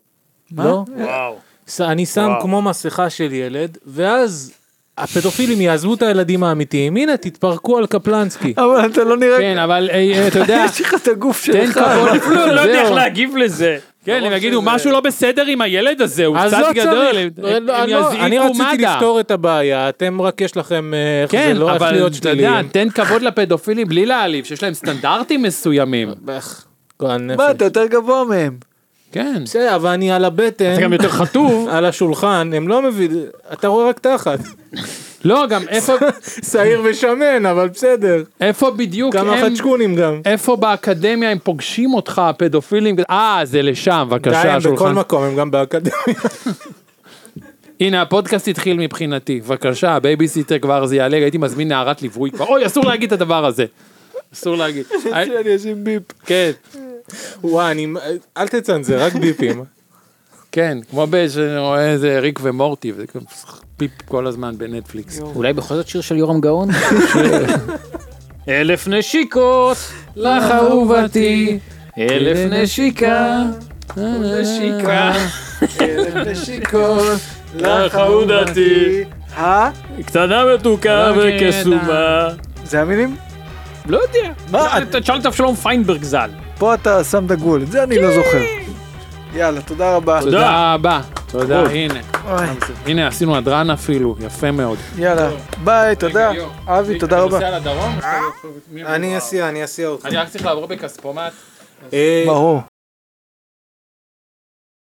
Speaker 2: מה? אה,
Speaker 1: לא?
Speaker 3: וואו.
Speaker 1: ס- אני שם
Speaker 3: וואו.
Speaker 1: כמו מסכה של ילד, ואז הפדופילים יעזבו את הילדים האמיתיים. הנה, תתפרקו על קפלנסקי.
Speaker 2: אבל אתה לא נראה...
Speaker 4: כן, אבל אה, אתה יודע,
Speaker 2: יש לך את הגוף
Speaker 4: תן
Speaker 2: שלך.
Speaker 4: כבוד.
Speaker 3: לא יודע איך
Speaker 4: זהו.
Speaker 3: להגיב לזה.
Speaker 4: כן, הם יגידו, משהו לא בסדר עם הילד הזה, הוא
Speaker 1: אז
Speaker 4: קצת
Speaker 1: לא
Speaker 4: גדול,
Speaker 1: צריך,
Speaker 4: הם-
Speaker 1: לא,
Speaker 4: הם
Speaker 1: לא,
Speaker 4: הם
Speaker 1: לא, אני
Speaker 4: יזעיקו
Speaker 1: רציתי
Speaker 4: מד"א.
Speaker 1: לפתור את הבעיה, אתם רק יש לכם אה, איך זה
Speaker 4: כן,
Speaker 1: לא, איך
Speaker 4: אבל
Speaker 1: להיות
Speaker 4: אתה יודע,
Speaker 1: שליליים.
Speaker 4: תן כבוד לפדופילים בלי להעליב, שיש להם סטנדרטים מסוימים.
Speaker 1: איך, גועל נפש.
Speaker 2: מה, אתה יותר גבוה מהם.
Speaker 4: כן.
Speaker 1: בסדר, אבל אני על הבטן.
Speaker 3: אתה גם יותר חטוב.
Speaker 1: על השולחן, הם לא מבינים, אתה רואה רק תחת.
Speaker 4: לא, גם איפה...
Speaker 1: שעיר ושמן, אבל בסדר.
Speaker 4: איפה בדיוק
Speaker 1: כמה
Speaker 4: הם,
Speaker 1: חדשקונים גם.
Speaker 4: איפה באקדמיה הם פוגשים אותך, הפדופילים, אה, זה לשם,
Speaker 1: די,
Speaker 4: בבקשה,
Speaker 1: הם בכל
Speaker 4: השולחן.
Speaker 1: מקום, הם גם באקדמיה.
Speaker 4: הנה, הפודקאסט התחיל מבחינתי, בבקשה, הבייביסיטר כבר זה יעלה, הייתי מזמין נערת ליווי כבר, אוי, אסור להגיד את הדבר הזה. אסור להגיד.
Speaker 2: אני אשים ביפ.
Speaker 4: כן,
Speaker 1: וואי, אני, אל תצנזר, רק ביפים.
Speaker 4: כן, כמו שאני רואה איזה ריק ומורטי, וזה כאילו פיפ כל הזמן בנטפליקס.
Speaker 3: אולי בכל זאת שיר של יורם גאון? אלף נשיקות, לך אהובתי, אלף נשיקה, נשיקה.
Speaker 2: כלב נשיקות,
Speaker 3: לחמודתי.
Speaker 2: אה?
Speaker 3: קטנה מתוקה
Speaker 9: לא יודע.
Speaker 3: וקסומה.
Speaker 2: זה המילים?
Speaker 3: לא יודע.
Speaker 2: מה?
Speaker 3: אתה תשאל את אבשלום פיינברג ז"ל.
Speaker 2: פה אתה שם את הגבול, את זה אני לא זוכר. יאללה, תודה רבה.
Speaker 4: תודה רבה. תודה,
Speaker 3: אוי.
Speaker 4: הנה.
Speaker 2: אוי,
Speaker 4: הנה, עשינו הדרן אפילו, יפה מאוד.
Speaker 2: יאללה, ביי, תודה. אבי, תודה רבה.
Speaker 1: אה? אני אסיע, אני אסיע אותך.
Speaker 4: אני רק צריך לעבור בכספומט.
Speaker 1: אה,
Speaker 2: ברור.